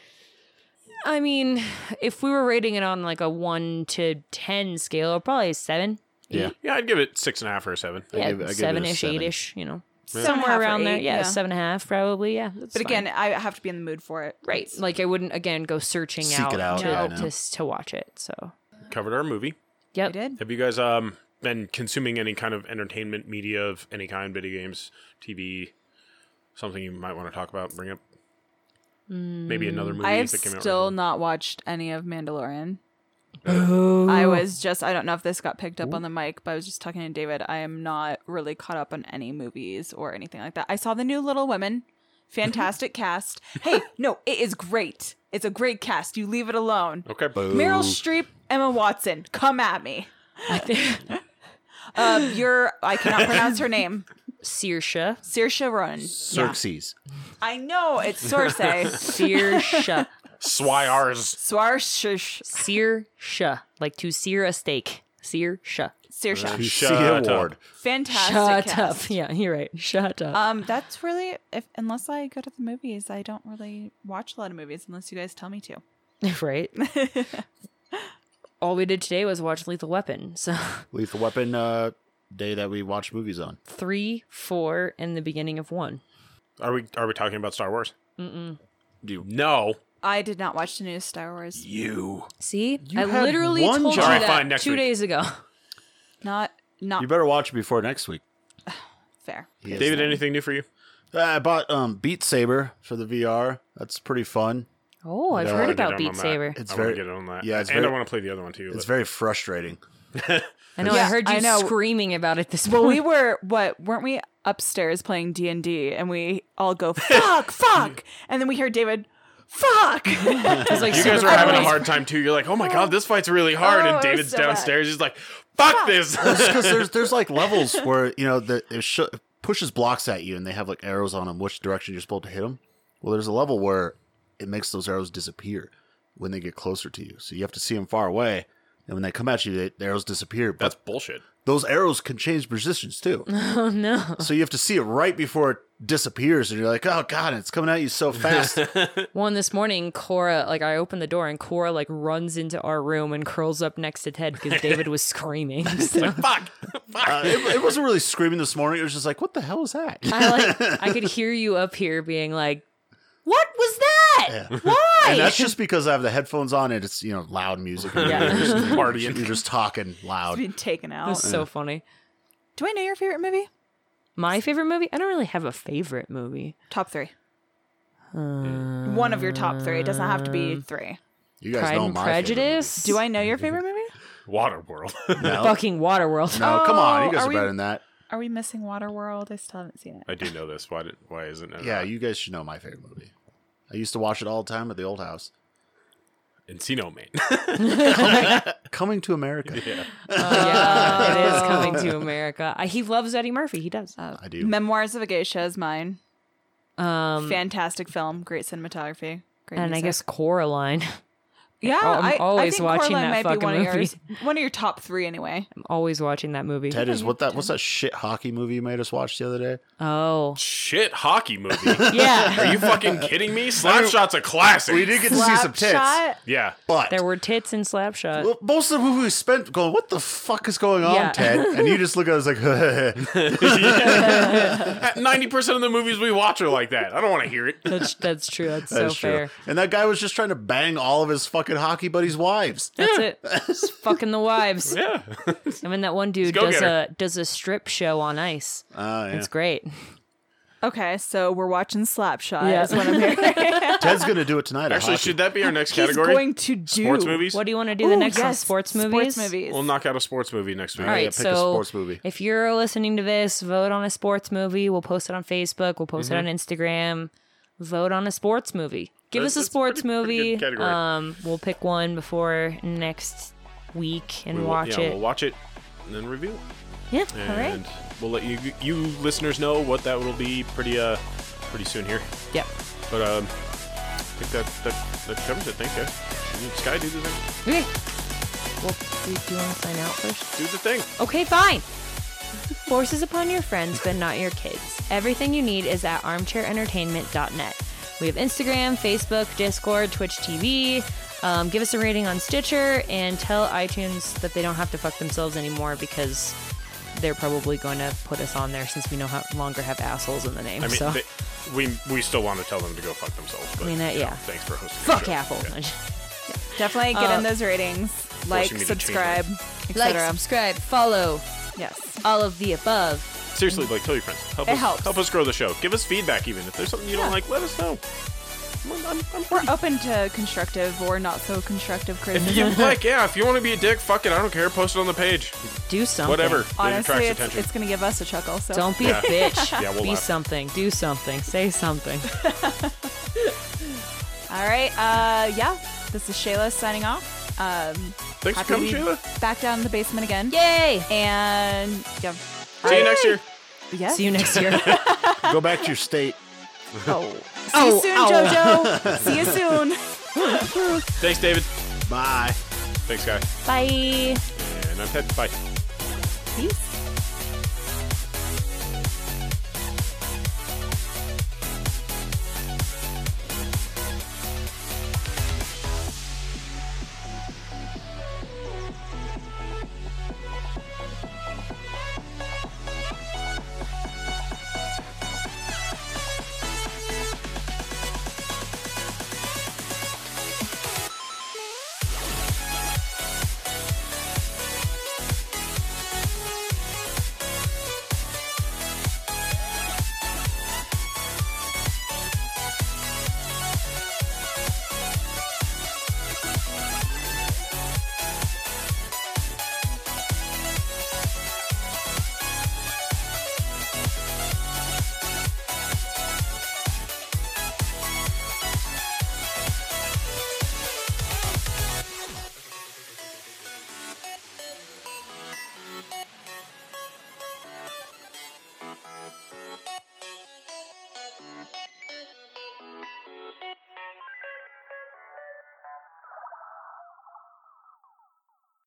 A: I mean, if we were rating it on like a one to ten scale, probably a seven.
C: Yeah.
B: Yeah, I'd give it six and a half or a seven.
A: yeah,
C: give it- I give it a
A: seven ish,
C: seven.
A: eight ish, you know.
D: Seven and a half
A: Somewhere
D: or
A: around there.
D: eight,
A: Yeah,
D: yeah.
A: seven and a half probably, yeah. that's
D: But
A: fine.
D: again, I have to be in the mood for it.
A: Right. Like I wouldn't again go searching
C: Seek
A: out,
C: it out,
A: to,
C: yeah, I know.
A: to s- to watch it. So
B: Covered our movie.
D: I
A: Yep.
D: did.
B: Have you guys um been consuming any kind of entertainment media of any kind, video games, TV, something you might want to talk about, bring up?
A: Mm,
B: Maybe another movie
D: I have
B: that came out
D: still
B: recently.
D: not watched any of Mandalorian. I was just I don't know if this got picked up on the mic, but I was just talking to David. I am not really caught up on any movies or anything like that. I saw the new Little Women. Fantastic cast. Hey, no, it is great. It's a great cast. You leave it alone.
B: Okay,
D: Meryl Streep, Emma Watson, come at me.
A: I think
D: Um, you're I cannot pronounce her name.
A: Searsha.
D: Saoirse Ronan.
C: Xerxes.
D: I know it's Source.
A: Searsha.
B: Swyars.
D: Swarshish.
A: Searsha. Like to sear a steak. Searsha.
D: Saoirse.
C: To see
B: Shut up.
C: award.
D: Fantastic
A: Shut
D: cast.
A: up. Yeah, you're right. Shut up.
D: Um, that's really if unless I go to the movies, I don't really watch a lot of movies unless you guys tell me to.
A: right? All we did today was watch Lethal Weapon. So
C: Lethal Weapon uh, day that we watch movies on.
A: three, four, and the beginning of one.
B: Are we are we talking about Star Wars?
A: Mm-mm.
B: No.
D: I did not watch the new Star Wars.
C: You.
A: See,
C: You
A: I
C: had
A: literally
C: one
A: told you
C: job.
B: Alright,
A: that
B: fine, next
A: two
B: week.
A: days ago.
D: Not not
C: You better watch it before next week.
D: fair.
C: He is-
B: David, anything new for you?
C: Uh, I bought um, Beat Saber for the VR. That's pretty fun.
A: Oh, I've
C: No, I
A: heard
C: did
A: about
B: I'm on
A: Beat
B: that.
A: Saber.
C: It's
B: I
C: very.
B: want to get on that.
C: yeah, it's
B: and
C: very-
B: I want to play the other one too.
C: It's
B: but-
C: very frustrating.
A: I know. I
D: Yeah,
A: heard you
D: I know.
A: screaming about it this
D: Well, we
A: morning.
D: were what weren't we upstairs playing D and D, and we all go fuck, fuck, and then we hear David, fuck.
A: It's like
B: you
A: super
B: guys are having a
A: funny.
B: hard time too. You're like, oh my god, this fight's really hard,
D: Oh, it
B: and
D: was
B: David's
D: so bad.
B: downstairs. He's like, fuck this.
C: because there's there's like levels where you know the it sh- pushes blocks at you and they have like arrows on them which direction you're supposed to hit them well there's a level where it makes those arrows disappear when they get closer to you so you have to see them far away And when they come at you, they, the arrows disappear. But
B: That's bullshit.
C: those arrows can change positions too.
A: Oh no.
C: so you have to see it right before it disappears, and you're like, "Oh God, it's coming at you so fast!" Uh,
A: One this morning, Cora, like I opened the door and Cora like runs into our room and curls up next to Ted because David was screaming. So
B: Fuck. Fuck.
C: Uh, it, it wasn't really screaming this morning. It was just like, "What the hell is that?"
A: I like I could hear you up here being like, What was that? Why?
C: And that's just because I have the headphones on and it's you know loud music. And
A: Yeah.
C: you're, just
B: Partying.
C: you're just talking
D: It's
C: loud.
D: been taken
A: It
D: out.
A: was so funny.
D: Do I know your favorite movie?
A: My favorite movie? I don't really have a favorite movie.
D: Top three. One of your top three. It doesn't have to be three.
C: You guys
A: Pride
C: know
A: and
C: my favorite
A: Prejudice.
D: Do I know your favorite movie?
B: Waterworld.
C: movie. No,
A: fucking Waterworld?
C: no, come on,
D: Oh,
C: you guys
D: are
C: are,
D: we-
C: better than that.
D: Are we missing Waterworld? I still haven't seen it.
B: I do know this. Why? Did, why isn't it? uh,
C: Yeah,
B: You-
C: you guys should know my favorite movie. I used to watch it all the time at the old house.
B: Encino Man.
C: Coming to America,
D: Uh,
A: yeah, it is coming to America. I, he loves Eddie Murphy. He does.
C: I do.
D: Memoirs of a Geisha is mine.
A: Um,
D: Fantastic film. Great cinematography. Great
A: and I
D: music.
A: guess Coraline.
D: yeah,
A: I'm
D: I,
A: always
D: I think
A: watching
D: Coraline
A: that
D: might
A: fucking
D: be one of
A: movie.
D: yours. One of your top three, anyway.
A: I'm always watching that movie.
C: Ted is what that? What's that shit hockey movie you made us watch the other day?
A: Oh,
B: Shit, hockey movie.
A: yeah.
B: Are you fucking kidding me? Slapshot's a classic.
C: We did get to see some tits,
D: Slapshot?
B: Yeah.
C: but
A: There were tits in Slapshot.
C: Well, most of the movie we spent going, "What the fuck is going on,
A: Yeah.
C: Ted?" And you just look at us like,
B: Ninety percent of the movies we watch are like that. I don't want to hear it.
A: That's that's true. That's, so
C: "That's
A: fair.
C: true." And that guy was just trying to bang all of his fucking hockey buddies' wives.
A: That's it. Just fucking the wives.
B: Yeah.
A: I mean, that one dude
B: go
A: does
B: get her.
A: a does a strip show on ice.
C: Oh, yeah.
A: It's great.
D: Okay, so we're watching Slapshot.
A: Yeah.
D: Is what I'm hearing.
C: Ted's gonna do it tonight. at
B: Actually,
C: hockey.
B: should that be our next
D: He's
B: category?
D: going to do
B: sports movies.
A: What do you want to do the
D: Ooh,
A: next one?
D: yes,
A: Sports movies.
D: Sports movies.
B: We'll knock out a sports movie next week.
A: All right,
C: Yeah, pick a
A: so
C: sports movie.
A: if you're listening to this, vote on a sports movie. We'll post it on Facebook. We'll post
B: Mm-hmm.
A: it on Instagram. Vote on a sports movie. Give
B: That's-
A: us a
B: that's
A: sports
B: pretty- pretty
A: movie.
B: good category.
A: um, we'll pick one before next week and
B: We will-
A: watch
B: yeah,
A: it.
B: We'll watch it and then review it.
A: yeah. All right.
B: and we'll let you you listeners know what that will be pretty uh pretty soon here.
A: Yep.
B: But um, I think that that, that covers it. Thanks, guys. You- Sky, do the thing.
A: Okay. Well, do do you want to sign out first?
B: Do the thing.
A: Okay, fine. Forces upon your friends, but not your kids. Everything you need is at armchairentertainment.net. We have Instagram, Facebook, Discord, Twitch TV. Um, give us a rating on Stitcher and tell iTunes that they don't have to fuck themselves anymore because they're probably going to put us on there since we no ho- longer have assholes in the name.
B: I mean,
A: so
B: they, we we still want to tell them to go fuck themselves. But,
A: I mean, uh,
B: you know,
A: yeah.
B: thanks for hosting. the
A: fuck
B: show.
A: Apple.
B: Yeah.
D: Definitely get
A: Uh,
D: in those ratings. Like,
B: me to change
D: subscribe,
A: Like,
D: etc.
A: subscribe, follow,
D: yes.
A: all of the above.
B: Seriously, like tell your friends. Help
D: It
B: us
D: helps.
B: help us grow the show. Give us feedback, even if there's something you don't
D: Yeah.
B: like. Let us know. I'm- I'm- I'm-
D: We're open to constructive or not so constructive
B: if
D: criticism.
B: you like, yeah, if you want to be a dick, fuck it. I don't care. Post it on the page.
A: Do something.
B: Whatever. it
D: Honestly,
B: attracts
D: it's,
B: attention.
D: it's going to give us a chuckle. So
A: Don't be
B: Yeah.
A: a bitch.
B: Yeah, we'll
A: be
B: laugh.
A: something. Do something. Say something.
D: All right. Uh, yeah. This is Shayla signing off. Um,
B: Thanks for
D: happy to
B: coming,
D: be
B: Shayla.
D: Back down in the basement again.
A: Yay!
D: And yeah.
B: See you next year.
D: Yes.
A: See you next year.
C: go back to your state.
D: Oh. See
A: Oh,
D: you soon,
A: ow.
D: JoJo. See you soon.
B: Thanks, David.
C: Bye.
B: Thanks, guy.
A: Bye.
B: And I'm Ted. Bye.
D: Peace.